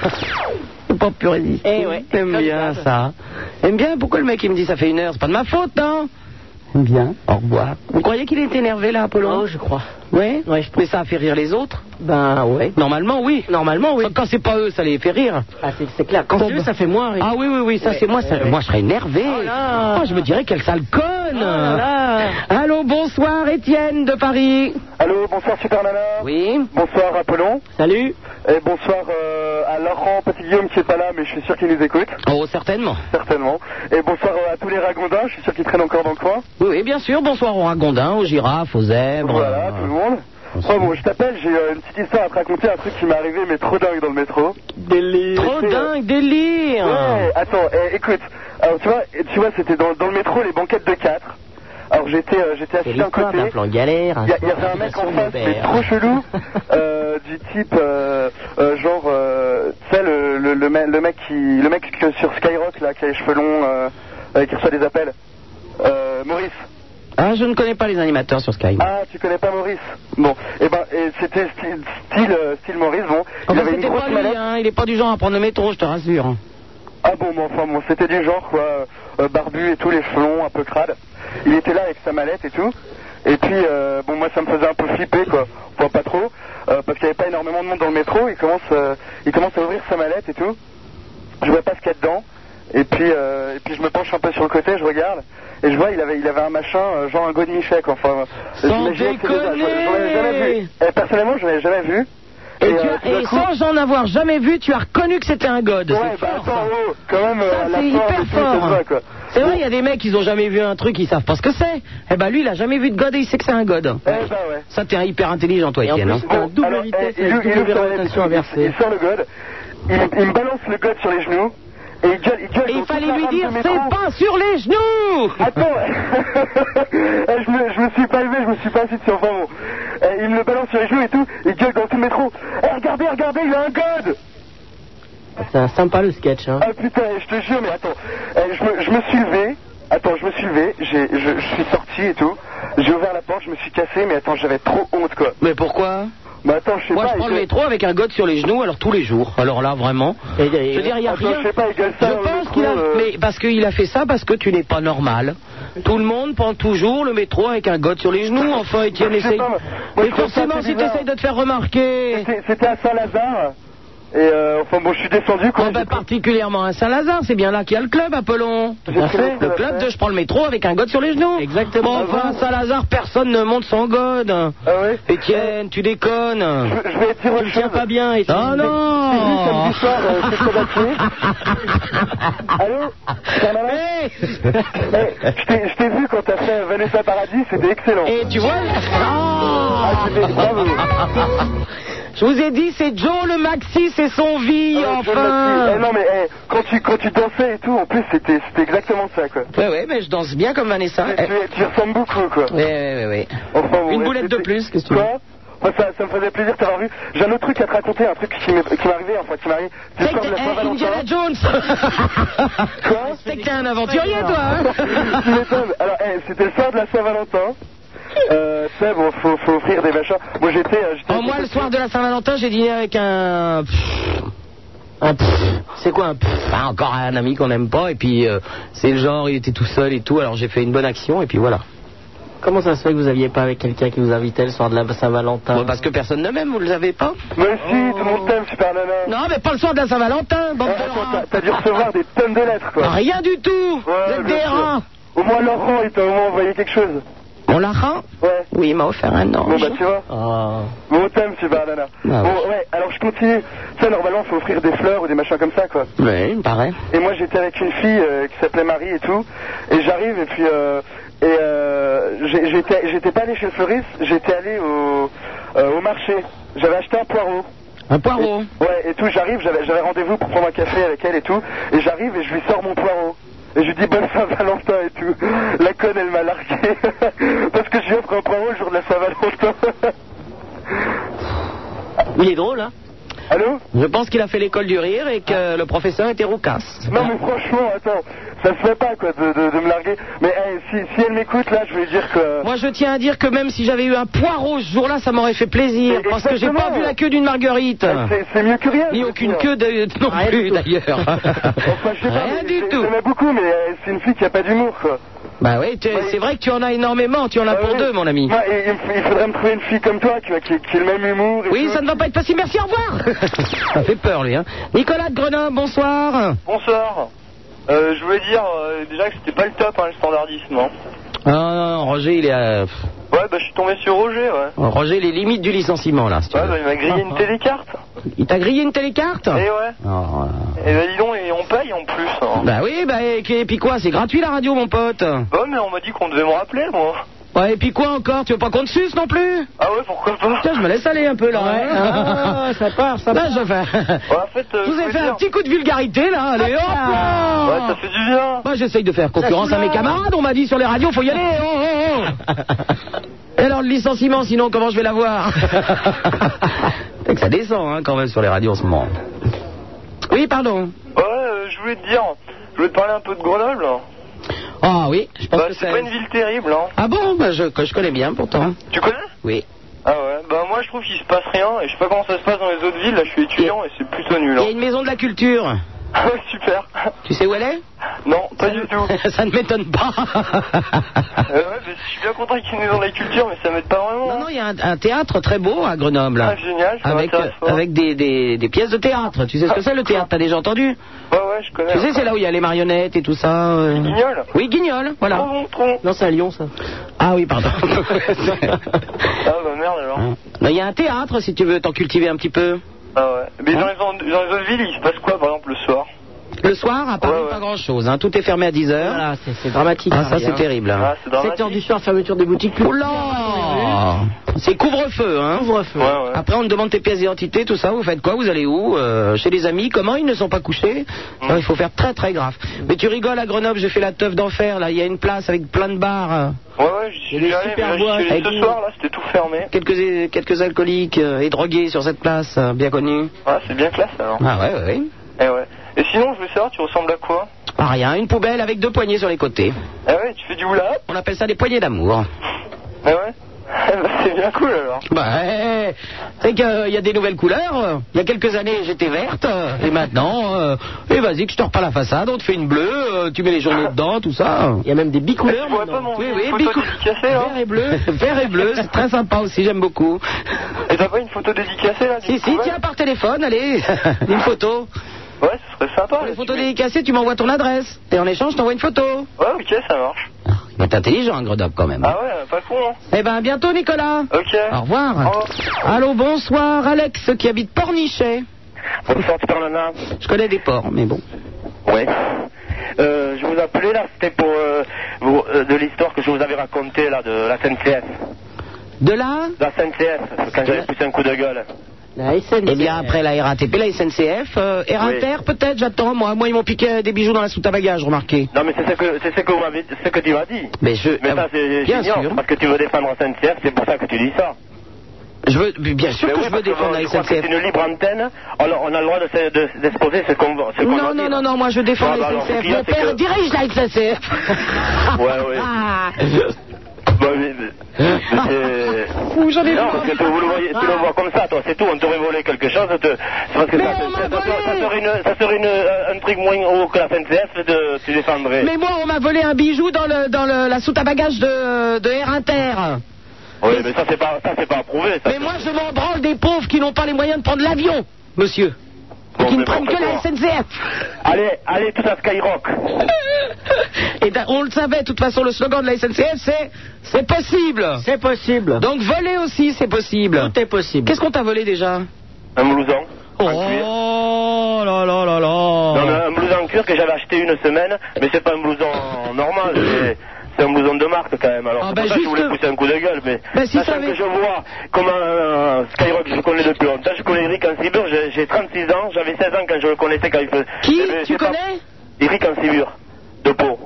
Speaker 4: Pas plus résister.
Speaker 5: Eh ouais,
Speaker 4: T'aimes
Speaker 5: comme
Speaker 4: bien
Speaker 5: ça.
Speaker 4: ça. Aime bien. Pourquoi le mec il me dit ça fait une heure C'est pas de ma faute, non Bien. Au revoir. Vous croyez qu'il était énervé là, Apollon
Speaker 5: Oh, je crois.
Speaker 4: Oui. Mais ça a fait rire les autres
Speaker 5: Ben ouais.
Speaker 4: Normalement, oui.
Speaker 5: Normalement, oui.
Speaker 4: Quand c'est pas eux, ça les fait rire.
Speaker 5: Ah, c'est- c'est clair. Quand c'est
Speaker 4: Tombe.
Speaker 5: eux, ça fait moins rire.
Speaker 4: Ah oui, oui, oui, ça
Speaker 5: Ouais,
Speaker 4: c'est moi, ça-
Speaker 5: ouais, ouais.
Speaker 4: moi je serais énervé.
Speaker 5: Oh là. Oh
Speaker 4: Oh, je me dirais quelle sale conne.
Speaker 5: là là.
Speaker 4: Allô, bonsoir Étienne de Paris.
Speaker 10: Allô, bonsoir Super Nana.
Speaker 4: Oui.
Speaker 10: Bonsoir Apollon.
Speaker 4: Salut.
Speaker 10: Et bonsoir euh, à Laurent Petit Guillaume qui est pas là, mais je suis sûr qu'il nous écoute,
Speaker 4: Oh, certainement.
Speaker 10: certainement. Et bonsoir euh, à tous les ragondins, je suis sûr qu'ils traînent encore dans le coin.
Speaker 4: Oui, oui, bien sûr. Bonsoir aux ragondins, aux girafes, aux zèbres.
Speaker 10: Voilà,
Speaker 4: euh,
Speaker 10: tout le monde. Oh, bon, je t'appelle, j'ai euh, une petite histoire à te raconter, un truc qui m'est arrivé, mais trop dingue dans le métro. euh,
Speaker 16: Délire.
Speaker 4: Trop dingue, délire.
Speaker 5: Ah.
Speaker 10: Ouais, attends, eh, écoute. Alors, tu vois, tu vois c'était dans, dans le métro, les banquettes de 4. Alors, j'étais euh, j'étais assis d'un côté.
Speaker 5: un plan galère. hein,
Speaker 10: Il y, a- il y avait un mec en face, mais trop chelou, euh, du type euh, euh, genre, euh, tu sais, le, le, le, me- le mec qui, le mec que sur Skyrock là, qui a les cheveux longs, euh, euh, qui reçoit des appels. Euh, Maurice.
Speaker 4: Ah, je ne connais pas les animateurs sur Sky.
Speaker 10: Ah, tu connais pas Maurice Bon, et ben, et c'était style, style, euh, style Maurice. Bon, il
Speaker 4: Enfin,
Speaker 10: avait une
Speaker 4: c'était
Speaker 10: grosse
Speaker 4: pas lui,
Speaker 10: mallette.
Speaker 4: hein. Il est pas du genre à prendre le métro, je te rassure. hein.
Speaker 10: Ah bon, mais enfin bon, c'était du genre quoi, euh, barbu et tout, les cheveux longs, un peu crade. Il était là avec sa mallette et tout. Et puis, euh, bon, moi ça me faisait un peu flipper quoi, enfin pas trop, euh, parce qu'il n'y avait pas énormément de monde dans le métro. Il commence, euh, il commence à ouvrir sa mallette et tout. Je vois pas ce qu'il y a dedans. Et puis, euh, et puis je me penche un peu sur le côté, je regarde, et je vois il avait, il avait un machin, euh, genre un godemichec, enfin.
Speaker 4: Sans
Speaker 10: j'imaginais que c'était ça, je- je l'avais jamais vu. Eh, personnellement, je l'avais jamais vu.
Speaker 4: Et, tu
Speaker 10: euh,
Speaker 4: as-
Speaker 10: tout d'un
Speaker 4: et
Speaker 10: coup-
Speaker 4: sans en avoir jamais vu, tu as reconnu que c'était un god.
Speaker 10: Ouais,
Speaker 4: c'est
Speaker 10: bah
Speaker 4: fort, ça.
Speaker 10: attends, oh, quand même, euh,
Speaker 4: Ça,
Speaker 10: la
Speaker 4: c'est
Speaker 10: forme
Speaker 4: hyper
Speaker 10: et tout, ça se
Speaker 4: fort. hein.
Speaker 10: voit, quoi. Eh
Speaker 4: C'est vrai, il y a des mecs, ils ont jamais vu un truc, ils savent pas ce que c'est. Eh ben lui, il a jamais vu de god et il sait que c'est un god.
Speaker 10: Eh bah ouais.
Speaker 4: Ça, t'es un hyper intelligent, toi,
Speaker 5: Et en
Speaker 4: Étienne.
Speaker 5: plus,
Speaker 4: hein.
Speaker 5: c'est un double
Speaker 10: Alors,
Speaker 5: vitesse
Speaker 10: eh,
Speaker 5: et
Speaker 10: il,
Speaker 5: une
Speaker 10: il
Speaker 5: double
Speaker 10: ouvre la
Speaker 5: orientation
Speaker 10: lettre, il-
Speaker 5: inversée.
Speaker 10: il sort le god, il, il me balance le god sur les genoux, et il gueule, il gueule.
Speaker 4: Et il
Speaker 10: dans toute
Speaker 4: fallait
Speaker 10: la
Speaker 4: lui
Speaker 10: rame
Speaker 4: dire,
Speaker 10: de
Speaker 4: c'est
Speaker 10: métro. Ah,
Speaker 4: pas sur les genoux
Speaker 10: Attends, Eh, je, me, je me suis pas levé, je me suis pas assis dessus, enfin bon. Eh, il me le balance sur les genoux et tout, il gueule dans tout le métro. Eh, regardez, regardez, il a un god
Speaker 5: C'est un sympa le sketch. Hein.
Speaker 10: Ah putain, je te jure, mais attends, Eh, je, me, je me suis levé, attends, je me suis levé, j'ai- je, je suis sorti et tout, j'ai ouvert la porte, je me suis cassé, mais attends, j'avais trop honte quoi.
Speaker 4: Mais pourquoi
Speaker 10: Mais attends, je sais
Speaker 4: Moi,
Speaker 10: pas.
Speaker 4: je prends
Speaker 10: il
Speaker 4: le
Speaker 10: gueule-
Speaker 4: métro avec un god sur les genoux, alors tous les jours. Alors là, vraiment.
Speaker 5: Et-
Speaker 4: Je veux
Speaker 5: et-
Speaker 4: dire, il y a
Speaker 10: Attends,
Speaker 4: rien.
Speaker 10: je sais pas, il gueule ça
Speaker 4: Je
Speaker 10: dans le
Speaker 4: pense
Speaker 10: métro,
Speaker 4: qu'il a.
Speaker 10: euh.
Speaker 4: Mais parce qu'il a fait ça parce que tu n'es pas normal. Tout le monde prend toujours le métro avec un god sur les genoux. Enfin, Étienne,
Speaker 10: Je sais
Speaker 4: essaye.
Speaker 10: pas, moi, je
Speaker 4: Mais
Speaker 10: trouve ça
Speaker 4: forcément,
Speaker 10: assez
Speaker 4: si tu
Speaker 10: bizarre.
Speaker 4: essayes de te faire remarquer.
Speaker 10: C'était- C'était à Saint-Lazare. Et euh, enfin bon, je suis descendu quoi.
Speaker 4: Ah bah,
Speaker 10: J'ai-
Speaker 4: particulièrement à Saint-Lazare, c'est bien là qu'il y a le club, Apollon.
Speaker 10: Tout à fait.
Speaker 4: Le club de je prends le métro avec un god sur les genoux. Exactement. Enfin, à Saint-Lazare, personne ne monte sans god.
Speaker 10: Ah ouais
Speaker 4: Étienne, tu déconnes.
Speaker 10: Je, je vais te dire autre chose.
Speaker 5: Pas bien. Et
Speaker 10: Ah,
Speaker 4: Oh non
Speaker 10: samedi soir, euh, c'est très battu. Allô Ça va là
Speaker 4: Hey
Speaker 10: Eh, je t'ai- je t'ai vu quand t'as fait Vanessa Paradis, c'était excellent.
Speaker 4: Et tu vois
Speaker 10: Eh, Ah,
Speaker 4: Oh
Speaker 10: c'était bravo.
Speaker 4: Je vous ai dit, c'est Joe le Maxi, c'est son vie,
Speaker 10: Ah, John Maxwell. Eh,
Speaker 4: enfin
Speaker 10: non mais eh, quand tu quand tu dansais et tout, en plus c'était c'était exactement ça quoi.
Speaker 4: Ouais, ouais, mais je danse bien comme Vanessa.
Speaker 10: Tu,
Speaker 4: Eh, Ouais,
Speaker 10: tu- tu ressembles beaucoup quoi.
Speaker 4: ouais, ouais, ouais.
Speaker 10: Enfin, bon,
Speaker 4: Une
Speaker 10: ouais,
Speaker 4: boulette de
Speaker 10: c'était-
Speaker 4: plus, qu'est-ce que tu veux
Speaker 10: Quoi Moi, ça, ça me faisait plaisir de t'avoir vu. J'ai un autre truc à te raconter, un truc qui m'est qui m'est arrivé, enfin qui m'est arrivé. C'est
Speaker 4: C'est que
Speaker 10: l'histoire
Speaker 4: t'es-
Speaker 10: de la
Speaker 4: eh,
Speaker 10: Saint-Valentin.
Speaker 4: Indiana Jones Quoi C'est que t'es un aventurier, toi
Speaker 10: Tu
Speaker 4: hein
Speaker 10: m'étonnes. Alors, eh, c'était le soir de la Saint-Valentin. Euh, tu sais, bon, faut, faut offrir des machins. Moi, j'étais. euh, j'étais-
Speaker 4: Oh, moi, le soir de la Saint-Valentin, j'ai dîné avec un. Un pff. C'est quoi un pff Ah, Encore un ami qu'on n'aime pas, et puis euh, c'est le genre, il était tout seul et tout, alors j'ai fait une bonne action, et puis voilà.
Speaker 5: Comment ça se fait que vous aviez pas avec quelqu'un qui vous invitait le soir de la Saint-Valentin
Speaker 4: Bon, parce que personne ne m'aime, vous le savez pas
Speaker 10: Mais si, tout le monde t'aime, super nana.
Speaker 4: Oh. Non, mais pas le soir de la Saint-Valentin, bande
Speaker 10: Eh,
Speaker 4: de
Speaker 10: attends,
Speaker 4: rats.
Speaker 10: t'as- t'as dû recevoir des tonnes de lettres, quoi.
Speaker 4: Rien du tout
Speaker 10: Ouais,
Speaker 4: Vous êtes
Speaker 10: bien
Speaker 4: des
Speaker 10: sûr.
Speaker 4: rats
Speaker 10: Au moins, Laurent, il t'a au moins envoyé quelque chose.
Speaker 19: On l'a rend
Speaker 20: Ouais.
Speaker 19: Oui, il m'a offert un an.
Speaker 20: Bon, bah, tu vois.
Speaker 4: Ah.
Speaker 20: Bon, thème, super, nana.
Speaker 19: Ah,
Speaker 20: bon, ouais, alors je continue. Tu sais, normalement, faut offrir des fleurs ou des machins comme ça, quoi.
Speaker 4: Oui, pareil.
Speaker 20: Et moi, j'étais avec une fille euh, qui s'appelait Marie et tout. Et j'arrive, et puis. euh, et euh, j'ai- j'étais j'étais pas allé chez le fleuriste, j'étais allé au, euh, au marché. J'avais acheté un poireau.
Speaker 4: Un poireau
Speaker 20: Ouais, et tout, j'arrive, j'avais j'avais rendez-vous pour prendre un café avec elle et tout, et j'arrive et je lui sors mon poireau. Et je lui dis bonne Saint-Valentin et tout. La conne, elle m'a largué. Parce que je lui offre un poireau le jour de la Saint-Valentin.
Speaker 4: Il est drôle, hein
Speaker 20: Allô
Speaker 4: Je pense qu'il a fait l'école du rire et que le professeur était roucasse.
Speaker 20: non, mais franchement, attends, ça se fait pas, quoi, de, de- de me larguer. Mais eh, si, si elle m'écoute, là, je vais lui dire que.
Speaker 4: Moi, je tiens à dire que même si j'avais eu un poireau ce jour-là, ça m'aurait fait plaisir.
Speaker 20: Mais
Speaker 4: Parce que j'ai pas
Speaker 20: exactement.
Speaker 4: vu la queue d'une marguerite.
Speaker 20: C'est- c'est mieux que rien.
Speaker 4: Ni
Speaker 20: je veux
Speaker 4: aucune
Speaker 20: dire.
Speaker 4: queue de... non
Speaker 20: Rien
Speaker 4: plus,
Speaker 20: du tout.
Speaker 4: d'ailleurs.
Speaker 20: Enfin, je sais pas,
Speaker 4: Rien
Speaker 20: mais
Speaker 4: du
Speaker 20: j'ai-
Speaker 4: tout.
Speaker 20: J'en ai beaucoup, mais euh, c'est une fille qui a pas d'humour, quoi.
Speaker 4: Bah oui, tu- c'est vrai que tu en as énormément. Tu en as
Speaker 20: Ah
Speaker 4: pour
Speaker 20: oui.
Speaker 4: deux, mon ami.
Speaker 20: Moi, il, il me- il faudrait me trouver une fille comme toi, tu vois, qui, qui ait le même humour. et
Speaker 4: Oui,
Speaker 20: tout.
Speaker 4: ça ne va pas être facile. Merci, au revoir. ça fait peur, lui. Hein. Nicolas de Grenoble, bonsoir.
Speaker 20: Bonsoir.
Speaker 10: Euh, je voulais dire euh, déjà que c'était pas le top hein, le standardisme. hein.
Speaker 4: Ah, non, non, Roger, il est à-
Speaker 10: Ouais, bah je suis tombé sur Roger, ouais.
Speaker 4: Roger, les limites du licenciement, là. si tu
Speaker 10: Ouais,
Speaker 4: veux. Ah,
Speaker 10: bah, il m'a grillé une télécarte.
Speaker 4: Il t'a grillé une télécarte
Speaker 10: Eh ouais.
Speaker 4: Oh,
Speaker 10: Et bah dis donc, et on paye en plus. Hein.
Speaker 4: Bah oui, bah et, et puis quoi, c'est gratuit la radio, mon pote.
Speaker 10: Bah, mais on m'a dit qu'on devait me rappeler, moi.
Speaker 4: Ouais, et puis quoi encore Tu veux pas qu'on te suce non plus
Speaker 10: Ah ouais, pourquoi pas
Speaker 4: Tiens, je me laisse aller un peu là.
Speaker 10: Ouais.
Speaker 4: Ah, ça part, ça part. je fais-
Speaker 10: en fait, euh,
Speaker 4: Je vous ai
Speaker 10: je voulais
Speaker 4: fait un
Speaker 10: dire-
Speaker 4: petit coup de vulgarité là, allez hop là
Speaker 10: Ouais, ça fait du bien.
Speaker 4: Moi j'essaye de faire concurrence à mes camarades, on m'a dit sur les radios, faut y aller oh, oh, oh. Et alors le licenciement, sinon comment je vais l'avoir C'est que Ça descend hein, quand même sur les radios en ce moment. Oui, pardon.
Speaker 10: Ouais, euh, je voulais te dire, je voulais te parler un peu de Grenoble.
Speaker 4: Ah oui, je pense
Speaker 10: Bah,
Speaker 4: que
Speaker 10: c'est
Speaker 4: c'est...
Speaker 10: pas une ville terrible, hein.
Speaker 4: Ah bon bah, je, que je connais bien pourtant.
Speaker 10: Tu connais
Speaker 4: Oui.
Speaker 10: Ah ouais, bah moi je trouve qu'il se passe rien, et je sais pas comment ça se passe dans les autres villes, là je suis étudiant et c'est plutôt nul. hein.
Speaker 4: Il y a une maison de la culture.
Speaker 10: Ah ouais, super.
Speaker 4: Tu sais où elle est
Speaker 10: Non, pas du tout.
Speaker 4: Ça ne m'étonne pas.
Speaker 10: Euh, ouais, mais je suis bien content qu'il y ait une maison de la culture, mais ça m'aide pas vraiment. hein.
Speaker 4: Non, non, il y a un, un théâtre très beau à Grenoble.
Speaker 10: Ah, génial, ça
Speaker 4: Avec, euh,
Speaker 10: m'intéresse fort.
Speaker 4: avec des, des- des pièces de théâtre. Tu sais ce que c'est le théâtre T'as déjà entendu
Speaker 10: Ouais, Ah. Bah, ouais, je connais. hein.
Speaker 4: Tu sais, c'est là où il y a les marionnettes et tout ça. euh.
Speaker 10: Guignol
Speaker 4: Oui, Guignol, voilà.
Speaker 5: Non, c'est à Lyon, ça.
Speaker 4: Ah oui, pardon.
Speaker 10: Ah bah merde alors.
Speaker 4: Non, Il y a un théâtre si tu veux t'en cultiver un petit peu.
Speaker 10: Ah ouais. Mais
Speaker 4: Hein
Speaker 10: dans les, en- dans les autres villes, il se passe quoi par exemple le soir
Speaker 4: Le soir, à Paris, pas grand-chose. hein. Tout est fermé à 10h.
Speaker 5: c'est dramatique.
Speaker 4: Ah, ça, c'est terrible. hein.
Speaker 10: Ah, c'est dramatique.
Speaker 5: 7h du soir, fermeture des boutiques.
Speaker 4: Oh là C'est couvre-feu, hein Couvre-feu. Après, on te demande tes pièces d'identité, tout ça. Vous faites quoi Vous allez où Euh, Chez les amis Comment Ils ne sont pas couchés Non, Il faut faire très très grave. Mais tu rigoles à Grenoble, j'ai fait la teuf d'enfer. Là, il y a une place avec plein de bars. euh,
Speaker 10: Ouais, ouais, j'y suis allé, mais là, j'y suis allé
Speaker 4: avec
Speaker 10: ce soir là, c'était tout fermé.
Speaker 4: Quelques, quelques alcooliques euh, et drogués sur cette place, euh, bien connue.
Speaker 10: Ah, c'est bien classe alors.
Speaker 4: Ah ouais, ouais, ouais.
Speaker 10: Eh ouais. Et sinon, je voulais savoir, tu ressembles à quoi
Speaker 4: Ah, rien, une poubelle avec deux poignées sur les côtés.
Speaker 10: Eh ouais, tu fais du oula
Speaker 4: On appelle ça des poignées d'amour.
Speaker 10: Eh ouais. Bah, c'est bien cool alors.
Speaker 4: Bah, eh, c'est qu'il y a des nouvelles couleurs. Il y a quelques années, j'étais verte. euh, Et maintenant, euh, et vas-y, que je te pas la façade. On te fait une bleue. euh, tu mets les journées dedans, tout ça.
Speaker 5: Il y a même des bicouleurs.
Speaker 10: Tu pourrais pas
Speaker 5: maintenant.
Speaker 10: m'envoyer
Speaker 4: Oui, oui,
Speaker 10: une photo hein.
Speaker 4: bicou-
Speaker 10: dédicacée là
Speaker 4: Vert et bleu. Vert et bleu, c'est très sympa aussi. J'aime beaucoup.
Speaker 10: Et t'as pas une photo dédicacée là
Speaker 4: Si, si, tiens, par téléphone, allez. Une photo.
Speaker 10: Ouais, ce serait sympa.
Speaker 4: Pour les
Speaker 10: là,
Speaker 4: photos
Speaker 10: tu mets-
Speaker 4: dédicacées, tu m'envoies ton adresse. Et en échange, je t'envoie une photo.
Speaker 10: Ouais, ok, ça marche.
Speaker 4: Mais t'es intelligent, hein, Grenoble, quand même.
Speaker 10: Ah ouais, pas con hein.
Speaker 4: Eh ben, à bientôt, Nicolas.
Speaker 10: Ok.
Speaker 4: Au revoir.
Speaker 10: Au revoir.
Speaker 4: Allô, bonsoir, Alex, qui habite Pornichet.
Speaker 12: Bonsoir, Super Nana.
Speaker 4: Je connais des ports, mais bon.
Speaker 12: Ouais. Euh, je vous appelais là, c'était pour, euh, vous- euh, de l'histoire que je vous avais racontée là, de la SNCF.
Speaker 4: De là
Speaker 12: La SNCF, quand j'avais poussé un coup de gueule.
Speaker 5: La SNCF.
Speaker 4: Eh bien, après la RATP, la SNCF, euh, Air
Speaker 12: Oui.
Speaker 4: Inter, peut-être, j'attends. Moi, moi, ils m'ont piqué euh, des bijoux dans la soute à bagages, remarquez.
Speaker 12: Non, mais c'est ce que, c'est ce que vous m'avez, c'est ce que tu m'as dit.
Speaker 4: Mais je.
Speaker 12: Mais
Speaker 4: ah,
Speaker 12: ça, c'est
Speaker 4: bien
Speaker 12: génial,
Speaker 4: sûr.
Speaker 12: parce que tu veux défendre la SNCF, c'est pour ça que tu dis ça.
Speaker 4: Je veux, mais bien sûr
Speaker 12: Mais
Speaker 4: que
Speaker 12: oui,
Speaker 4: je veux
Speaker 12: parce que
Speaker 4: défendre
Speaker 12: je
Speaker 4: la
Speaker 12: crois que
Speaker 4: SNCF.
Speaker 12: C'est une libre antenne, alors on a le droit de se- de- d'exposer ce qu'on veut. ce qu'on
Speaker 4: Non,
Speaker 12: veut
Speaker 4: non,
Speaker 12: dire.
Speaker 4: non, non, moi je défends
Speaker 12: Ah, bah,
Speaker 4: la
Speaker 12: alors,
Speaker 4: SNCF.
Speaker 12: ce qu'il y a,
Speaker 4: Mon
Speaker 12: c'est
Speaker 4: père
Speaker 12: que-
Speaker 4: dirige la SNCF.
Speaker 12: Ouais, ouais.
Speaker 4: Ah.
Speaker 12: Bah, mais- mais- mais c'est-
Speaker 4: Ouh, j'en ai Ah,
Speaker 12: non,
Speaker 4: marre.
Speaker 12: parce que tu, vous le voyez- tu le vois comme ça, toi, c'est tout, on t'aurait volé quelque chose, te- c'est parce que
Speaker 4: Mais
Speaker 12: ça,
Speaker 4: on m'a
Speaker 12: ça- ça-
Speaker 4: volé.
Speaker 12: ça serait, une- ça serait une- un truc moins haut que la SNCF, de, tu défendrais.
Speaker 4: Mais moi, on m'a volé un bijou dans, le, dans le, la soute à bagages de, de Air Inter.
Speaker 12: Oui, mais ça, c'est pas, ça, c'est pas approuvé, ça.
Speaker 4: Mais moi, je m'en branle des pauvres qui n'ont pas les moyens de prendre l'avion, monsieur.
Speaker 12: Bon,
Speaker 4: qui ne
Speaker 12: mais
Speaker 4: prennent que
Speaker 12: n'importe
Speaker 4: la
Speaker 12: quoi.
Speaker 4: SNCF.
Speaker 12: Allez, allez, tout à Skyrock.
Speaker 4: Et da- on le savait, de toute façon, le slogan de la SNCF, c'est C'est possible
Speaker 5: C'est possible.
Speaker 4: Donc voler aussi, c'est possible.
Speaker 5: Tout est possible.
Speaker 4: Qu'est-ce qu'on t'a volé déjà
Speaker 18: Un blouson.
Speaker 12: Eh.
Speaker 4: Oh là là là là Oh.
Speaker 18: Non, mais un blouson en cuir que j'avais acheté une semaine, mais c'est pas un blouson normal, c'est- c'est un blouson de marque quand même. Alors,
Speaker 4: Ah,
Speaker 18: c'est
Speaker 4: ben,
Speaker 18: pour ça que je voulais
Speaker 4: juste-
Speaker 18: pousser un coup de gueule, mais
Speaker 4: Ben, si
Speaker 18: sachant
Speaker 4: t'avais-
Speaker 18: que je vois comment euh, Skyrock, je connais depuis longtemps, je connais Eric Ancibur, j'ai j'ai 36 ans, j'avais 16 ans quand je le connaissais quand il faisait.
Speaker 4: Qui
Speaker 18: j'avais-
Speaker 4: Tu
Speaker 18: c'est pas-
Speaker 4: connais
Speaker 18: Eric Ancibur, de Pau.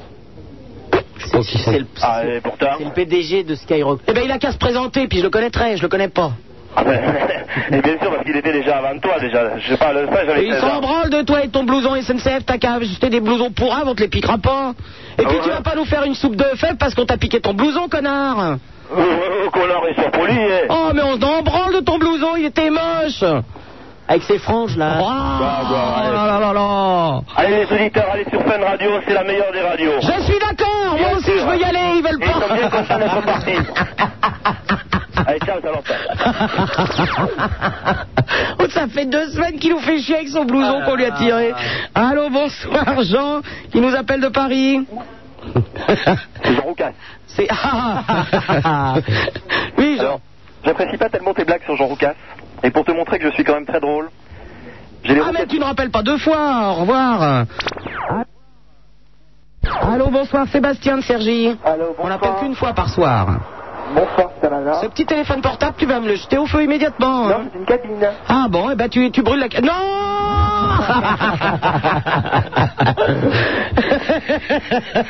Speaker 5: C'est le,
Speaker 18: Ah, et pourtant.
Speaker 5: c'est le PDG de Skyrock.
Speaker 4: Eh ben, il a qu'à se présenter, puis je le connaîtrais, je le connais pas.
Speaker 18: Ah ben, et bien sûr, parce qu'il était déjà avant toi, déjà. Je sais pas, le fait,
Speaker 4: Et
Speaker 18: j'avais
Speaker 4: il
Speaker 18: 16
Speaker 4: s'en
Speaker 18: ans.
Speaker 4: branle de toi et de ton blouson SNCF, t'as qu'à ajuster des blousons pourraves, on te les piquera pas. Et puis
Speaker 18: Ah ouais.
Speaker 4: tu vas pas nous faire une soupe de fèves parce qu'on t'a piqué ton blouson, connard
Speaker 18: Oh, oh, oh, connard, il est surpoli, eh.
Speaker 4: Oh, mais on s'en branle de ton blouson, il était moche
Speaker 5: Avec ses franges là.
Speaker 18: Bah, bah,
Speaker 4: Oh
Speaker 18: allez.
Speaker 4: là là là là
Speaker 18: Allez les auditeurs, allez sur Fun Radio, c'est la meilleure des radios.
Speaker 4: Je suis d'accord, moi
Speaker 18: Bien
Speaker 4: aussi
Speaker 18: sûr.
Speaker 4: je veux y aller, ils veulent
Speaker 18: Ils sont bien contents d'être
Speaker 4: pas
Speaker 18: partis. Allez, ciao, ça leur
Speaker 4: Oh, ça fait deux semaines qu'il nous fait chier avec son blouson qu'on lui a tiré. Allô, bonsoir Jean, qui nous appelle de Paris.
Speaker 18: C'est Jean Roucas.
Speaker 4: C'est... Ah. Oui, Jean.
Speaker 12: Alors, j'apprécie pas tellement tes blagues sur Jean Roucas. Et pour te montrer que je suis quand même très drôle, j'ai les
Speaker 4: Ah, mais
Speaker 12: recettes-
Speaker 4: tu ne rappelles pas deux fois, au revoir. Allô, bonsoir Sébastien de Sergi.
Speaker 8: Allô,
Speaker 4: On n'appelle qu'une fois par soir.
Speaker 8: Bonsoir, Canada.
Speaker 4: Ce petit téléphone portable, tu vas me le jeter au feu immédiatement. hein.
Speaker 8: Non, c'est une cabine.
Speaker 4: Ah bon, eh ben tu, tu brûles la... ca- Non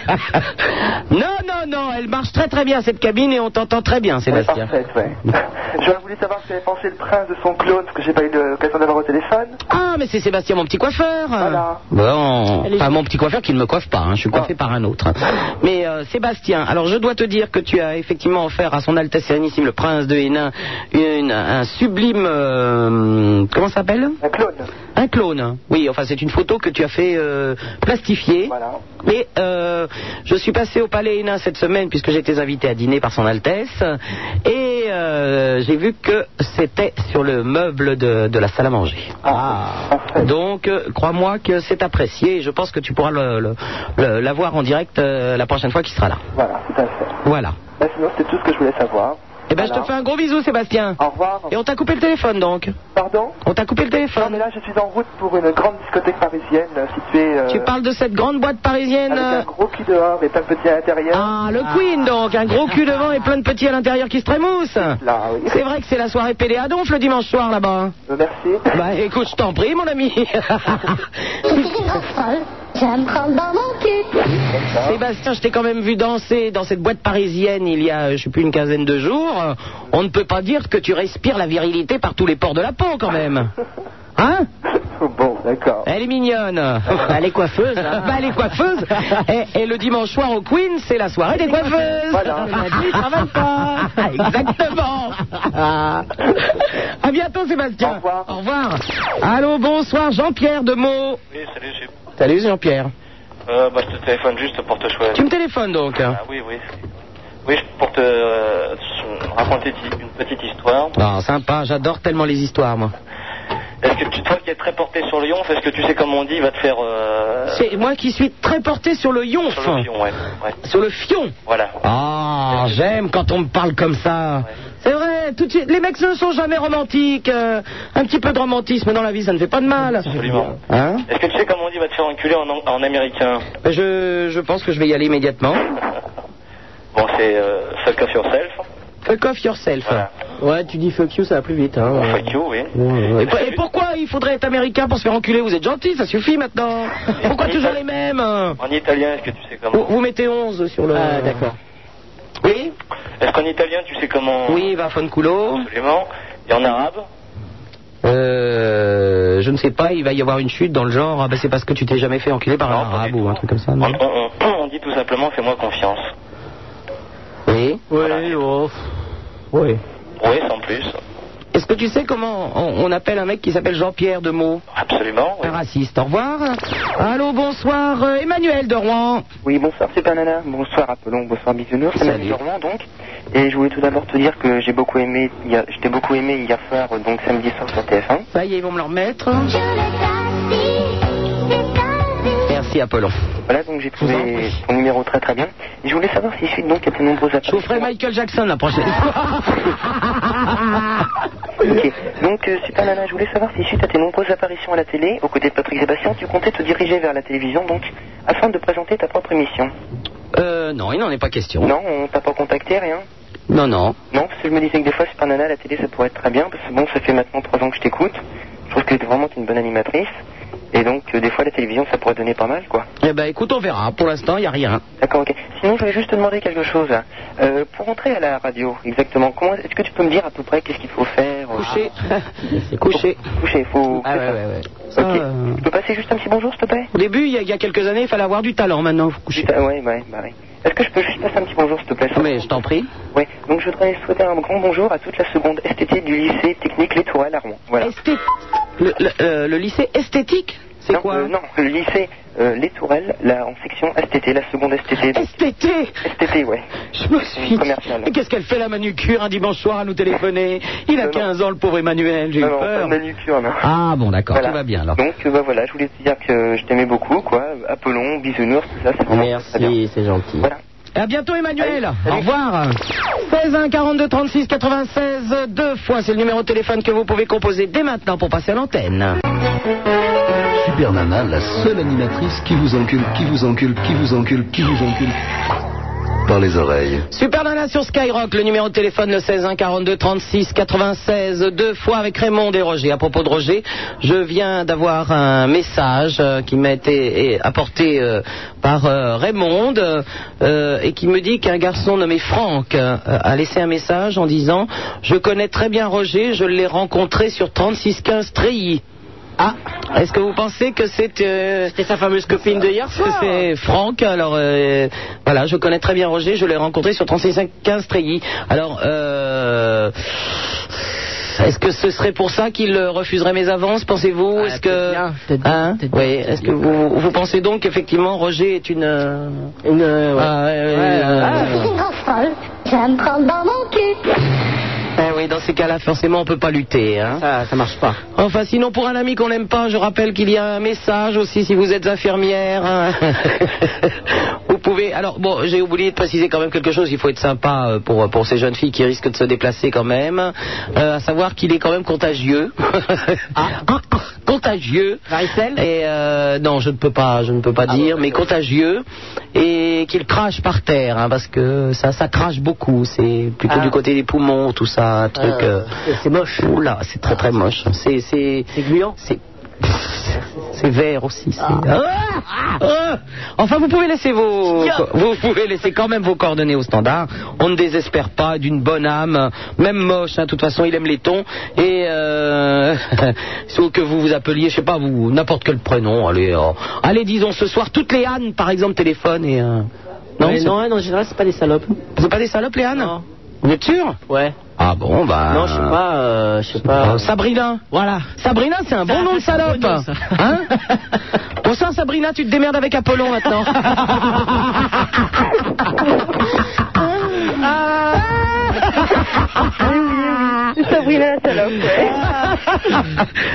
Speaker 4: Non, non, non, elle marche très très bien cette cabine et on t'entend très bien Sébastien.
Speaker 8: Parfait, ouais. J'aurais voulu savoir si tu avais pensé le prince de son clone, parce que j'ai pas eu de- l'occasion d'avoir au téléphone.
Speaker 4: Ah mais c'est Sébastien mon petit coiffeur
Speaker 8: Voilà.
Speaker 4: Bon,
Speaker 5: Elle est
Speaker 4: pas
Speaker 5: jolie. Ah.
Speaker 4: mon petit coiffeur qui ne me coiffe pas, hein, je suis coiffé par un autre. Mais euh, Sébastien, alors je dois te dire que tu as effectivement offert à son Altesse Sérénissime le Prince de Hénin une- un sublime... euh, comment ça s'appelle
Speaker 8: Un clone.
Speaker 4: Un clone, hein. oui, enfin c'est une photo que tu as fait euh, plastifier.
Speaker 8: Voilà.
Speaker 4: Mais euh, je suis passé au Palais Hénin cette semaine puisque j'étais invité à dîner par son Altesse et euh, j'ai vu que c'était sur le meuble de, de la salle à manger.
Speaker 8: Ah.
Speaker 4: Donc euh, crois-moi que c'est apprécié et je pense que tu pourras le- le- le- l'avoir en direct euh, la prochaine fois qu'il sera là.
Speaker 8: Voilà, tout à fait.
Speaker 4: Voilà.
Speaker 8: Bah, sinon, c'était tout ce que je voulais savoir.
Speaker 4: Eh ben je
Speaker 8: Voilà. Ah.
Speaker 4: te fais un gros bisou Sébastien.
Speaker 8: Au revoir.
Speaker 4: Et on t'a coupé le téléphone donc.
Speaker 8: Pardon
Speaker 4: On t'a coupé le
Speaker 8: Non, mais
Speaker 4: téléphone.
Speaker 8: là, je suis en route pour une grande discothèque parisienne euh, située. euh,
Speaker 4: Tu parles de cette grande boîte parisienne.
Speaker 8: Avec
Speaker 4: euh,
Speaker 8: un gros cul dehors et plein de petits à l'intérieur.
Speaker 4: Ah, le Queen donc, un gros cul devant et plein de petits à l'intérieur qui se trémoussent.
Speaker 8: Là, oui.
Speaker 4: C'est vrai que c'est la soirée PDA donf le dimanche soir là-bas.
Speaker 8: Euh, Merci.
Speaker 4: Bah écoute, je t'en prie mon ami.
Speaker 6: Je suis une grande folle, je me prends dans mon cul.
Speaker 4: Sébastien, je t'ai quand même vu danser dans cette boîte parisienne il y a, euh, je sais plus, une quinzaine de jours. Euh, On ne peut pas dire que tu respires la virilité par tous les pores de la peau quand même. Hein
Speaker 8: bon, d'accord.
Speaker 4: Elle est mignonne.
Speaker 5: Elle est coiffeuse. hein.
Speaker 4: Bah, les coiffeuses. Et, et le dimanche soir au Queen, c'est la soirée des coiffeuses.
Speaker 8: Voilà.
Speaker 4: Ils travaillent pas. Exactement. À bientôt, Sébastien.
Speaker 8: Au revoir.
Speaker 4: Au revoir. Allô, bonsoir, Jean-Pierre de Meaux.
Speaker 12: Oui, salut, Gilles.
Speaker 4: Salut, Jean-Pierre.
Speaker 12: Euh, bah, je te téléphone juste pour te choisir.
Speaker 4: Tu me téléphones donc.
Speaker 12: Ah, oui, oui. Oui, je- pour te euh, son- raconter ti- une petite histoire.
Speaker 4: Non, sympa, j'adore tellement les histoires, moi.
Speaker 12: Est-ce que tu, toi qui es très porté sur Lyon, est-ce que tu sais comment on dit, il va te faire... euh,
Speaker 4: C'est moi qui suis très porté sur le yonf.
Speaker 12: sur le pion, ouais. ouais.
Speaker 4: Sur le fion.
Speaker 12: Voilà.
Speaker 4: Ah, j'aime quand on me parle comme ça. C'est vrai, tout de suite, les mecs ne sont jamais romantiques. euh, un petit peu de romantisme dans la vie, ça ne fait pas de mal.
Speaker 12: Absolument.
Speaker 4: Hein
Speaker 12: Est-ce que tu sais comment on dit, il va te faire enculer en, an- en américain
Speaker 4: je, je pense que je vais y aller immédiatement.
Speaker 12: Bon, c'est euh, fuck off yourself.
Speaker 4: Fuck off yourself.
Speaker 12: Voilà.
Speaker 5: Ouais, tu dis fuck you, ça va plus vite. Hein,
Speaker 12: Bon,
Speaker 5: ouais.
Speaker 12: fuck you, oui.
Speaker 4: Et, pour- et pourquoi il faudrait être américain pour se faire enculer Vous êtes gentil, ça suffit maintenant. Pourquoi toujours les mêmes
Speaker 12: En italien, est-ce que tu sais
Speaker 4: vous,
Speaker 5: Oh,
Speaker 12: comment
Speaker 4: vous mettez 11 sur le.
Speaker 5: Ah, d'accord.
Speaker 4: Oui
Speaker 5: oh.
Speaker 12: Est-ce qu'en italien, tu sais comment
Speaker 4: Oui, va culo.
Speaker 12: Absolument. Et en arabe
Speaker 4: Euh, je ne sais pas, il va y avoir une chute dans le genre. Ah ben c'est parce que tu t'es jamais fait enculer par
Speaker 12: Non,
Speaker 4: un
Speaker 12: pas
Speaker 4: arabe
Speaker 12: du
Speaker 4: ou un
Speaker 12: tout.
Speaker 4: truc comme ça.
Speaker 12: on,
Speaker 4: non
Speaker 12: on- on- on dit tout simplement, fais-moi confiance.
Speaker 4: Oui.
Speaker 5: Ouais, oh.
Speaker 4: Oui.
Speaker 12: Oui, sans plus.
Speaker 4: Est-ce que tu sais comment on, on appelle un mec qui s'appelle Jean-Pierre de Meaux
Speaker 12: Absolument. oui.
Speaker 4: Un raciste. Au revoir. Allô, bonsoir, euh, Emmanuel de Rouen.
Speaker 18: Oui, bonsoir, c'est Banana. Bonsoir, Apollon. Bonsoir, Bisounours. C'est
Speaker 4: Salut.
Speaker 18: Manu Dormand, donc. Et je voulais tout d'abord te dire que j'ai beaucoup aimé, hier- je t'ai beaucoup aimé hier soir, euh, donc samedi soir sur TF1.
Speaker 4: Ça y est, ils vont me le remettre.
Speaker 6: Je le taxi, c'est ta vie.
Speaker 4: Merci Merci, Apollon.
Speaker 12: Voilà, donc j'ai trouvé ton numéro très très bien. Et je voulais savoir si je suis donc à de nombreux appels.
Speaker 4: Je vous ferai Michael Jackson la prochaine fois.
Speaker 12: Ok, donc euh, Super Nana, je voulais savoir si suite à tes nombreuses apparitions à la télé, aux côtés de Patrick Sébastien, tu comptais te diriger vers la télévision, donc, afin de présenter ta propre émission.
Speaker 4: Euh, non, il n'en est pas question.
Speaker 12: Non, on t'a pas contacté, rien
Speaker 4: Non, non.
Speaker 12: Non, parce que je me disais que des fois, Super Nana, à la télé, ça pourrait être très bien, parce que bon, ça fait maintenant trois ans que je t'écoute. Je trouve que t'es vraiment une bonne animatrice. Et donc, euh, des fois, la télévision, ça pourrait donner pas mal, quoi.
Speaker 4: Eh ben, écoute, on verra. Pour l'instant, il n'y a rien.
Speaker 12: D'accord, ok. Sinon, je voulais juste te demander quelque chose. Euh, pour entrer à la radio, exactement, comment est-ce que tu peux me dire à peu près qu'est-ce qu'il faut faire euh,
Speaker 4: Coucher. Coucher.
Speaker 12: Coucher, faut.
Speaker 4: Ah, ouais, ouais, ouais. Ah, euh.
Speaker 12: Ok. Tu peux passer juste un petit bonjour, s'il te plaît
Speaker 4: Au début, il y, a- il y a quelques années, il fallait avoir du talent. Maintenant, faut coucher.
Speaker 12: Putain, Ouais, ouais, bah ouais. Est-ce que je peux juste passer un petit bonjour, s'il te plaît
Speaker 4: Mais je t'en prie.
Speaker 12: Oui, donc je voudrais souhaiter un grand bonjour à toute la seconde STT du lycée technique L'Étoile à Rouen. Voilà.
Speaker 4: Esthé- Le, le- euh, le lycée esthétique C'est
Speaker 12: non,
Speaker 4: quoi
Speaker 12: euh, Non, le lycée euh, Les Tourelles, là, en section STT, la seconde
Speaker 4: Ah,
Speaker 12: STT. donc-
Speaker 4: STT
Speaker 12: STT, ouais.
Speaker 4: Je me suis dit,
Speaker 12: Commercial.
Speaker 4: mais qu'est-ce qu'elle fait la manucure un dimanche soir à nous téléphoner Il a 15 ans, le pauvre Emmanuel, j'ai eu
Speaker 12: Non, non, pas
Speaker 4: peur.
Speaker 12: Euh, de manucure, non.
Speaker 4: Ah bon, d'accord,
Speaker 12: Voilà.
Speaker 4: tout va bien alors.
Speaker 12: Donc, euh, bah voilà, je voulais te dire que je t'aimais beaucoup, quoi. Apollon, bisounours, tout ça, c'est vraiment très bien.
Speaker 5: c'est gentil.
Speaker 12: Voilà.
Speaker 4: Et à bientôt Emmanuel. Au revoir. 16 1 42 36 96 deux fois, c'est le numéro de téléphone que vous pouvez composer dès maintenant pour passer à l'antenne.
Speaker 11: Super Nana, la seule animatrice qui vous encule, qui vous encule, qui vous encule, qui vous encule. Par les oreilles.
Speaker 4: Super Nana sur Skyrock, le numéro de téléphone le 16 1 42 36 96 deux fois avec Raymond et Roger. À propos de Roger, je viens d'avoir un message euh, qui m'a été eh, apporté euh, par euh, Raymond euh, euh, et qui me dit qu'un garçon nommé Franck euh, a laissé un message en disant "Je connais très bien Roger, je l'ai rencontré sur 3615 Treillis." Ah, est-ce que vous pensez que c'est... euh,
Speaker 5: C'était sa fameuse copine de hier soir.
Speaker 4: c'est Franck. Alors euh, voilà, je connais très bien Roger, je l'ai rencontré sur 3515 Treillis. Alors euh, est-ce que ce serait pour ça qu'il euh, refuserait mes avances, pensez-vous Est-ce que
Speaker 5: bien, Ah, peut-être bien,
Speaker 4: Hein
Speaker 5: peut-être bien.
Speaker 4: Oui, est-ce que vous, vous pensez donc qu'effectivement Roger est une euh,
Speaker 5: Une,
Speaker 4: ah, ouais, ouais, euh,
Speaker 5: Ah,
Speaker 6: Je suis une grosse folle, je vais me prendre dans mon cul.
Speaker 4: Ah oui, dans ces cas-là, forcément, on peut pas lutter. Hein.
Speaker 5: Ça, ça marche pas.
Speaker 4: Enfin, sinon, pour un ami qu'on n'aime pas, je rappelle qu'il y a un message aussi si vous êtes infirmière. hein. vous pouvez. Alors, bon, j'ai oublié de préciser quand même quelque chose. Il faut être sympa euh, pour, pour ces jeunes filles qui risquent de se déplacer quand même. Euh, à savoir qu'il est quand même contagieux. Ah, ah, contagieux.
Speaker 5: Varicelle
Speaker 4: Et euh, non, je ne peux pas, je ne peux pas dire, mais contagieux et qu'il crache par terre, hein, parce que ça, ça crache beaucoup. C'est plutôt
Speaker 5: Ah.
Speaker 4: du côté des poumons, tout ça, un truc.
Speaker 5: Ah.
Speaker 4: euh,
Speaker 5: C'est moche.
Speaker 4: Oula, c'est très très moche. C'est c'est
Speaker 5: C'est gluant
Speaker 4: c'est c'est vert aussi. c'est- Ah Ah enfin, vous pouvez laisser vos vous pouvez laisser quand même vos coordonnées au standard. On ne désespère pas d'une bonne âme, même moche. hein. De toute façon, il aime les tons et euh, sauf que vous vous appeliez, je sais pas vous, n'importe quel prénom. Allez, oh. allez, disons ce soir toutes les Anne, par exemple, téléphone et euh,
Speaker 5: Non,
Speaker 4: c'est-
Speaker 5: non, hein, en général, c'est pas des salopes.
Speaker 4: vous êtes pas des salopes les Anne
Speaker 5: Non.
Speaker 4: Vous êtes sûr
Speaker 5: Ouais.
Speaker 4: Ah bon
Speaker 11: ben,
Speaker 4: bah
Speaker 5: Non, je sais pas, euh, je sais pas.
Speaker 4: euh, Sabrina. Voilà. Sabrina, c'est un bon nom de
Speaker 5: c'est un
Speaker 4: salope.
Speaker 5: bon nom, ça.
Speaker 4: Hein Bon sang, Sabrina, tu te démerdes avec Apollon maintenant. Ah.
Speaker 5: Ah.
Speaker 7: Sabrina la salope, ouais.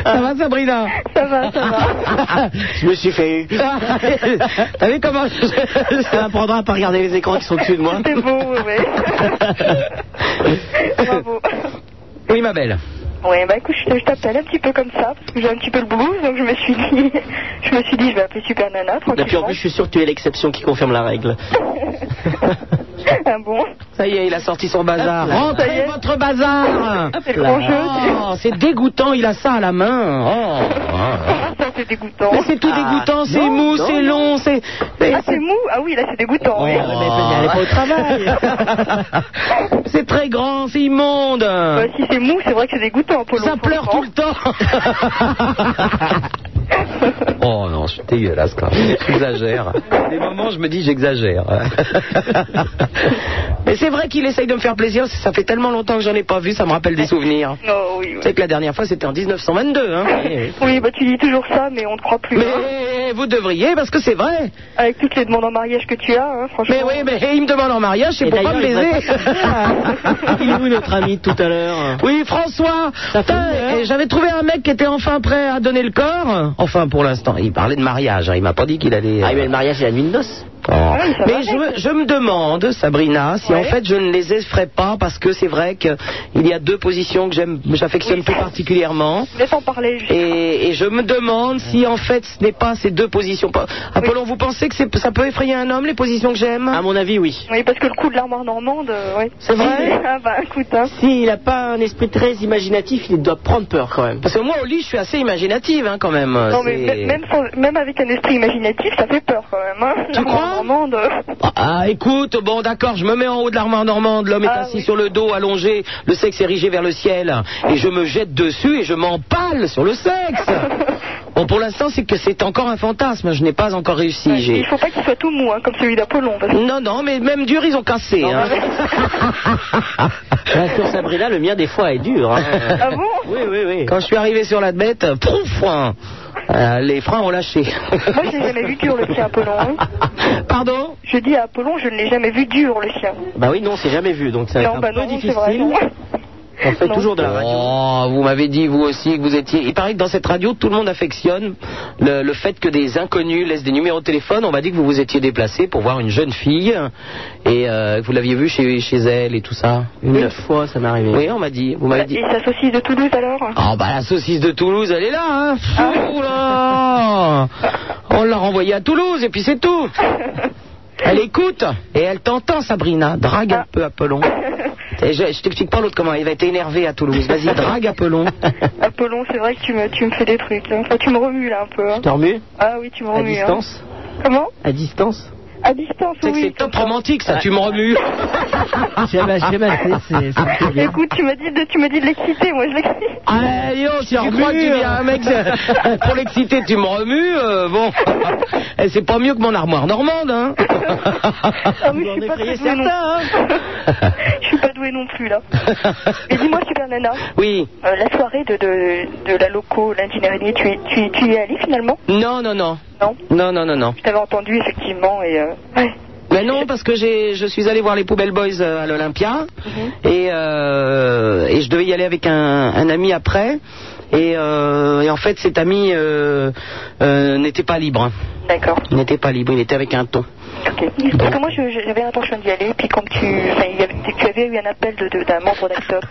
Speaker 4: ça va, Sabrina
Speaker 7: Ça va, ça va.
Speaker 5: Je me suis fait eu.
Speaker 4: T'as vu comment je...
Speaker 5: Ça m'apprendra à pas regarder les écrans qui sont au-dessus de moi.
Speaker 7: C'est beau, ouais, ouais. Bravo.
Speaker 4: Oui, ma belle.
Speaker 7: Ouais, bah écoute, je te- je t'appelle un petit peu comme ça, parce que j'ai un petit peu le blues, donc je me suis dit, je me suis dit, je vais appeler Super Nana,
Speaker 5: Et puis en
Speaker 7: tranquillement.
Speaker 5: plus, je suis sûr que tu es l'exception qui confirme la règle.
Speaker 7: Ah bon
Speaker 4: Ça y est, il a sorti son bazar.
Speaker 5: Ah.
Speaker 7: Ça y
Speaker 4: Rentrez
Speaker 7: est.
Speaker 4: votre bazar
Speaker 7: Ah, c'est le grand
Speaker 4: Oh, c'est dégoûtant, il a ça à la main. Oh.
Speaker 7: Ah, ça c'est dégoûtant.
Speaker 4: Mais c'est tout dégoûtant, c'est
Speaker 5: Ah, non,
Speaker 4: mou,
Speaker 5: non,
Speaker 4: c'est
Speaker 5: non.
Speaker 4: long, c'est... mais-
Speaker 7: Ah, c'est mou Ah oui, là c'est dégoûtant.
Speaker 4: Ouais,
Speaker 7: merde.
Speaker 4: mais
Speaker 5: allez pas au
Speaker 4: travail. c'est très grand, c'est immonde.
Speaker 7: Bah, si c'est mou, c'est vrai que c'est dégoûtant, Polo.
Speaker 4: Ça
Speaker 7: faut
Speaker 4: pleure tout
Speaker 7: comprendre.
Speaker 4: le temps. oh non, je suis dégueulasse quand même. J'exagère. Des moments, je me dis j'exagère. Mais c'est vrai qu'il essaye de me faire plaisir. Ça fait tellement longtemps que j'en ai pas vu, ça me rappelle des souvenirs.
Speaker 7: Non, Oh, oui,
Speaker 4: Tu
Speaker 7: oui.
Speaker 4: sais que la dernière fois, c'était en 1922. Hein.
Speaker 7: Oui, bah tu dis toujours ça, mais on ne croit plus. hein.
Speaker 4: Mais vous devriez, parce que c'est vrai.
Speaker 7: Avec toutes les demandes en mariage que tu as, hein, franchement.
Speaker 4: Mais oui, mais il me demande en mariage, c'est
Speaker 5: Et
Speaker 4: pour pas me
Speaker 5: d'ailleurs, il
Speaker 4: baiser.
Speaker 5: Il est où notre ami de tout à l'heure
Speaker 4: Oui, François,
Speaker 5: Ça fait
Speaker 4: putain, eh,
Speaker 5: une heure.
Speaker 4: et j'avais trouvé un mec qui était enfin prêt à donner le corps. Enfin, pour l'instant, il parlait parlé de mariage. hein. Il m'a pas dit qu'il allait.
Speaker 5: Ah,
Speaker 4: euh,
Speaker 5: mais le mariage, c'est la nuit de noces.
Speaker 4: Oh.
Speaker 5: Ah oui, ça va
Speaker 4: Mais je, me- je me demande, Sabrina, si en fait je ne les effraie pas parce que c'est vrai qu'il y a deux positions que j'aime, j'affectionne plus particulièrement.
Speaker 7: Laisse en parler. juste.
Speaker 4: Et, et je me demande si en fait ce n'est pas ces deux positions. Pa- Apollon, vous pensez que c'est- ça peut effrayer un homme les positions que j'aime À
Speaker 5: mon avis, oui.
Speaker 7: Oui, parce que le coup de l'armoire normande, euh, oui.
Speaker 5: C'est vrai
Speaker 7: Ah bah écoute, hein.
Speaker 5: S'il n'a pas un esprit très imaginatif, il doit prendre peur quand même.
Speaker 4: Parce que moi, au lit, je suis assez imaginative hein, quand même.
Speaker 7: Non, mais
Speaker 4: C'est-
Speaker 7: m- même, sans- même avec un esprit imaginatif, ça fait peur quand même. Hein. L'armoire normande. euh,
Speaker 4: Ah, écoute, bon, d'accord, je me mets en haut de l'armoire normande, l'homme est
Speaker 5: Ah,
Speaker 4: assis sur le dos, allongé, le sexe érigé vers le ciel, et je me jette dessus et je m'empale sur le sexe. bon, pour l'instant, c'est que c'est encore un fantasme, je n'ai pas encore réussi.
Speaker 7: bah,
Speaker 5: Bah,
Speaker 7: Il faut pas qu'il soit tout mou, hein, comme celui d'Apollon. parce que-
Speaker 4: Non, non, mais même dur, ils ont cassé. hein.
Speaker 5: Sur Sabrina, le mien, des fois, est dur. hein.
Speaker 7: Ah bon
Speaker 5: Oui, oui, oui.
Speaker 4: Quand je suis arrivé sur la bête, prouf, frein. Euh, les freins ont lâché.
Speaker 7: Moi, je l'ai jamais vu dur, le chien Apollon. hein.
Speaker 4: Pardon
Speaker 7: Je dis à Apollon, je ne l'ai jamais vu dur, le chien.
Speaker 5: Bah oui, non, c'est jamais vu, donc ça va être
Speaker 7: non,
Speaker 5: un
Speaker 7: bah
Speaker 5: peu
Speaker 7: non, c'est
Speaker 5: difficile.
Speaker 7: vrai. non.
Speaker 5: On fait toujours de la radio.
Speaker 4: Oh, vous m'avez dit vous aussi que vous étiez. Il paraît que dans cette radio, tout le monde affectionne le, le fait que des inconnus laissent des numéros de téléphone. On m'a dit que vous vous étiez déplacé pour voir une jeune fille et euh, que vous l'aviez vue chez, chez elle et tout ça.
Speaker 5: Une Bah, fois, ça m'est arrivé.
Speaker 4: Oui, on m'a dit. Vous m'avez dit.
Speaker 7: Et sa saucisse de Toulouse alors
Speaker 4: Oh bah la saucisse de Toulouse, elle est là, hein
Speaker 7: Ah.
Speaker 4: Pfff, oula On l'a renvoyée à Toulouse et puis c'est tout Elle écoute et elle t'entend Sabrina, drague
Speaker 7: Ah.
Speaker 4: un peu Apollon. Et je, je t'explique pas l'autre comment, il va être énervé à Toulouse. Vas-y, drague Apollon.
Speaker 7: Apollon, c'est vrai que tu me, tu me fais des trucs. hein. Enfin, tu me remues là un peu. hein.
Speaker 5: remues
Speaker 7: Ah oui, tu me
Speaker 5: À
Speaker 7: remues. hein.
Speaker 5: distance
Speaker 7: Comment
Speaker 5: À distance
Speaker 7: À distance,
Speaker 4: C'est que
Speaker 7: oui.
Speaker 4: c'est top romantique ça, tu me remues. Ah,
Speaker 5: Jamais, jamais, Ah, c'est.
Speaker 7: Écoute, tu m'as dit de, tu m'as dit de l'exciter, moi je l'excite.
Speaker 4: Allez, on s'y Ah, Tu crois que tu dis à un mec, c'est- pour l'exciter, tu me remues, euh, bon. Eh, c'est pas mieux que mon armoire normande, hein.
Speaker 7: Ah oui, je suis pas très douée non.
Speaker 4: hein.
Speaker 7: je suis pas douée non plus là. Mais dis-moi, super nana.
Speaker 4: Oui.
Speaker 7: euh, la soirée de, de, de la loco lundi dernier, tu, es- tu, es- tu y es allée finalement
Speaker 4: Non, non, non.
Speaker 7: Non.
Speaker 4: Non, non, non, non.
Speaker 7: Je t'avais entendu effectivement et euh, ouais.
Speaker 4: Mais non, parce que j'ai, je suis allé voir les Poubelle Boys euh, à l'Olympia
Speaker 7: Mhm.
Speaker 4: et, euh, et je devais y aller avec un, un ami après. Et, euh, et en fait, cet ami euh, euh, n'était pas libre.
Speaker 7: D'accord.
Speaker 4: Il n'était pas libre, il était avec un ton.
Speaker 7: Ok. Parce que moi je- je- j'avais l'intention d'y aller, puis quand tu, enfin, il y avait- tu avais eu un appel de- de- d'un membre d'Actop.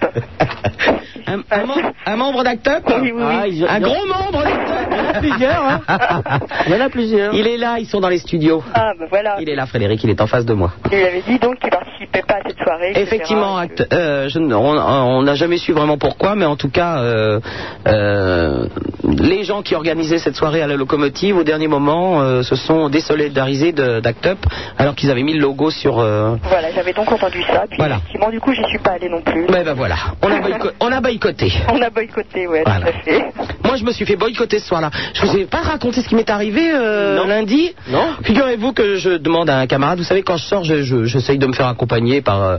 Speaker 4: Un, un mem- un membre d'Actop
Speaker 7: Oui, oui, oui. Ah, ils-
Speaker 4: Un
Speaker 7: ils-
Speaker 4: gros membre d'Actop Il y en a plusieurs.
Speaker 5: Il y en a plusieurs.
Speaker 4: Il est là, ils sont dans les studios.
Speaker 7: Ah ben voilà.
Speaker 4: Il est là, Frédéric, il est en face de moi.
Speaker 7: Il avait dit donc qu'il participait pas à cette soirée. etc.
Speaker 4: Effectivement, acte- euh, je ne- on- on n'a jamais su vraiment pourquoi, mais en tout cas, euh, euh, les gens qui organisaient cette soirée à la locomotive, au dernier moment, euh, se sont désolidarisés de- d'Act Up, alors qu'ils avaient mis le logo sur... euh,
Speaker 7: Voilà, j'avais donc entendu ça, puis
Speaker 4: Voilà.
Speaker 7: effectivement du coup j'y suis pas allée non plus.
Speaker 4: Ben, ben voilà, on a, boyco- on a boycotté.
Speaker 7: On a boycotté, ouais,
Speaker 4: Voilà.
Speaker 7: tout à fait.
Speaker 4: Moi, je me suis fait boycotter ce soir-là. Je vous ai pas raconté ce qui m'est arrivé euh, lundi. Non. Figurez-vous que je demande à un camarade. Vous savez, quand je sors, je- je- j'essaye de me faire accompagner par euh,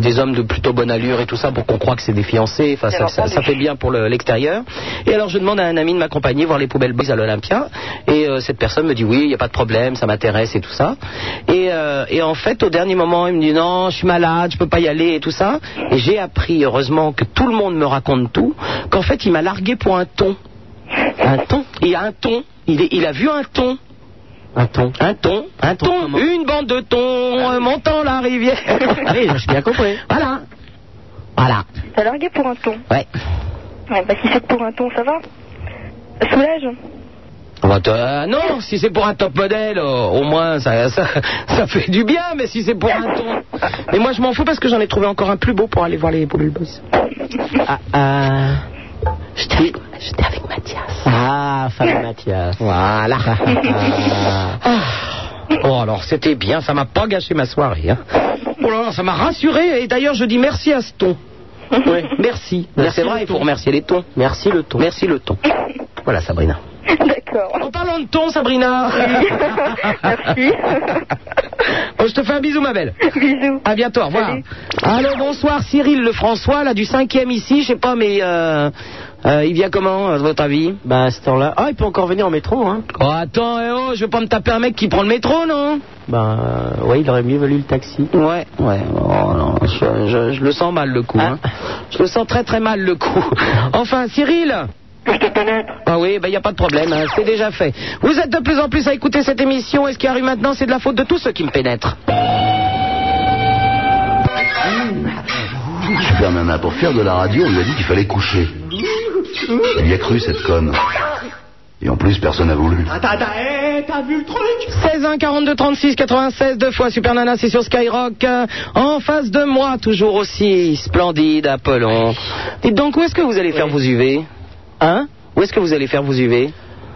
Speaker 4: des hommes de plutôt bonne allure et tout ça pour qu'on croie que c'est des fiancés. Enfin, ça, ça- ça fait bien pour le- l'extérieur. et alors, je demande à un ami de m'accompagner voir les poubelles boys à l'Olympia. Et euh, cette personne me dit oui, il n'y a pas de problème, ça m'intéresse et tout ça. Et, euh, et en fait, au dernier moment, il me dit non, je suis malade, je peux pas y aller et tout ça. Et j'ai appris, heureusement, que tout le monde me raconte tout, qu'en fait, il m'a largué pour un ton. Un ton Il a un ton. Il, est- il a vu un ton. Un ton. Un ton. Un ton. une bande de tons euh, montant la rivière. Ah oui, j'ai bien compris. Voilà. Voilà.
Speaker 7: T'as largué pour un ton
Speaker 4: Ouais.
Speaker 7: Ouais, bah si c'est pour un ton, ça va Ça Soulage
Speaker 4: On va te- euh, non, si c'est pour un top modèle, euh, au moins ça, ça, ça fait du bien, mais si c'est pour un ton. Mais moi je m'en fous parce que j'en ai trouvé encore un plus beau pour aller voir les Poubelle Boys. Ah, ah. J'étais avec, j'étais avec Mathias.
Speaker 5: Ah, Fabien Mathias.
Speaker 4: Voilà. Ah. Oh, alors c'était bien, ça m'a pas gâché ma soirée. hein. Oh là là, ça m'a rassuré, et d'ailleurs je dis merci à ce ton. Oui, merci. C'est vrai, il faut remercier les tons. Merci le ton. Merci le ton. Voilà, Sabrina.
Speaker 7: D'accord.
Speaker 4: En parlant de ton, Sabrina.
Speaker 7: Merci.
Speaker 4: Bon, je te fais un bisou, ma belle.
Speaker 7: Bisous.
Speaker 4: À bientôt, au revoir. Alors, bonsoir, Cyril le François, là, du cinquième ici, je sais pas, mais euh, euh, il vient comment, à votre avis
Speaker 5: Bah, à ce temps-là. Ah, il peut encore venir en métro, hein.
Speaker 4: Oh, attends, eh oh, je vais pas me taper un mec qui prend le métro, non
Speaker 5: Bah, euh, ouais, il aurait mieux valu le taxi.
Speaker 4: Ouais, ouais, oh non,
Speaker 5: Ah.
Speaker 4: je, je- je le sens mal le coup. hein. Je le sens très très mal le coup. Enfin, Cyril
Speaker 21: que je te pénètre.
Speaker 4: Ah oui, ben il n'y a pas de problème, hein, c'est déjà fait. Vous êtes de plus en plus à écouter cette émission et ce qui arrive maintenant, c'est de la faute de tous ceux qui me pénètrent.
Speaker 11: Super Nana, pour faire de la radio, on lui a dit qu'il fallait coucher. Il y a cru, cette conne. Et en plus, personne n'a voulu.
Speaker 16: Attends, attends, hé, t'as vu le truc
Speaker 4: 16 1 42 36 96 deux fois Super Nana c'est sur Skyrock euh, en face de moi toujours aussi splendide Apollon. Dites donc où est-ce que vous allez faire vos UV Hein Où est-ce que vous allez faire vos UV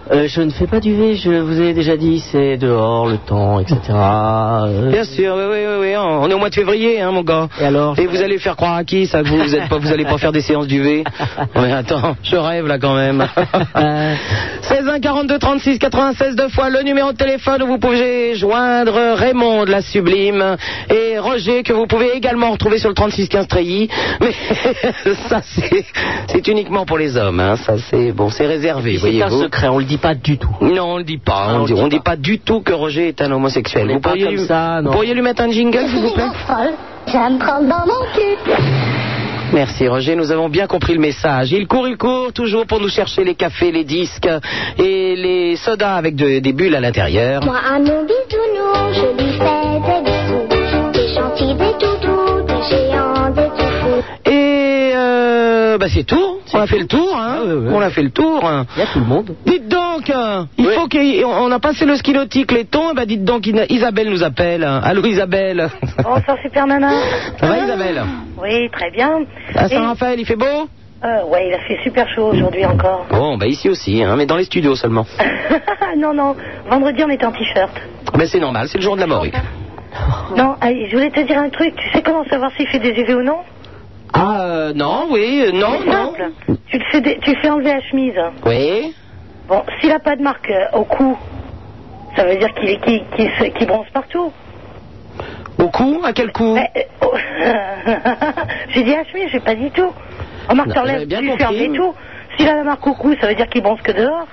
Speaker 5: Euh, je ne fais pas d'UV, je vous ai déjà dit, c'est dehors, le temps, etc. Euh,
Speaker 4: Bien sûr, oui, oui, oui, oui, on est au mois de février, hein, mon gars.
Speaker 5: Et alors
Speaker 4: Et vous allez faire croire à qui ça que vous, vous êtes pas, vous allez pas faire des séances d'UV Mais attends, je rêve là quand même.
Speaker 5: Euh,
Speaker 4: 16 1 42 36 96 deux fois le numéro de téléphone où vous pouvez joindre Raymond de la Sublime et Roger que vous pouvez également retrouver sur le 36 15 treillis. Mais ça c'est c'est uniquement pour les hommes, hein. ça c'est bon, c'est réservé,
Speaker 5: C'est un
Speaker 4: voyez-vous.
Speaker 5: secret, on le dit pas du tout.
Speaker 4: Non, on le dit pas.
Speaker 5: Ah,
Speaker 4: on,
Speaker 5: on
Speaker 4: dit,
Speaker 5: le dit
Speaker 4: on dit
Speaker 5: pas.
Speaker 4: pas du tout que Roger est un homosexuel.
Speaker 5: On
Speaker 4: Vous
Speaker 5: est pas
Speaker 4: pourriez,
Speaker 5: comme
Speaker 4: lui,
Speaker 5: ça, non.
Speaker 4: vous pourriez lui mettre un jingle, s'il vous plaît
Speaker 6: J'aime prendre dans mon cul.
Speaker 4: Merci Roger, nous avons bien compris le message. Il court, il court, toujours pour nous chercher les cafés, les disques et les sodas avec de- des bulles à l'intérieur.
Speaker 6: Moi, à mon bisounours, je lui fais des bisous. Des gentils, des toutous, des géants, des tout fous.
Speaker 4: Et euh, bah c'est tout. On a fait le tour, hein. On a fait le tour. hein.
Speaker 5: Il y a tout le monde.
Speaker 4: Dites donc, hein, il faut qu'on a passé le skilotique, les tons. Et bah dites donc, Ina- Isabelle nous appelle. Hein. Allô Isabelle.
Speaker 7: Bonsoir Super Nana.
Speaker 4: Ça va Isabelle
Speaker 7: Oui, très bien.
Speaker 4: À
Speaker 7: Et-
Speaker 4: Ah, Saint-Raphaël, il fait beau
Speaker 7: Euh, ouais, il a fait super chaud aujourd'hui encore.
Speaker 4: Bon, bah ici aussi, hein, mais dans les studios seulement.
Speaker 7: non, non, vendredi on était en t-shirt.
Speaker 4: Mais c'est normal, c'est le jour de la morue. Oh.
Speaker 7: Non, ah, je voulais te dire un truc, tu sais comment savoir s'il fait des UV ou non
Speaker 4: Ah, euh, non, oui, euh, non, non.
Speaker 7: Simple. Tu le fais, dé- tu le fais enlever la chemise.
Speaker 4: Oui.
Speaker 7: Bon, s'il a pas de marque euh, au cou, ça veut dire qu'il est- qu'il- qu'il se- qu'il bronze partout.
Speaker 4: Au cou À quel coup
Speaker 7: Mais, euh, oh, j'ai dit la chemise, j'ai pas dit tout. Remarque,
Speaker 4: Non, j'avais
Speaker 7: t'enlèves,
Speaker 4: bien
Speaker 7: tu le
Speaker 4: compris,
Speaker 7: fais enlever
Speaker 4: mais-
Speaker 7: tout. S'il a la marque au cou, ça veut dire qu'il bronze que dehors.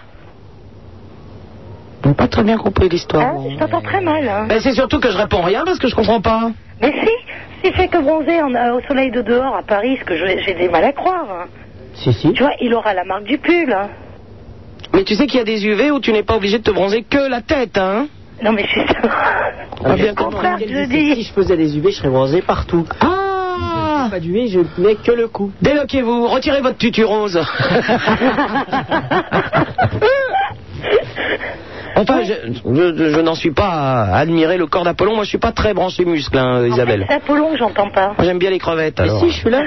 Speaker 4: J'ai pas très bien compris l'histoire.
Speaker 7: Ah, Je t'entends très mal. hein.
Speaker 4: Ben, c'est surtout que je réponds rien parce que je comprends pas.
Speaker 7: Mais si, s'il fait que bronzer en- euh, au soleil de dehors à Paris, ce que je- j'ai des mal à croire. hein.
Speaker 4: Si, si.
Speaker 7: Tu vois, il aura la marque du pull. hein.
Speaker 4: Mais tu sais qu'il y a des UV où tu n'es pas obligé de te bronzer que la tête, hein
Speaker 7: Non, mais c'est ça.
Speaker 4: Ah, bien
Speaker 7: C'est le contraire que je dis.
Speaker 5: Si je faisais des UV, je serais bronzé partout.
Speaker 4: Ah
Speaker 5: Pas d'UV, je n'ai que le cou.
Speaker 4: Déloquez-vous, retirez votre tutu rose. Enfin, je, je- je n'en suis pas à admirer le corps d'Apollon. Moi, je suis pas très branché muscle, hein,
Speaker 7: En fait,
Speaker 4: Isabelle.
Speaker 7: C'est Apollon que j'entends pas.
Speaker 4: Moi, j'aime bien les crevettes.
Speaker 5: Mais
Speaker 4: alors.
Speaker 5: si, je suis là.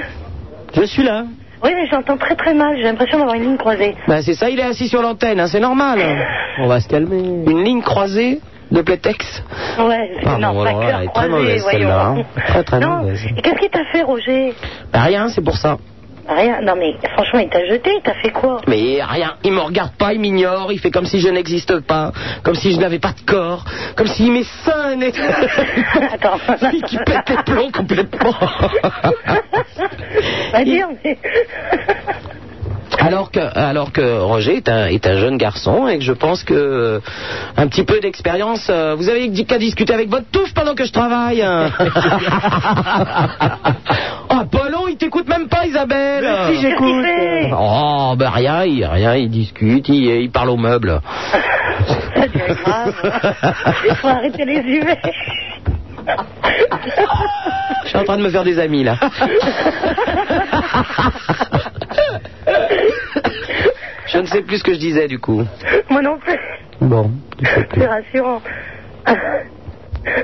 Speaker 4: Je suis là.
Speaker 7: Oui, mais j'entends très très mal. J'ai l'impression d'avoir une ligne croisée.
Speaker 4: Ben, c'est ça, il est assis sur l'antenne, hein, c'est normal.
Speaker 5: On va se calmer.
Speaker 4: Une ligne croisée de plétex.
Speaker 7: Ouais,
Speaker 4: Ah,
Speaker 7: non,
Speaker 4: bon,
Speaker 7: pas
Speaker 4: alors,
Speaker 7: cœur
Speaker 4: elle est très
Speaker 7: croisé,
Speaker 4: mauvaise,
Speaker 7: voyons.
Speaker 4: celle-là, hein. Très, très
Speaker 7: non.
Speaker 4: mauvaise.
Speaker 7: Et qu'est-ce qu'il t'a fait, Roger
Speaker 4: Ben, rien, c'est pour ça.
Speaker 7: Rien. Non, mais franchement, il t'a jeté. Il t'a fait quoi
Speaker 4: Mais rien, il me regarde pas, il m'ignore, il fait comme si je n'existe pas, comme si je n'avais pas de corps, comme si mes seins n'étaient...
Speaker 7: Attends.
Speaker 4: Il qui pète les plombs complètement.
Speaker 7: Va dire, mais...
Speaker 4: alors que, alors que Roger est un, est un jeune garçon et que je pense que euh, un petit peu d'expérience, euh, vous avez dit qu'à discuter avec votre touffe pendant que je travaille. hein. oh, Apollon, il t'écoute même pas, Isabelle.
Speaker 7: Mais si, j'écoute. Qu'est-ce qu'il fait
Speaker 4: Oh, ben rien, il, rien, il discute, il, il parle au meuble.
Speaker 7: Ça, c'est grave. Il faut arrêter les UV.
Speaker 4: Je suis en train de me faire des amis là. Je ne sais plus ce que je disais du coup.
Speaker 7: Moi non plus.
Speaker 4: Bon.
Speaker 7: C'est rassurant.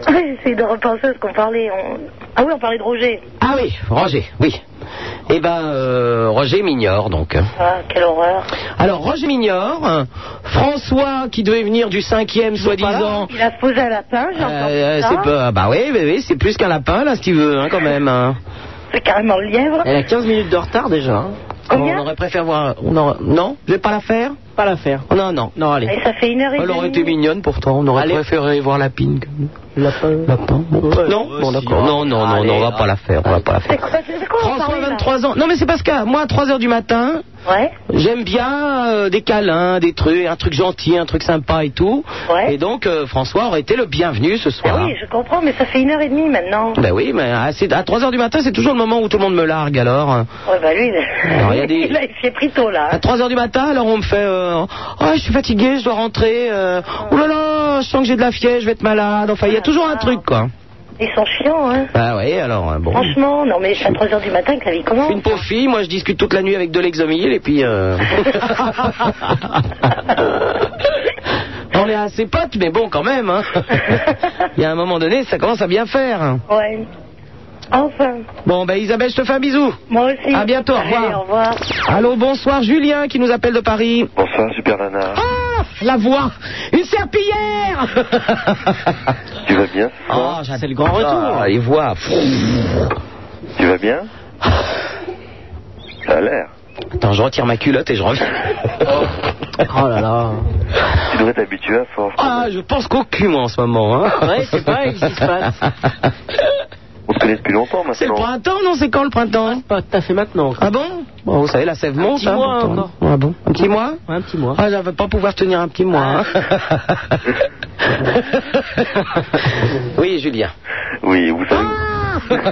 Speaker 7: Ah, J'essaie de repenser à ce qu'on parlait. On- Ah oui, on parlait de Roger.
Speaker 4: Ah oui, Roger, oui. Eh ben, euh, Roger m'ignore donc.
Speaker 7: Ah, quelle horreur.
Speaker 4: Alors, Roger m'ignore. hein. François, qui devait venir du cinquième, soi-disant.
Speaker 7: Il a posé un lapin, j'ai
Speaker 4: Euh,
Speaker 7: entendu ça.
Speaker 4: c'est pas- bah oui, oui, oui, c'est plus qu'un lapin là, si tu veux, hein, quand même. hein.
Speaker 7: C'est carrément le lièvre.
Speaker 4: Eh.
Speaker 5: Elle a 15 minutes de retard déjà. hein.
Speaker 7: Combien
Speaker 4: on aurait préféré voir. on aurait- Non, je vais pas la faire.
Speaker 5: pas la faire.
Speaker 4: Non, non, non, allez.
Speaker 7: Et ça fait une heure et
Speaker 4: Elle aurait
Speaker 7: demie.
Speaker 4: été mignonne pourtant, on aurait
Speaker 5: Allez.
Speaker 4: préféré voir la ping.
Speaker 5: Lapin.
Speaker 4: Lapin. Bon, non,
Speaker 5: aussi,
Speaker 4: bon d'accord.
Speaker 5: hein.
Speaker 4: Non, non, non,
Speaker 5: Allez,
Speaker 4: non, on va pas la faire, on va pas la faire. François, 23 ans. Non, mais c'est parce que moi, à 3 heures du matin, j'aime bien euh, des câlins, des trucs, un truc gentil, un truc sympa et tout. Et donc, euh, François aurait été le bienvenu ce soir.
Speaker 7: Eh Ben Oui, je comprends, mais ça fait une heure et demie maintenant.
Speaker 4: Ben oui, mais à, c'est- à 3 heures du matin, c'est toujours le moment où tout le monde me largue, alors.
Speaker 7: Ouais, bah lui,
Speaker 4: Alors, il y a des-
Speaker 7: il, a- il s'y est pris tôt là.
Speaker 4: À 3 heures du matin, alors on me fait euh, Ah, je suis fatigué, je dois rentrer. euh, oh là là, je sens que j'ai de la fièvre, je vais être malade. Enfin, il y a toujours un truc, quoi.
Speaker 7: Ils sont chiants, hein.
Speaker 4: Bah oui, alors, euh, bon.
Speaker 7: Franchement, non, mais à 3h du matin, que la vie commence.
Speaker 4: Une pauvre fille, moi je discute toute la nuit avec de l'exomil et puis. euh, On est assez potes, mais bon, quand même. hein. Il y a un moment donné, ça commence à bien faire.
Speaker 7: Ouais. Enfin.
Speaker 4: Bon, ben Isabelle, je te fais un bisou.
Speaker 7: Moi aussi.
Speaker 4: À bientôt, au revoir.
Speaker 7: Allez, au revoir.
Speaker 4: Allô, bonsoir, Julien qui nous appelle de Paris.
Speaker 11: Bonsoir, Super Nana.
Speaker 4: Ah, la voix Une serpillière
Speaker 11: Tu vas bien
Speaker 4: Oh, c'est le grand retour. les voix.
Speaker 11: Tu vas bien Ça a l'air.
Speaker 4: Attends, je retire ma culotte et je reviens. oh là là.
Speaker 11: Tu devrais t'habituer à force.
Speaker 4: Ah, je pense qu'au cul, moi, en ce moment.
Speaker 5: Ah
Speaker 4: Hein.
Speaker 11: Ouais, c'est vrai, qu'est-ce qui se passe On se connaît depuis longtemps
Speaker 4: C'est le
Speaker 11: maintenant.
Speaker 4: printemps, non C'est quand le printemps
Speaker 5: Ah, Pas tout à fait maintenant.
Speaker 4: Ah bon Bon, vous savez, la sève
Speaker 5: Un
Speaker 4: monte.
Speaker 5: petit
Speaker 4: hein,
Speaker 5: mois
Speaker 4: pourtant.
Speaker 5: encore.
Speaker 4: Ah bon Un petit mois
Speaker 5: Ouais, un petit mois.
Speaker 4: Ah, je vais pas pouvoir tenir un petit mois. hein. oui, Julien.
Speaker 11: Oui, vous savez,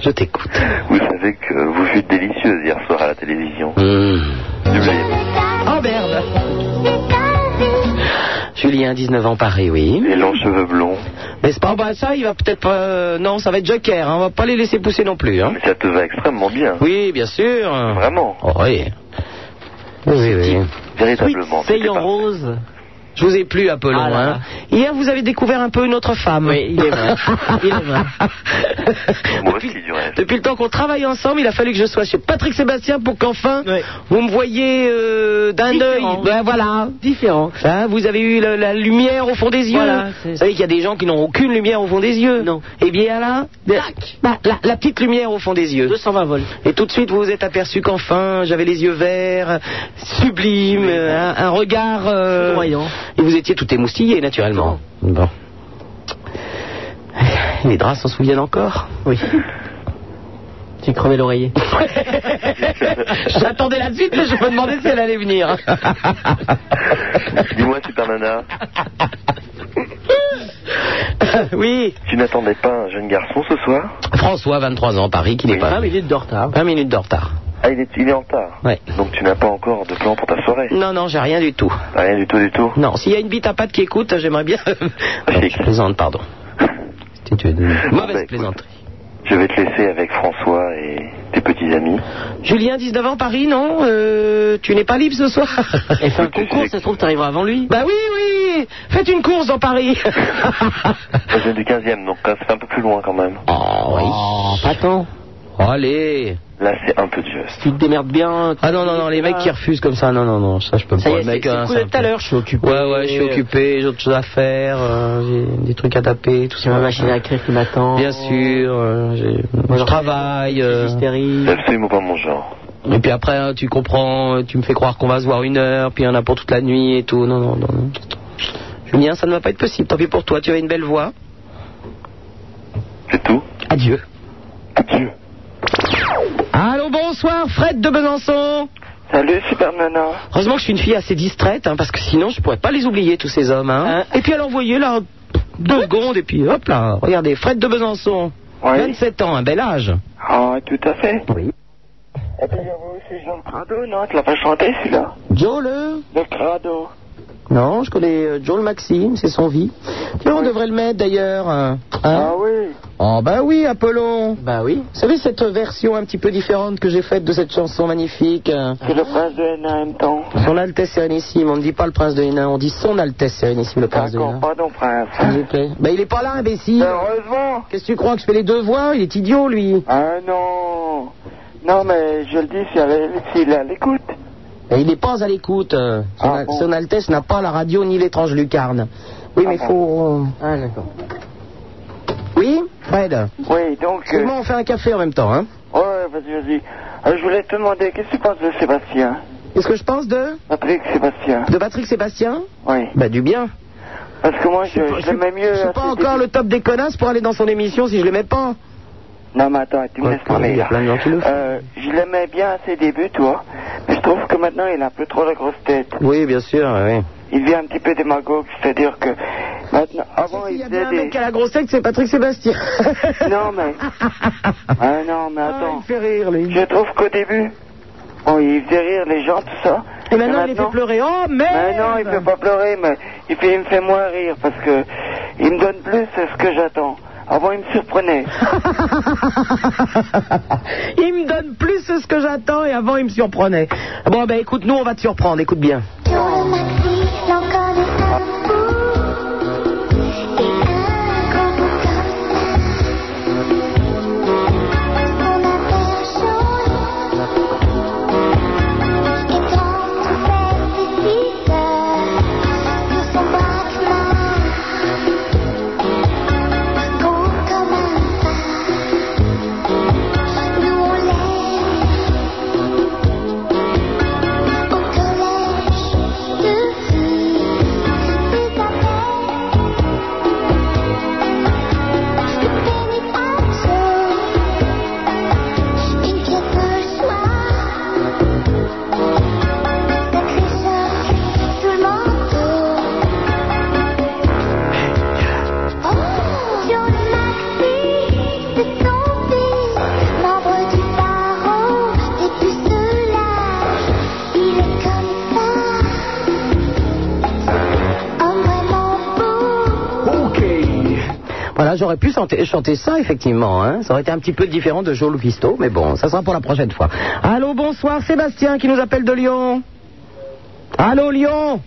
Speaker 4: Je t'écoute.
Speaker 11: vous savez que vous fûtes délicieuse hier soir à la télévision.
Speaker 5: Hmm.
Speaker 11: Tu me l'as-
Speaker 4: Oh merde Julien, 19 ans, Paris, oui.
Speaker 11: Les longs cheveux blonds,
Speaker 4: Mais c'est pas bah, ça, il va peut-être pas. euh, non, ça va être Joker, hein, on va pas les laisser pousser non plus. Hein.
Speaker 11: mais ça te va extrêmement bien.
Speaker 4: Oui, bien sûr.
Speaker 11: Vraiment.
Speaker 4: Oh, oui. Oui, oui, oui.
Speaker 11: Véritablement.
Speaker 5: C'est en rose.
Speaker 4: Je vous ai plu, Apollon.
Speaker 5: Ah là là.
Speaker 4: hein. Hier, vous avez découvert un peu une autre femme.
Speaker 5: Oui, il est vrai. Il est vrai.
Speaker 11: Moi aussi, du reste.
Speaker 4: Depuis le temps qu'on travaille ensemble, il a fallu que je sois chez Patrick Sébastien pour qu'enfin vous me voyez euh, d'un œil.
Speaker 5: Différent.
Speaker 4: Ben, voilà.
Speaker 5: Différent.
Speaker 4: Hein, vous avez eu la, la lumière au fond des yeux.
Speaker 5: Voilà, c'est-
Speaker 4: vous savez qu'il y a des gens qui n'ont aucune lumière au fond des yeux. Non. Eh bien là, bah, la, la petite lumière au fond des yeux.
Speaker 5: 220 volts.
Speaker 4: Et tout de suite, vous vous êtes aperçu qu'enfin, j'avais les yeux verts, sublimes, euh, un, un regard... euh,
Speaker 5: Foudroyant.
Speaker 4: Et vous étiez tout émoustillé, naturellement. Bon. Les draps s'en souviennent encore
Speaker 5: Oui. J'ai crevé l'oreiller.
Speaker 4: J'attendais la suite, mais je me demandais si elle allait venir.
Speaker 11: Dis-moi, Super Nana,
Speaker 4: oui,
Speaker 11: tu n'attendais pas un jeune garçon ce soir
Speaker 4: François, 23 ans, Paris, qui n'est pas...
Speaker 5: 20 minutes de retard.
Speaker 4: 20 minutes de retard.
Speaker 11: Ah, il est, il est en retard.
Speaker 4: Ouais.
Speaker 11: Donc tu n'as pas encore de plan pour ta soirée Ah,
Speaker 4: Non, non, j'ai rien du tout.
Speaker 11: Rien du tout, du tout.
Speaker 4: Non, s'il y a une bite à patte qui écoute, j'aimerais bien... Non, je plaisante, pardon. C'était une
Speaker 11: Bon, bah,
Speaker 4: mauvaise
Speaker 11: écoute.
Speaker 4: plaisanterie.
Speaker 11: Je vais te laisser avec François et tes petits amis.
Speaker 4: Julien, 19 ans, Paris, non Euh, Tu n'es pas libre ce soir
Speaker 5: Et fait un concours, ça se trouve, t'arriveras avant lui.
Speaker 4: Bah oui, oui Faites une course dans Paris
Speaker 11: Moi, je viens du 15e, donc euh, c'est un peu plus loin quand même.
Speaker 4: Oh, oui.
Speaker 5: Ah, pas tant.
Speaker 4: oh, Allez
Speaker 11: Là, c'est un peu juste.
Speaker 5: Tu te démerdes bien.
Speaker 4: Ah non, non, non, les mecs qui refusent comme ça, non, non, non, ça je peux
Speaker 5: Ça y
Speaker 4: pas.
Speaker 5: est,
Speaker 4: Le mec,
Speaker 5: c'est- c'est le
Speaker 4: hein,
Speaker 5: coup
Speaker 4: ça
Speaker 5: de
Speaker 4: me
Speaker 5: tout à
Speaker 4: plaît.
Speaker 5: l'heure, euh, je suis occupé.
Speaker 4: Ouais, ouais, je suis occupé, j'ai autre chose à faire, euh, j'ai des trucs à taper, tout
Speaker 5: J'ai
Speaker 4: ça.
Speaker 5: ma machine à écrire qui m'attend.
Speaker 4: Bien sûr, euh, j'ai- je travaille. euh,
Speaker 11: C'est
Speaker 5: Hystérie.
Speaker 11: absolument pas mon genre.
Speaker 4: et puis après, hein, tu comprends, euh, tu me fais croire qu'on va se voir une heure, puis il y en a pour toute la nuit et tout. Non, non, non, non. Julien, ça ne va pas être possible. Tant pis pour toi, tu as une belle voix.
Speaker 11: C'est tout
Speaker 4: Adieu.
Speaker 11: Adieu.
Speaker 4: Allô, bonsoir, Fred de Besançon.
Speaker 10: Salut, Super Nana.
Speaker 4: Heureusement que je suis une fille assez distraite, hein, parce que sinon je pourrais pas les oublier tous ces hommes. hein. Et puis alors, voyez là, deux secondes, et puis hop là, regardez, Fred de Besançon,
Speaker 10: Oui.
Speaker 4: 27 ans, un bel âge.
Speaker 10: Ah, tout à fait.
Speaker 4: Oui.
Speaker 10: Et puis, il y a aussi Jean Prado, non Tu l'as pas chanté, celui-là
Speaker 4: Joe le
Speaker 10: Le Prado.
Speaker 4: Non, je connais euh, Joe le Maxime, c'est son vie. Tiens, on devrait le mettre d'ailleurs. hein. Hein
Speaker 10: Ah oui.
Speaker 4: Oh bah oui, Apollon.
Speaker 5: Bah oui.
Speaker 4: Vous savez cette version un petit peu différente que j'ai faite de cette chanson magnifique euh,
Speaker 10: C'est le prince de Hénin en même temps.
Speaker 4: Son Altesse Sérénissime, on ne dit pas le prince de Hénin, on dit son Altesse Sérénissime, le prince de
Speaker 10: D'accord,
Speaker 4: Hénin.
Speaker 10: pardon, prince.
Speaker 4: S'il vous plaît. Bah il est pas là, imbécile.
Speaker 10: Heureusement.
Speaker 4: Qu'est-ce que tu crois que je fais les deux voix Il est idiot, lui.
Speaker 10: Ah non. Non, mais je le dis s'il y avait- s'il est à l'écoute.
Speaker 4: Et il n'est pas à l'écoute. euh. Son,
Speaker 10: Ah bon
Speaker 4: son Altesse n'a pas la radio ni l'étrange lucarne. Oui, mais
Speaker 10: Ah
Speaker 4: faut. euh,
Speaker 5: Ah, d'accord.
Speaker 4: Oui, Fred.
Speaker 10: Oui, donc. euh,
Speaker 4: Comment on fait un café en même temps, hein
Speaker 10: Ouais, vas-y, vas-y. Euh, je voulais te demander, qu'est-ce que tu penses de Sébastien
Speaker 4: Qu'est-ce que je pense de
Speaker 10: Patrick Sébastien.
Speaker 4: De Patrick Sébastien
Speaker 10: Oui.
Speaker 4: Bah du bien.
Speaker 10: Parce que moi, je je l'aimais mieux.
Speaker 4: Je suis pas encore le top des connasses pour aller dans son émission si je l'aimais pas.
Speaker 10: Non, mais attends, tu me laisses parler. là.
Speaker 4: plein de gens qui le font.
Speaker 10: Euh, je l'aimais bien à ses débuts, toi. Mais je trouve que maintenant, il a un peu trop la grosse tête.
Speaker 4: Oui, bien sûr, oui.
Speaker 10: Il devient un petit peu démagogue, c'est-à-dire que maintenant, avant, il
Speaker 4: Il Ah, y a
Speaker 10: faisait
Speaker 4: bien un
Speaker 10: des.
Speaker 4: mec à la grosse tête, c'est Patrick Sébastien.
Speaker 10: Non, mais. Ah non, mais
Speaker 4: il
Speaker 10: attends.
Speaker 4: fait rire, lui.
Speaker 10: Je trouve qu'au début, bon, il faisait rire les gens, tout ça.
Speaker 4: Et maintenant, il les fait pleurer. Oh, merde
Speaker 10: Mais non, il ne fait pas pleurer, mais il, fait, il me fait moins rire parce que il me donne plus ce que j'attends. Avant, il me surprenait.
Speaker 4: Il me donne plus ce que j'attends et avant, il me surprenait. Bon, ben écoute, nous, on va te surprendre, écoute bien. Voilà, j'aurais pu chanter, chanter ça, effectivement. hein. Ça aurait été un petit peu différent de Joe Luquisto, mais bon, ça sera pour la prochaine fois. Allô, bonsoir, Sébastien qui nous appelle de Lyon. Allô, Lyon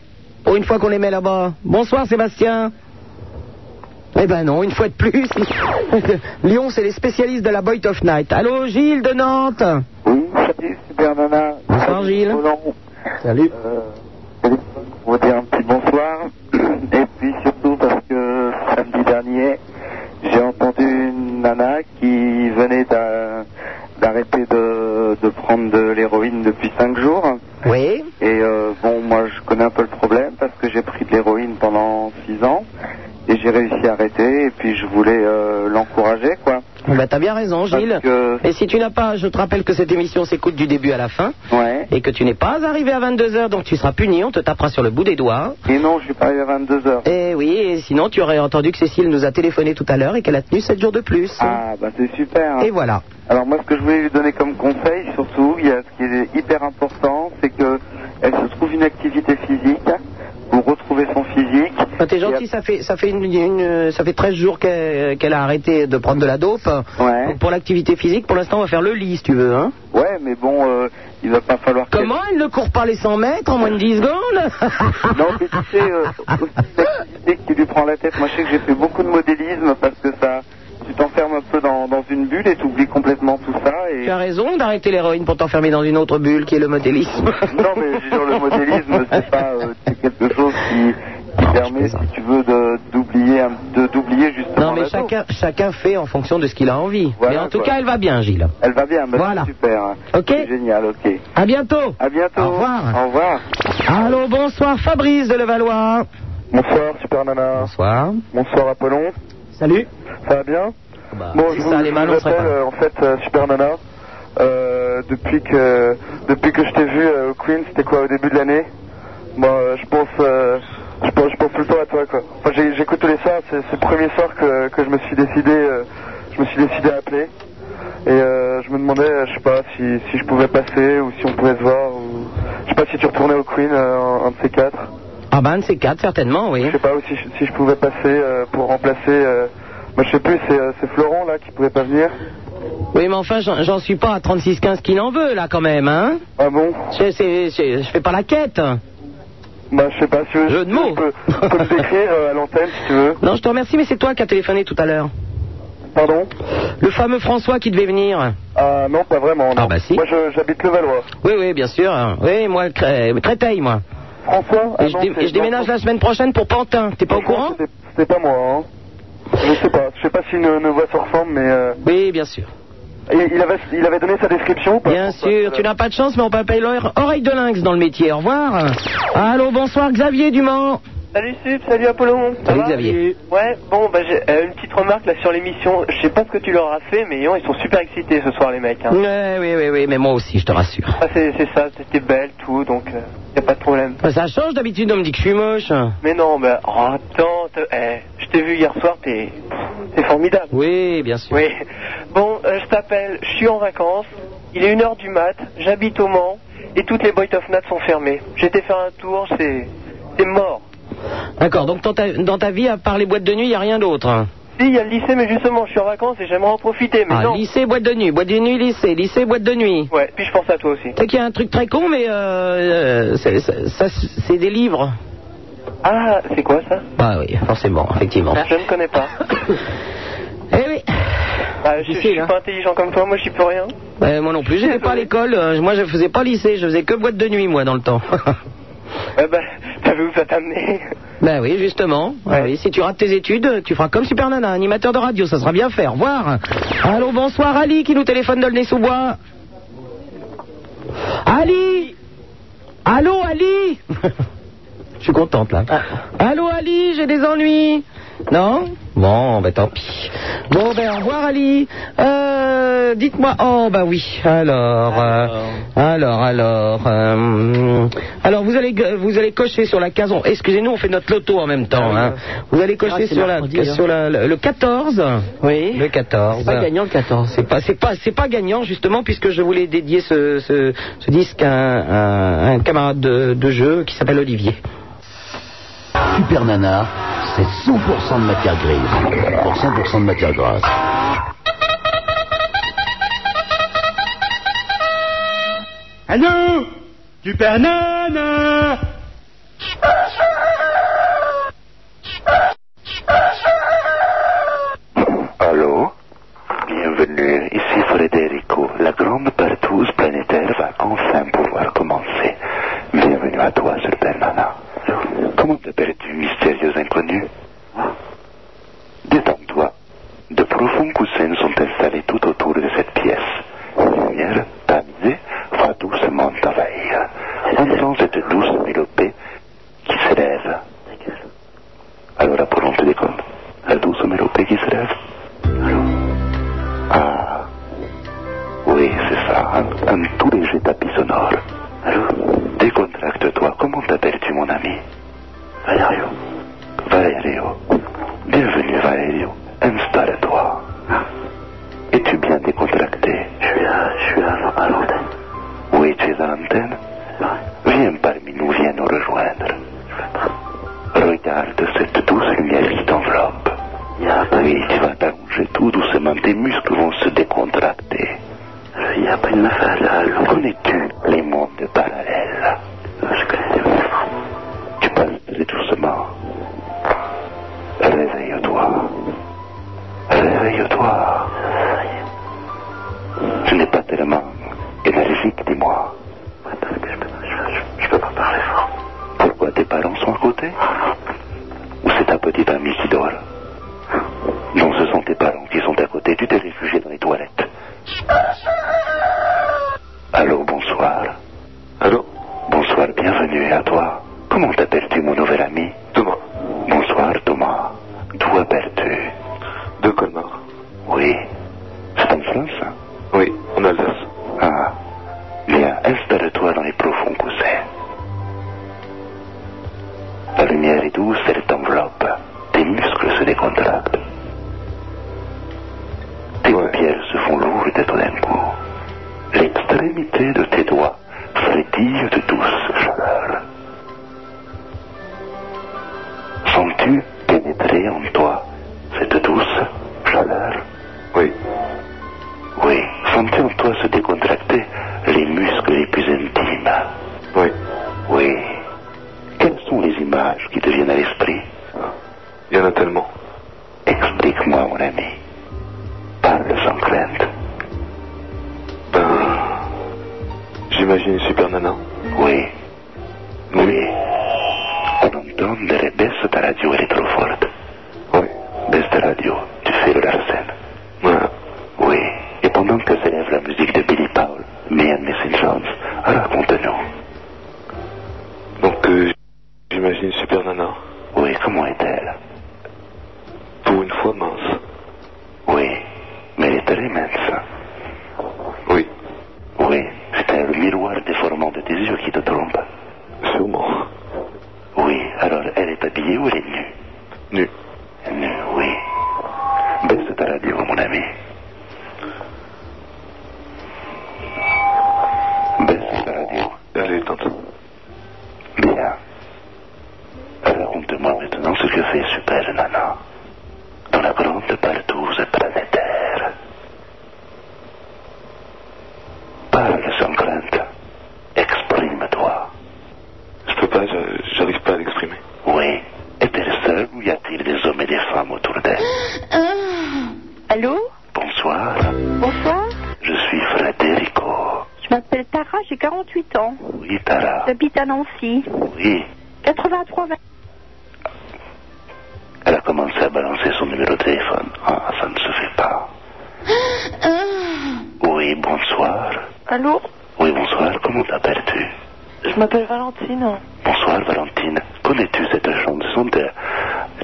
Speaker 4: Pour une fois qu'on les met là-bas. Bonsoir, Sébastien. Eh ben non, une fois de plus. Lyon, c'est les spécialistes de la Boy of Night. Allô, Gilles de Nantes.
Speaker 10: Salut, super nana.
Speaker 4: Bonsoir, Gilles. Salut.
Speaker 10: Euh, On va dire un petit bonsoir. Et puis surtout parce que samedi dernier, j'ai entendu une nana qui venait d'a- d'arrêter de, de prendre de l'héroïne depuis 5 jours.
Speaker 4: Oui.
Speaker 10: Et euh, bon, moi je connais un peu le problème parce que j'ai pris de l'héroïne pendant 6 ans et j'ai réussi à arrêter et puis je voulais euh, l'encourager quoi.
Speaker 4: Eh Ben, t'as bien raison, Gilles. Et si tu n'as pas, je te rappelle que cette émission s'écoute du début à la fin.
Speaker 10: Ouais.
Speaker 4: Et que tu n'es pas arrivé à 22h, donc tu seras puni, on te tapera sur le bout des doigts.
Speaker 10: Et non, je suis pas arrivé à 22h.
Speaker 4: Eh oui, et sinon tu aurais entendu que Cécile nous a téléphoné tout à l'heure et qu'elle a tenu 7 jours de plus.
Speaker 10: Ah bah c'est super. hein.
Speaker 4: Et voilà.
Speaker 10: Alors moi, ce que je voulais lui donner comme conseil, surtout, il y a ce qui est hyper important, c'est que elle se trouve une activité physique pour retrouver son physique.
Speaker 4: Ah, T'es gentil, ça fait, ça, fait une, une- ça fait 13 jours qu'elle qu'elle a arrêté de prendre de la dope. Donc, pour l'activité physique, pour l'instant, on va faire le lit si tu veux. Hein.
Speaker 10: Ouais, mais bon, euh, il va pas falloir. qu'elle-
Speaker 4: Comment elle ne court pas les 100 mètres en moins de 10 secondes
Speaker 10: Non, mais tu sais, euh, aussi l'activité qui lui prend la tête. Moi, je sais que j'ai fait beaucoup de modélisme parce que ça, tu t'enfermes un peu dans, dans une bulle et tu oublies complètement tout ça. Et
Speaker 4: Tu as raison d'arrêter l'héroïne pour t'enfermer dans une autre bulle qui est le modélisme.
Speaker 10: non, mais je veux dire, le modélisme, c'est pas euh, c'est quelque chose qui, qui permet, si tu veux, de d'oublier, un- de d'oublier justement.
Speaker 4: Non, mais
Speaker 10: la douleur.
Speaker 4: chacun, chacun fait en fonction de ce qu'il a envie.
Speaker 10: Voilà,
Speaker 4: mais en tout
Speaker 10: quoi.
Speaker 4: cas, elle va bien, Gilles.
Speaker 10: Elle va bien, bah,
Speaker 4: Voilà.
Speaker 10: c'est super. hein.
Speaker 4: Ok.
Speaker 10: C'est génial, ok.
Speaker 4: À bientôt.
Speaker 10: À bientôt.
Speaker 4: Au revoir.
Speaker 10: Au revoir.
Speaker 4: Allô, bonsoir, Fabrice de Levallois.
Speaker 22: Bonsoir, Super Nana.
Speaker 4: Bonsoir.
Speaker 22: Bonsoir, Apollon.
Speaker 4: Salut.
Speaker 22: Ça va bien
Speaker 4: Bah,
Speaker 22: Bon,
Speaker 4: si
Speaker 22: je vous,
Speaker 4: ça allait
Speaker 22: je
Speaker 4: mal,
Speaker 22: vous
Speaker 4: on serait
Speaker 22: appelle,
Speaker 4: pas.
Speaker 22: euh, en fait euh, Super Nana. Euh, depuis que depuis que je t'ai vu euh, au Queen, c'était quoi au début de l'année Moi, euh, je pense euh, je pense je pense tout le temps à toi quoi. Moi, j'ai- j'écoute tous les soirs. C'est c'est le premier soir que, que je me suis décidé euh, je me suis décidé à appeler et euh, je me demandais euh, je sais pas si si je pouvais passer ou si on pouvait se voir ou je sais pas si tu retournais au Queen euh, un, un de ces quatre.
Speaker 4: Ah ben, un de ces quatre, certainement, oui.
Speaker 22: Je sais pas aussi si, je pouvais passer euh, pour remplacer. euh, moi, je sais plus, c'est euh, c'est Florent là qui pouvait pas venir.
Speaker 4: Oui, mais enfin, j'en j'en suis pas à 36-15 qu'il en veut, là, quand même, hein
Speaker 22: Ah bon
Speaker 4: Je c'est- c'est- je fais pas la quête.
Speaker 22: Bah, je sais pas, si tu veux.
Speaker 4: Jeu de mots.
Speaker 22: Tu peux me décrire euh, à l'antenne si tu veux.
Speaker 4: Non, je te remercie, mais c'est toi qui as téléphoné tout à l'heure.
Speaker 22: Pardon
Speaker 4: Le fameux François qui devait venir.
Speaker 22: Ah non, pas vraiment. non.
Speaker 4: Ah bah si.
Speaker 22: Moi, je- j'habite le Valois.
Speaker 4: Oui, oui, bien sûr. Oui, moi, le Cré- Créteil, moi.
Speaker 22: François
Speaker 4: Et je, dé- et je déménage la semaine prochaine pour Pantin. T'es pas au courant
Speaker 22: C'était pas moi, hein. Je sais pas. Je sais pas si nos, nos voix se ressemblent, mais. euh,
Speaker 4: Oui, bien sûr.
Speaker 23: Il, il avait, il avait donné sa description ou pas
Speaker 4: Bien
Speaker 22: euh,
Speaker 4: sûr, tu n'as pas de chance, mais on peut payer l'oreille oreille de lynx dans le métier. Au revoir. Allô, bonsoir, Xavier Dumont.
Speaker 24: Salut Sup, salut Apollon. ça
Speaker 4: Salut,
Speaker 24: va
Speaker 4: Xavier.
Speaker 24: Ouais, bon, bah, j'ai euh, une petite remarque là sur l'émission. Je sais pas ce que tu leur as fait, mais non, ils sont super excités ce soir les mecs. hein.
Speaker 4: Ouais, oui, oui, oui, mais moi aussi, je te rassure.
Speaker 24: Ah, c'est c'est ça, c'était belle, tout, donc euh, y a pas de problème.
Speaker 4: Ça change, d'habitude, on me dit que je suis moche.
Speaker 24: Mais non, bah, oh, attends, te- eh, je t'ai vu hier soir, t'es c'est formidable.
Speaker 4: Oui, bien sûr.
Speaker 24: Oui. Bon, euh, je t'appelle, je suis en vacances, il est 1h du mat, j'habite au Mans, et toutes les boîtes of Nat sont fermées. J'étais faire un tour, c'est c'est mort.
Speaker 4: D'accord, donc dans ta, dans ta vie, à part les boîtes de nuit, il n'y a rien d'autre. hein.
Speaker 24: Si, il y a le lycée, mais justement, je suis en vacances et j'aimerais en profiter, mais
Speaker 4: Ah,
Speaker 24: non.
Speaker 4: lycée, boîte de nuit, boîte de nuit, lycée, lycée, boîte de nuit.
Speaker 24: Ouais, puis je pense à toi aussi.
Speaker 4: C'est qu'il y a un truc très con, mais euh, euh, c'est- c'est ça, c'est des livres.
Speaker 24: Ah, c'est quoi ça
Speaker 4: Bah oui, forcément, effectivement.
Speaker 24: Je ne connais pas.
Speaker 4: Eh oui.
Speaker 24: Bah, je, je
Speaker 4: hein.
Speaker 24: suis pas intelligent comme toi, moi j'y peux rien.
Speaker 4: Ouais, Bah, moi non plus, j'étais pas à l'école, euh, moi je faisais pas lycée, je faisais que boîte de nuit, moi, dans le temps.
Speaker 24: Ouais, bah, t'as vu où ça t'a amené
Speaker 4: ben oui, justement. Ah oui, si tu rates tes études, tu feras comme Super Nana, animateur de radio, ça sera bien fait, au revoir. Allô, bonsoir, Ali, qui nous téléphone de le sous bois Ali Allô, Ali Je suis contente, là. Ah. Allô, Ali, j'ai des ennuis. Non Bon, ben tant pis. Bon, ben au revoir, Ali. Euh, dites-moi... Oh, ben oui. Alors, euh, alors, alors... euh, alors, vous allez, vous allez cocher sur la case... on- Excusez-nous, on fait notre loto en même temps. hein. Vous allez
Speaker 5: Ah,
Speaker 4: cocher
Speaker 5: c'est
Speaker 4: sur, la,
Speaker 5: mercredi, hein.
Speaker 4: sur la- le le 14.
Speaker 5: Oui.
Speaker 4: Le 14.
Speaker 5: C'est pas gagnant, le 14.
Speaker 4: C'est pas, c'est pas, c'est pas gagnant justement puisque je voulais dédier ce, ce- ce disque à un, à un camarade de, de jeu qui s'appelle Olivier.
Speaker 1: Super Nana, c'est 100% de matière grise pour 100% de matière grasse.
Speaker 14: Allô Super Nana
Speaker 11: Allô Bienvenue, ici Federico. La grande partouze planétaire va enfin pouvoir commencer. Bienvenue à toi, Super Nana. Comment t'appelles-tu, mystérieux inconnu Détends-toi. De profonds coussins sont installés tout autour de cette pièce. La lumière, tamisée, va doucement t'envahir. Entends cette douce mélopée qui s'élève. Alors, la on te déconne. La douce mélopée qui s'élève. Ah. Oui, c'est ça. Un, un tout léger tapis sonore. Allô Décontracte-toi. Comment t'appelles-tu, mon ami Valerio. Valerio. Bienvenue, Valerio. Installe-toi. Es-tu Ah. bien décontracté Je suis à, je suis à, l'antenne. Oui, tu es à l'antenne Viens parmi nous, viens nous rejoindre. Regarde cette douce lumière qui t'enveloppe. Oui, tu vas t'allonger tout doucement, tes muscles vont se décontracter. Euh, Il y a pas une affaire Connais-tu les mondes parallèles Je connais Tu passes très doucement. Réveille-toi. Réveille-toi. Tu n'es pas tellement énergique, dis-moi. Je peux pas parler fort. Pourquoi tes parents sont à côté Ou c'est ta petite amie qui dort non, ce sont tes parents qui sont à côté. Tu t'es réfugié dans les toilettes. Allô, bonsoir. Allô Bonsoir, bienvenue et à toi. Comment t'appelles-tu, mon nouvel ami Thomas. Bonsoir, Thomas. D'où appelles-tu De Colmar. Oui. C'est en France Oui, en Alsace. Ah. Viens, installe-toi dans les profonds coussins. La lumière est douce, elle t'enveloppe. Tes muscles se décontractent. Tes paupières se font lourdes tout d'un coup. L'extrémité de tes doigts frétille de douce chaleur. Sens-tu pénétrer en toi cette douce chaleur Oui. Oui. Sens-tu en toi se décontracter les muscles les plus intimes Oui. Oui. Quelles sont les images qui te viennent à l'esprit Il y en a tellement. Explique-moi, mon ami. Parle sans crainte. Ben,
Speaker 12: J'imagine Super Nana.
Speaker 11: Oui. Oui. On entend des baisse ta radio, elle est trop forte. Oui. euh, il est nu.
Speaker 25: Nu.
Speaker 11: Nu, oui. Baisse ta radio, mon ami. Baisse ta radio.
Speaker 25: Allez, tente.
Speaker 11: Bien. Alors, raconte-moi maintenant ce que fait Super Nana. Dans la grande partouze planétaire. Parle sans crainte. Exprime-toi.
Speaker 25: Je peux pas, je- j'arrive pas à l'exprimer.
Speaker 11: Oui. Est-elle seule ou y a-t-il des hommes et des femmes autour d'elle
Speaker 6: Allô
Speaker 11: Bonsoir.
Speaker 6: Bonsoir.
Speaker 11: Je suis Frederico.
Speaker 6: Je m'appelle Tara, j'ai 48 ans.
Speaker 11: Oui, Tara.
Speaker 6: J'habite à Nancy.
Speaker 11: Oui.
Speaker 6: 83 vingt-
Speaker 11: Elle a commencé à balancer son numéro de téléphone. Ah, ça ne se fait pas. Oui, bonsoir.
Speaker 12: Allô
Speaker 11: Oui, bonsoir. Comment t'appelles-tu
Speaker 12: Je m'appelle Valentine.
Speaker 11: Bonsoir, Valentine. Connais-tu cette chanson de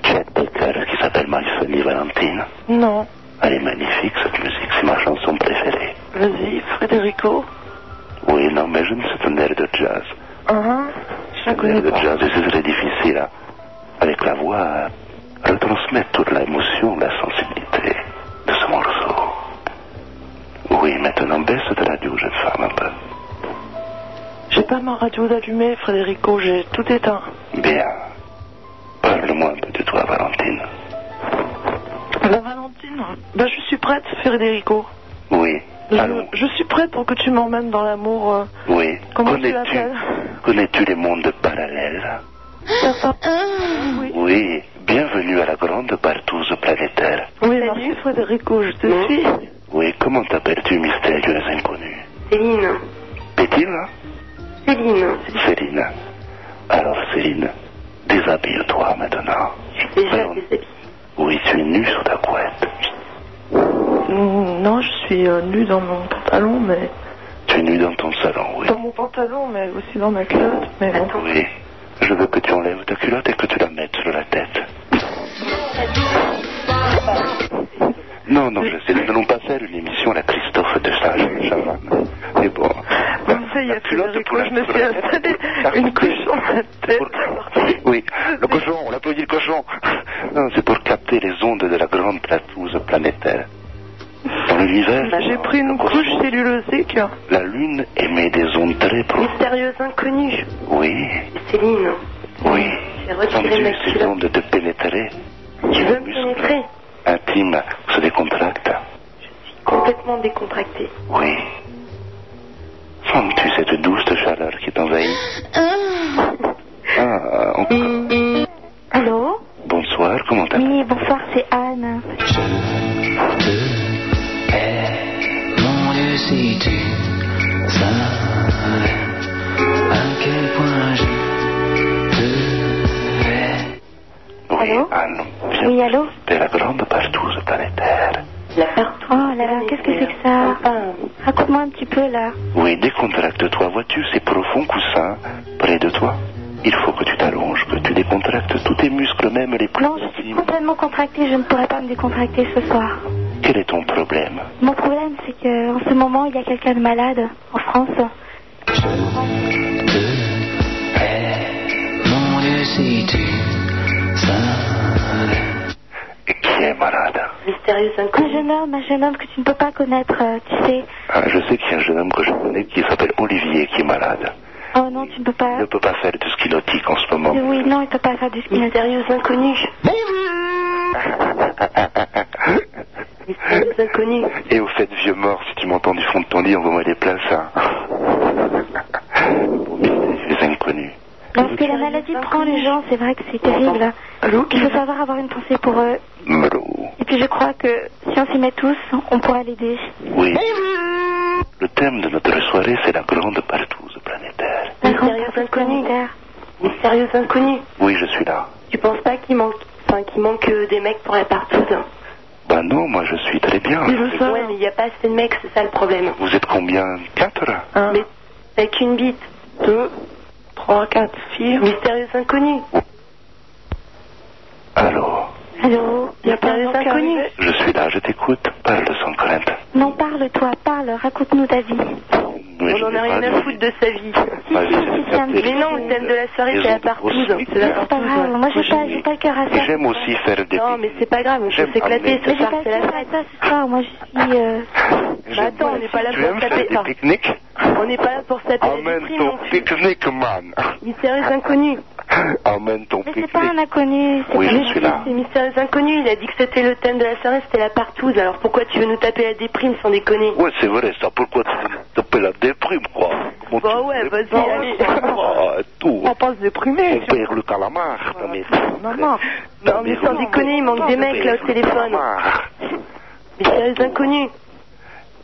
Speaker 11: Chet Baker qui s'appelle My Funny Valentine
Speaker 12: Non.
Speaker 11: Elle est magnifique, cette musique. C'est ma chanson préférée.
Speaker 12: Vas-y, Frédérico.
Speaker 11: Oui, non, mais je ne sais un air de jazz.
Speaker 7: Uh-huh.
Speaker 12: Hein
Speaker 11: Un air de jazz, et ce serait difficile à, avec la voix, à retransmettre toute l'émotion, la sensibilité de ce morceau. Oui, maintenant baisse ta radio, jeune femme, un peu.
Speaker 12: J'ai pas ma radio d'allumée, Frédérico, j'ai tout éteint.
Speaker 11: Bien. Parle-moi un peu de toi, Valentine.
Speaker 12: Bah, Valentine, bah, je suis prête, Frédérico.
Speaker 11: Oui.
Speaker 12: Je, je suis prête pour que tu m'emmènes dans l'amour. euh,
Speaker 11: Oui.
Speaker 12: comment tu
Speaker 11: Connais-tu
Speaker 12: l'appelles
Speaker 11: connais-tu les mondes parallèles
Speaker 12: Oui,
Speaker 11: Oui. Bienvenue à la grande partouze planétaire.
Speaker 12: oui merci, Frédérico, je te suis.
Speaker 11: Oui, comment t'appelles-tu, mystérieuse inconnue
Speaker 12: Céline.
Speaker 11: Pétilla
Speaker 12: Céline.
Speaker 11: Céline. Alors, Céline, déshabille-toi maintenant. Déjà Oui, tu es nue sous ta couette.
Speaker 12: Mm, Non, je suis euh, nue dans mon pantalon, mais.
Speaker 11: Tu es nue dans ton salon, oui.
Speaker 12: Dans mon pantalon, mais aussi dans ma culotte, mais bon.
Speaker 11: Oui. Je veux que tu enlèves ta culotte et que tu la mettes sur la tête. Non, non, je sais, nous n'allons pas faire une émission à la Christophe de Saint-Germain. Mais bon.
Speaker 12: Ça y est, Frédérico, je me suis installé une couche sur ma tête.
Speaker 11: Oui, le cochon, on applaudit le cochon. Non, c'est pour capter les ondes de la grande platouze planétaire. Dans l'univers,
Speaker 12: Bah, j'ai pris une couche cellulosique. hein.
Speaker 11: la Lune émet des ondes très profondes.
Speaker 12: Mystérieuse inconnue.
Speaker 11: Oui,
Speaker 12: Céline.
Speaker 11: oui.
Speaker 12: J'ai
Speaker 11: Tendu, ces ondes de pénétrer. Tu veux
Speaker 12: pénétrer
Speaker 11: Intime, se décontracte.
Speaker 12: Complètement décontractée.
Speaker 11: Oui. Sens-tu cette douce chaleur qui t'envahit Ah, encore.
Speaker 6: Allô
Speaker 11: Bonsoir, comment t'appelles
Speaker 6: Oui, bonsoir, c'est Anne.
Speaker 26: Mon Dieu, si tu savais à quel point je te hais.
Speaker 11: Oui, Anne.
Speaker 6: Oui, allô
Speaker 11: De la grande partouze planétaire.
Speaker 6: Oh là là, qu'est-ce que c'est que ça Raconte-moi un petit peu là.
Speaker 11: Oui, décontracte-toi. Vois-tu ces profonds coussins près de toi Il faut que tu t'allonges, que tu décontractes tous tes muscles, même les plus intimes.
Speaker 6: Complètement contractée, je ne pourrais pas me décontracter ce soir.
Speaker 11: Quel est ton problème
Speaker 6: Mon problème, c'est que en ce moment, il y a quelqu'un de malade en France.
Speaker 26: Mon Dieu, si tu savais.
Speaker 11: Qui est malade
Speaker 6: Mystérieuse Un jeune homme, un jeune homme que tu ne peux pas connaître, euh, tu sais.
Speaker 11: Ah, Je sais qu'il y a un jeune homme que je connais qui s'appelle Olivier qui est malade.
Speaker 6: Oh non, tu ne peux pas.
Speaker 11: Il ne peut pas faire de ski nautique en ce moment.
Speaker 6: Oui, non, il ne peut pas faire du ski. Mystérieuse inconnue.
Speaker 11: Et au fait, vieux mort, si tu m'entends du fond de ton lit, envoie-moi des places. Hein. Les inconnus.
Speaker 6: Parce que la maladie prend les gens, c'est vrai que c'est terrible. Il faut savoir avoir une pensée pour eux. Et puis je crois que si on s'y met tous, on pourra l'aider.
Speaker 11: Oui. Le thème de notre soirée, c'est la grande partouze planétaire.
Speaker 6: Mystérieuse inconnue.
Speaker 7: Mystérieuse inconnue.
Speaker 11: Oui, je suis là.
Speaker 7: Tu penses pas qu'il manque, enfin, qu'il manque euh, des mecs pour la partout
Speaker 11: Ben non, moi je suis très bien.
Speaker 7: Ouais, mais il n'y a pas assez de mecs, c'est ça le problème.
Speaker 11: Vous êtes combien Quatre
Speaker 7: Mais t'as qu'une bite. Ah. Deux, trois, quatre filles. Mystérieuse inconnue.
Speaker 11: Allô
Speaker 6: Allô
Speaker 7: Mystérieuse inconnue.
Speaker 11: Je suis là, je t'écoute. Parle sans crainte.
Speaker 6: Non, parle-toi, parle, raconte-nous ta vie.
Speaker 7: On
Speaker 11: je
Speaker 7: en
Speaker 11: n'ai
Speaker 7: a rien
Speaker 11: pas
Speaker 7: à
Speaker 11: lu.
Speaker 7: foutre de sa vie.
Speaker 11: Bah, je sais pas,
Speaker 7: Mais non, le thème de la soirée,
Speaker 11: Les
Speaker 7: c'est la
Speaker 11: autres grosses
Speaker 7: partouze. C'est la
Speaker 11: flics,
Speaker 7: partouze.
Speaker 11: hein.
Speaker 7: Moi, j'ai pas,
Speaker 11: j'ai
Speaker 7: pas le cœur à
Speaker 11: Et j'aime aussi faire des
Speaker 7: Non, mais c'est pas grave, on peut
Speaker 11: J'aime
Speaker 7: s'éclater
Speaker 11: amener-
Speaker 7: ce soir, c'est la fête. moi, je suis...
Speaker 6: euh,
Speaker 7: Bah attends, on n'est pas là
Speaker 11: Tu aimes
Speaker 7: pour
Speaker 11: faire
Speaker 7: taper...
Speaker 11: des pique-niques
Speaker 7: On n'est pas là pour taper les
Speaker 11: Amène
Speaker 7: vitrines,
Speaker 11: ton
Speaker 7: non plus.
Speaker 11: pique-nique, man.
Speaker 7: Mystérieux inconnu.
Speaker 11: Amène ton
Speaker 7: Mais c'est pas un inconnu, c'est
Speaker 11: Oui,
Speaker 7: pas
Speaker 11: je
Speaker 7: un
Speaker 11: suis là.
Speaker 7: C'est Mystérieux inconnu, il a dit que c'était le thème de la soirée, c'était la partouze. Alors pourquoi tu veux nous taper la déprime sans déconner
Speaker 11: Ouais, c'est vrai, ça. Pourquoi tu te tapes la déprime, quoi
Speaker 7: Bah ouais, vas-y, allez.
Speaker 11: Ah, tout.
Speaker 7: On pense déprimer.
Speaker 11: On perd le calamar, t'as mis-
Speaker 7: Maman. Non, mais sans déconner, il manque des mecs là au téléphone.
Speaker 11: Calamar.
Speaker 7: Mystérieux inconnu.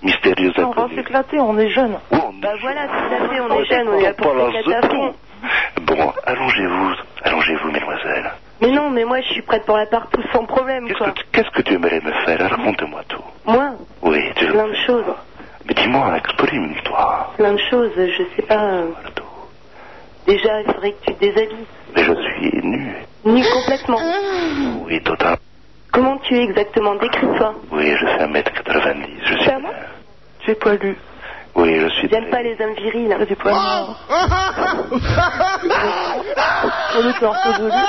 Speaker 11: Mystérieuse
Speaker 7: On va s'éclater, on est jeunes. Bah voilà, tout à fait, on est jeunes, on est là pour s'éclater à fond.
Speaker 11: Bon, allongez-vous, allongez-vous, mesdemoiselles.
Speaker 7: Mais non, mais moi je suis prête pour la partouze sans problème, quoi.
Speaker 11: Qu'est-ce que tu aimerais me faire Raconte-moi tout.
Speaker 7: Moi,
Speaker 11: Oui, tu
Speaker 7: plein de choses.
Speaker 11: Mais dis-moi, exprime-toi.
Speaker 7: plein de choses, je sais pas. euh, Déjà, il faudrait que tu te déshabilles.
Speaker 11: Mais je suis nu.
Speaker 7: Nu complètement.
Speaker 11: Oui, total.
Speaker 7: Comment tu es exactement Décris-toi.
Speaker 11: Oui, je fais 1m90. Je suis...
Speaker 7: J'ai poilu.
Speaker 11: Oui, je suis...
Speaker 7: J'aime pas les hommes virils. Oh. J'ai poilu.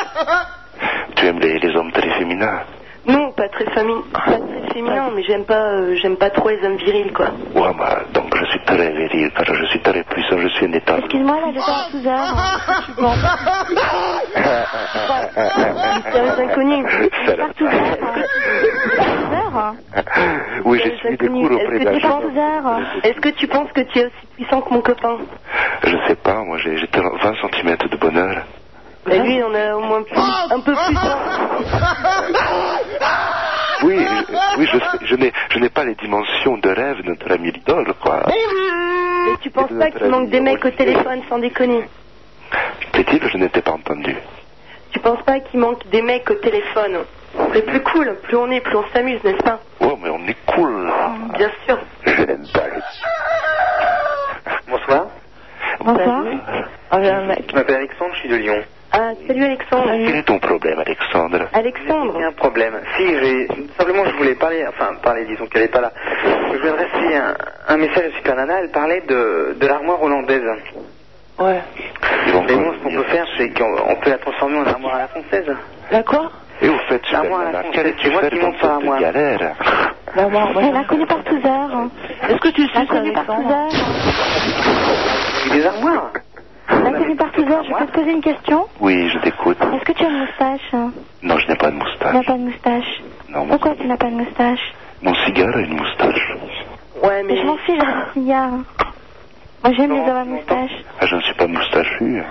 Speaker 11: Tu aimes les, les hommes très féminins
Speaker 7: Non, pas très, fami... pas très
Speaker 11: Ah.
Speaker 7: féminin, mais j'aime pas, euh, j'aime pas trop les hommes virils, quoi.
Speaker 11: Ouais, bah, donc je suis très viril, car je suis très puissant, je suis un état.
Speaker 7: Excuse-moi, là, j'étais sous
Speaker 6: hein.
Speaker 7: heure. Je pense. Mystérieux inconnu. Partout.
Speaker 11: Oui, j'ai suivi des cours auprès
Speaker 7: Est-ce que,
Speaker 11: d'un
Speaker 7: tu penses... Est-ce que tu penses que tu es aussi puissant que mon copain
Speaker 11: Je sais pas, moi j'ai- j'étais à 20 cm de bonheur.
Speaker 7: Bah, Lui, on a au moins plus- hein. un peu plus.
Speaker 11: Oui, je, oui, je sais, je n'ai, je n'ai pas les dimensions de rêve de notre ami l'idole, quoi.
Speaker 7: Mais tu penses pas qu'il manque des mecs au téléphone, sans déconner
Speaker 11: Qu'est-il Je n'étais pas entendu.
Speaker 7: Tu penses pas qu'il manque des mecs au téléphone C'est plus cool, plus on est, plus on s'amuse, n'est-ce pas
Speaker 11: Oh, mais on est cool.
Speaker 7: Bien sûr.
Speaker 11: Je n'aime pas.
Speaker 12: Bonsoir.
Speaker 7: Bonsoir. Oh,
Speaker 12: Je m'appelle Alexandre, je suis de Lyon.
Speaker 7: Bah, Ah, salut Alexandre.
Speaker 11: Quel est ton problème, Alexandre
Speaker 7: Alexandre.
Speaker 12: un problème. Si, j'ai- simplement, je voulais parler, enfin, parler, disons qu'elle n'est pas là. Je voulais adresser un, un message à Super Nana, elle parlait de, de l'armoire hollandaise.
Speaker 7: Ouais.
Speaker 12: Mais nous, ce qu'on peut faire, c'est qu'on on peut la transformer en armoire à la française.
Speaker 7: La quoi
Speaker 11: Et au fait, Super
Speaker 12: L'armoire à la
Speaker 11: Nana,
Speaker 12: française,
Speaker 11: qu'allais-tu
Speaker 12: c'est moi
Speaker 11: faire
Speaker 12: qui
Speaker 11: dans
Speaker 12: monte pas à
Speaker 11: cette
Speaker 12: moi.
Speaker 11: galère
Speaker 7: Elle a connu Eh, par heures. Est-ce que tu le sais,
Speaker 6: Inconnu par Touzard.
Speaker 12: Des armoires
Speaker 6: Inconnu par Touzard, hein. je peux te poser une question
Speaker 11: Oui, je t'écoute.
Speaker 6: Est-ce que tu as une moustache hein
Speaker 11: Non, je n'ai pas de
Speaker 6: Tu
Speaker 11: moustache.
Speaker 6: n'as pas de moustache.
Speaker 11: Non, mon,
Speaker 6: Pourquoi tu n'as pas de moustache
Speaker 11: mon cigare a une moustache.
Speaker 7: Ouais, mais...
Speaker 6: Je m'en fiche, j'ai un cigare. hein. Moi, j'aime les hommes à moustache.
Speaker 11: Ah, je ne suis pas moustachu.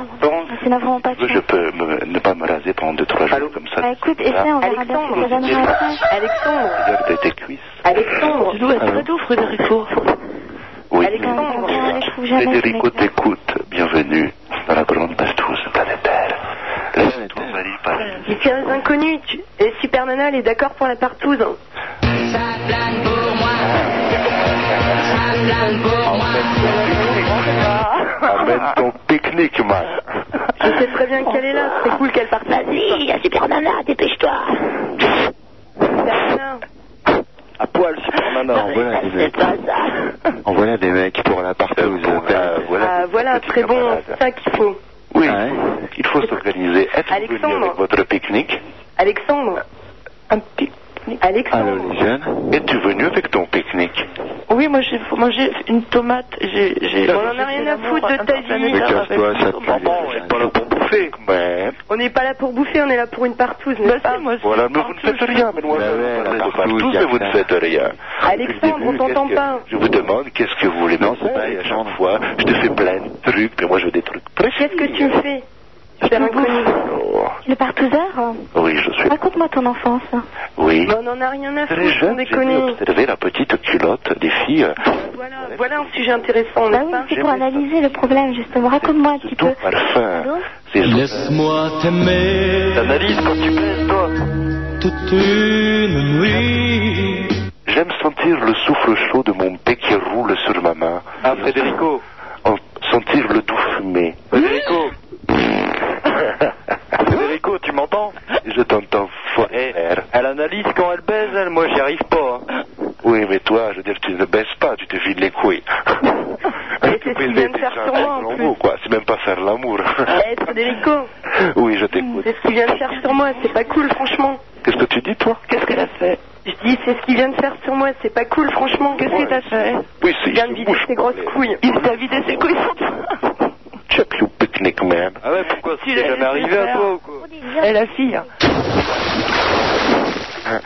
Speaker 6: C'est n'a vraiment pas de
Speaker 11: Je peux me- ne pas me raser pendant 2-3 jours comme ça.
Speaker 6: Bah, écoute, essaie, on verra bien si ça donnera après.
Speaker 7: Alexandre.
Speaker 11: Regarde tes cuisses.
Speaker 7: Alexandre. Je dois être très doux, Frédérico.
Speaker 11: Oui.
Speaker 7: Alexandre.
Speaker 6: Je trouve jamais ce
Speaker 11: Federico t'écoute. Bienvenue dans la grande pastouze planétaire. Laisse-toi envahir par
Speaker 7: Mystérieux inconnu, tu... et Super Nana, elle est d'accord pour la partouze. hein. Ah, ben.
Speaker 11: Amène ton pique-nique, man.
Speaker 7: Je sais très bien qu'elle est là, c'est cool qu'elle parte. Vas-y, il y a Super Nana, dépêche-toi.
Speaker 27: À poil, Superman, en voilà des mecs. En voilà des mecs pour la
Speaker 11: Euh,
Speaker 27: partouze.
Speaker 7: Ah, voilà, très bon, c'est ça qu'il faut.
Speaker 11: Oui, Ah, il faut s'organiser. Êtes-vous venu
Speaker 7: Alexandre.
Speaker 11: avec votre pique-nique
Speaker 7: Alexandre. Un pique-nique. Alexandre.
Speaker 11: les jeunes. Es-tu venu avec ton pique-nique
Speaker 28: Oui, moi j'ai mangé une tomate. J'ai. j'ai-
Speaker 7: On en a rien à foutre de ta vie.
Speaker 11: Mais casse-toi, ça pue. Maman, on n'est pas là pour bouffer. Mais...
Speaker 7: On n'est pas là pour bouffer, on est là pour une partouze, n'est-ce pas
Speaker 11: Voilà, mais vous ne faites rien, mais
Speaker 27: Bah
Speaker 11: nous, on parle de partout, mais vous ne faites rien.
Speaker 7: Alexandre, on t'entend pas.
Speaker 11: Je vous demande qu'est-ce que vous voulez dans ce bail à chaque fois. Je te fais plein de trucs, mais moi je veux des trucs.
Speaker 6: Qu'est-ce que tu me fais Le partouzeur hein.
Speaker 11: Oui, je
Speaker 7: Ah.
Speaker 11: suis.
Speaker 6: Raconte-moi ton enfance. hein.
Speaker 11: Oui.
Speaker 7: Mais on en a rien à
Speaker 11: Très
Speaker 7: foutre, on
Speaker 11: jeune, j'ai dû
Speaker 7: déconne.
Speaker 11: observer la petite culotte des filles. euh,
Speaker 7: Voilà un sujet intéressant, n'est-ce pas
Speaker 6: Bah Ah C'est pour analyser le problème, justement. Raconte-moi un petit peu.
Speaker 11: Parfum.
Speaker 16: Laisse-moi
Speaker 11: euh,
Speaker 16: t'aimer. T'analyses quand tu plaises, toi. Toute une nuit.
Speaker 11: J'aime sentir le souffle chaud de mon bec qui roule sur ma main. Ah, Frédérico En sentir le doux fumé.
Speaker 12: Bah,
Speaker 11: Frédérico
Speaker 12: Federico, tu m'entends
Speaker 11: Je t'entends frère.
Speaker 12: Elle analyse quand elle baise, elle, moi j'y arrive pas. hein.
Speaker 11: Oui, mais toi, je veux dire, tu ne baisses pas, tu te vides les couilles.
Speaker 7: Et c'est
Speaker 12: Eh, Federico.
Speaker 11: Oui, je t'écoute.
Speaker 12: C'est ce qu'il vient de faire sur moi, c'est pas cool, franchement.
Speaker 11: Qu'est-ce que tu dis, toi
Speaker 12: Qu'est-ce qu'elle a fait Je dis, c'est ce qu'il vient de faire sur moi, c'est pas cool, franchement, qu'est-ce que t'as fait
Speaker 11: Oui, c'est
Speaker 12: Il vient de vider ses grosses couilles. Il t'a vidé ses couilles sur toi.
Speaker 11: Check you picnic, man.
Speaker 29: Ah ouais, pourquoi C'est jamais arrivé à toi ou quoi
Speaker 12: Eh, la fille.
Speaker 11: Ah.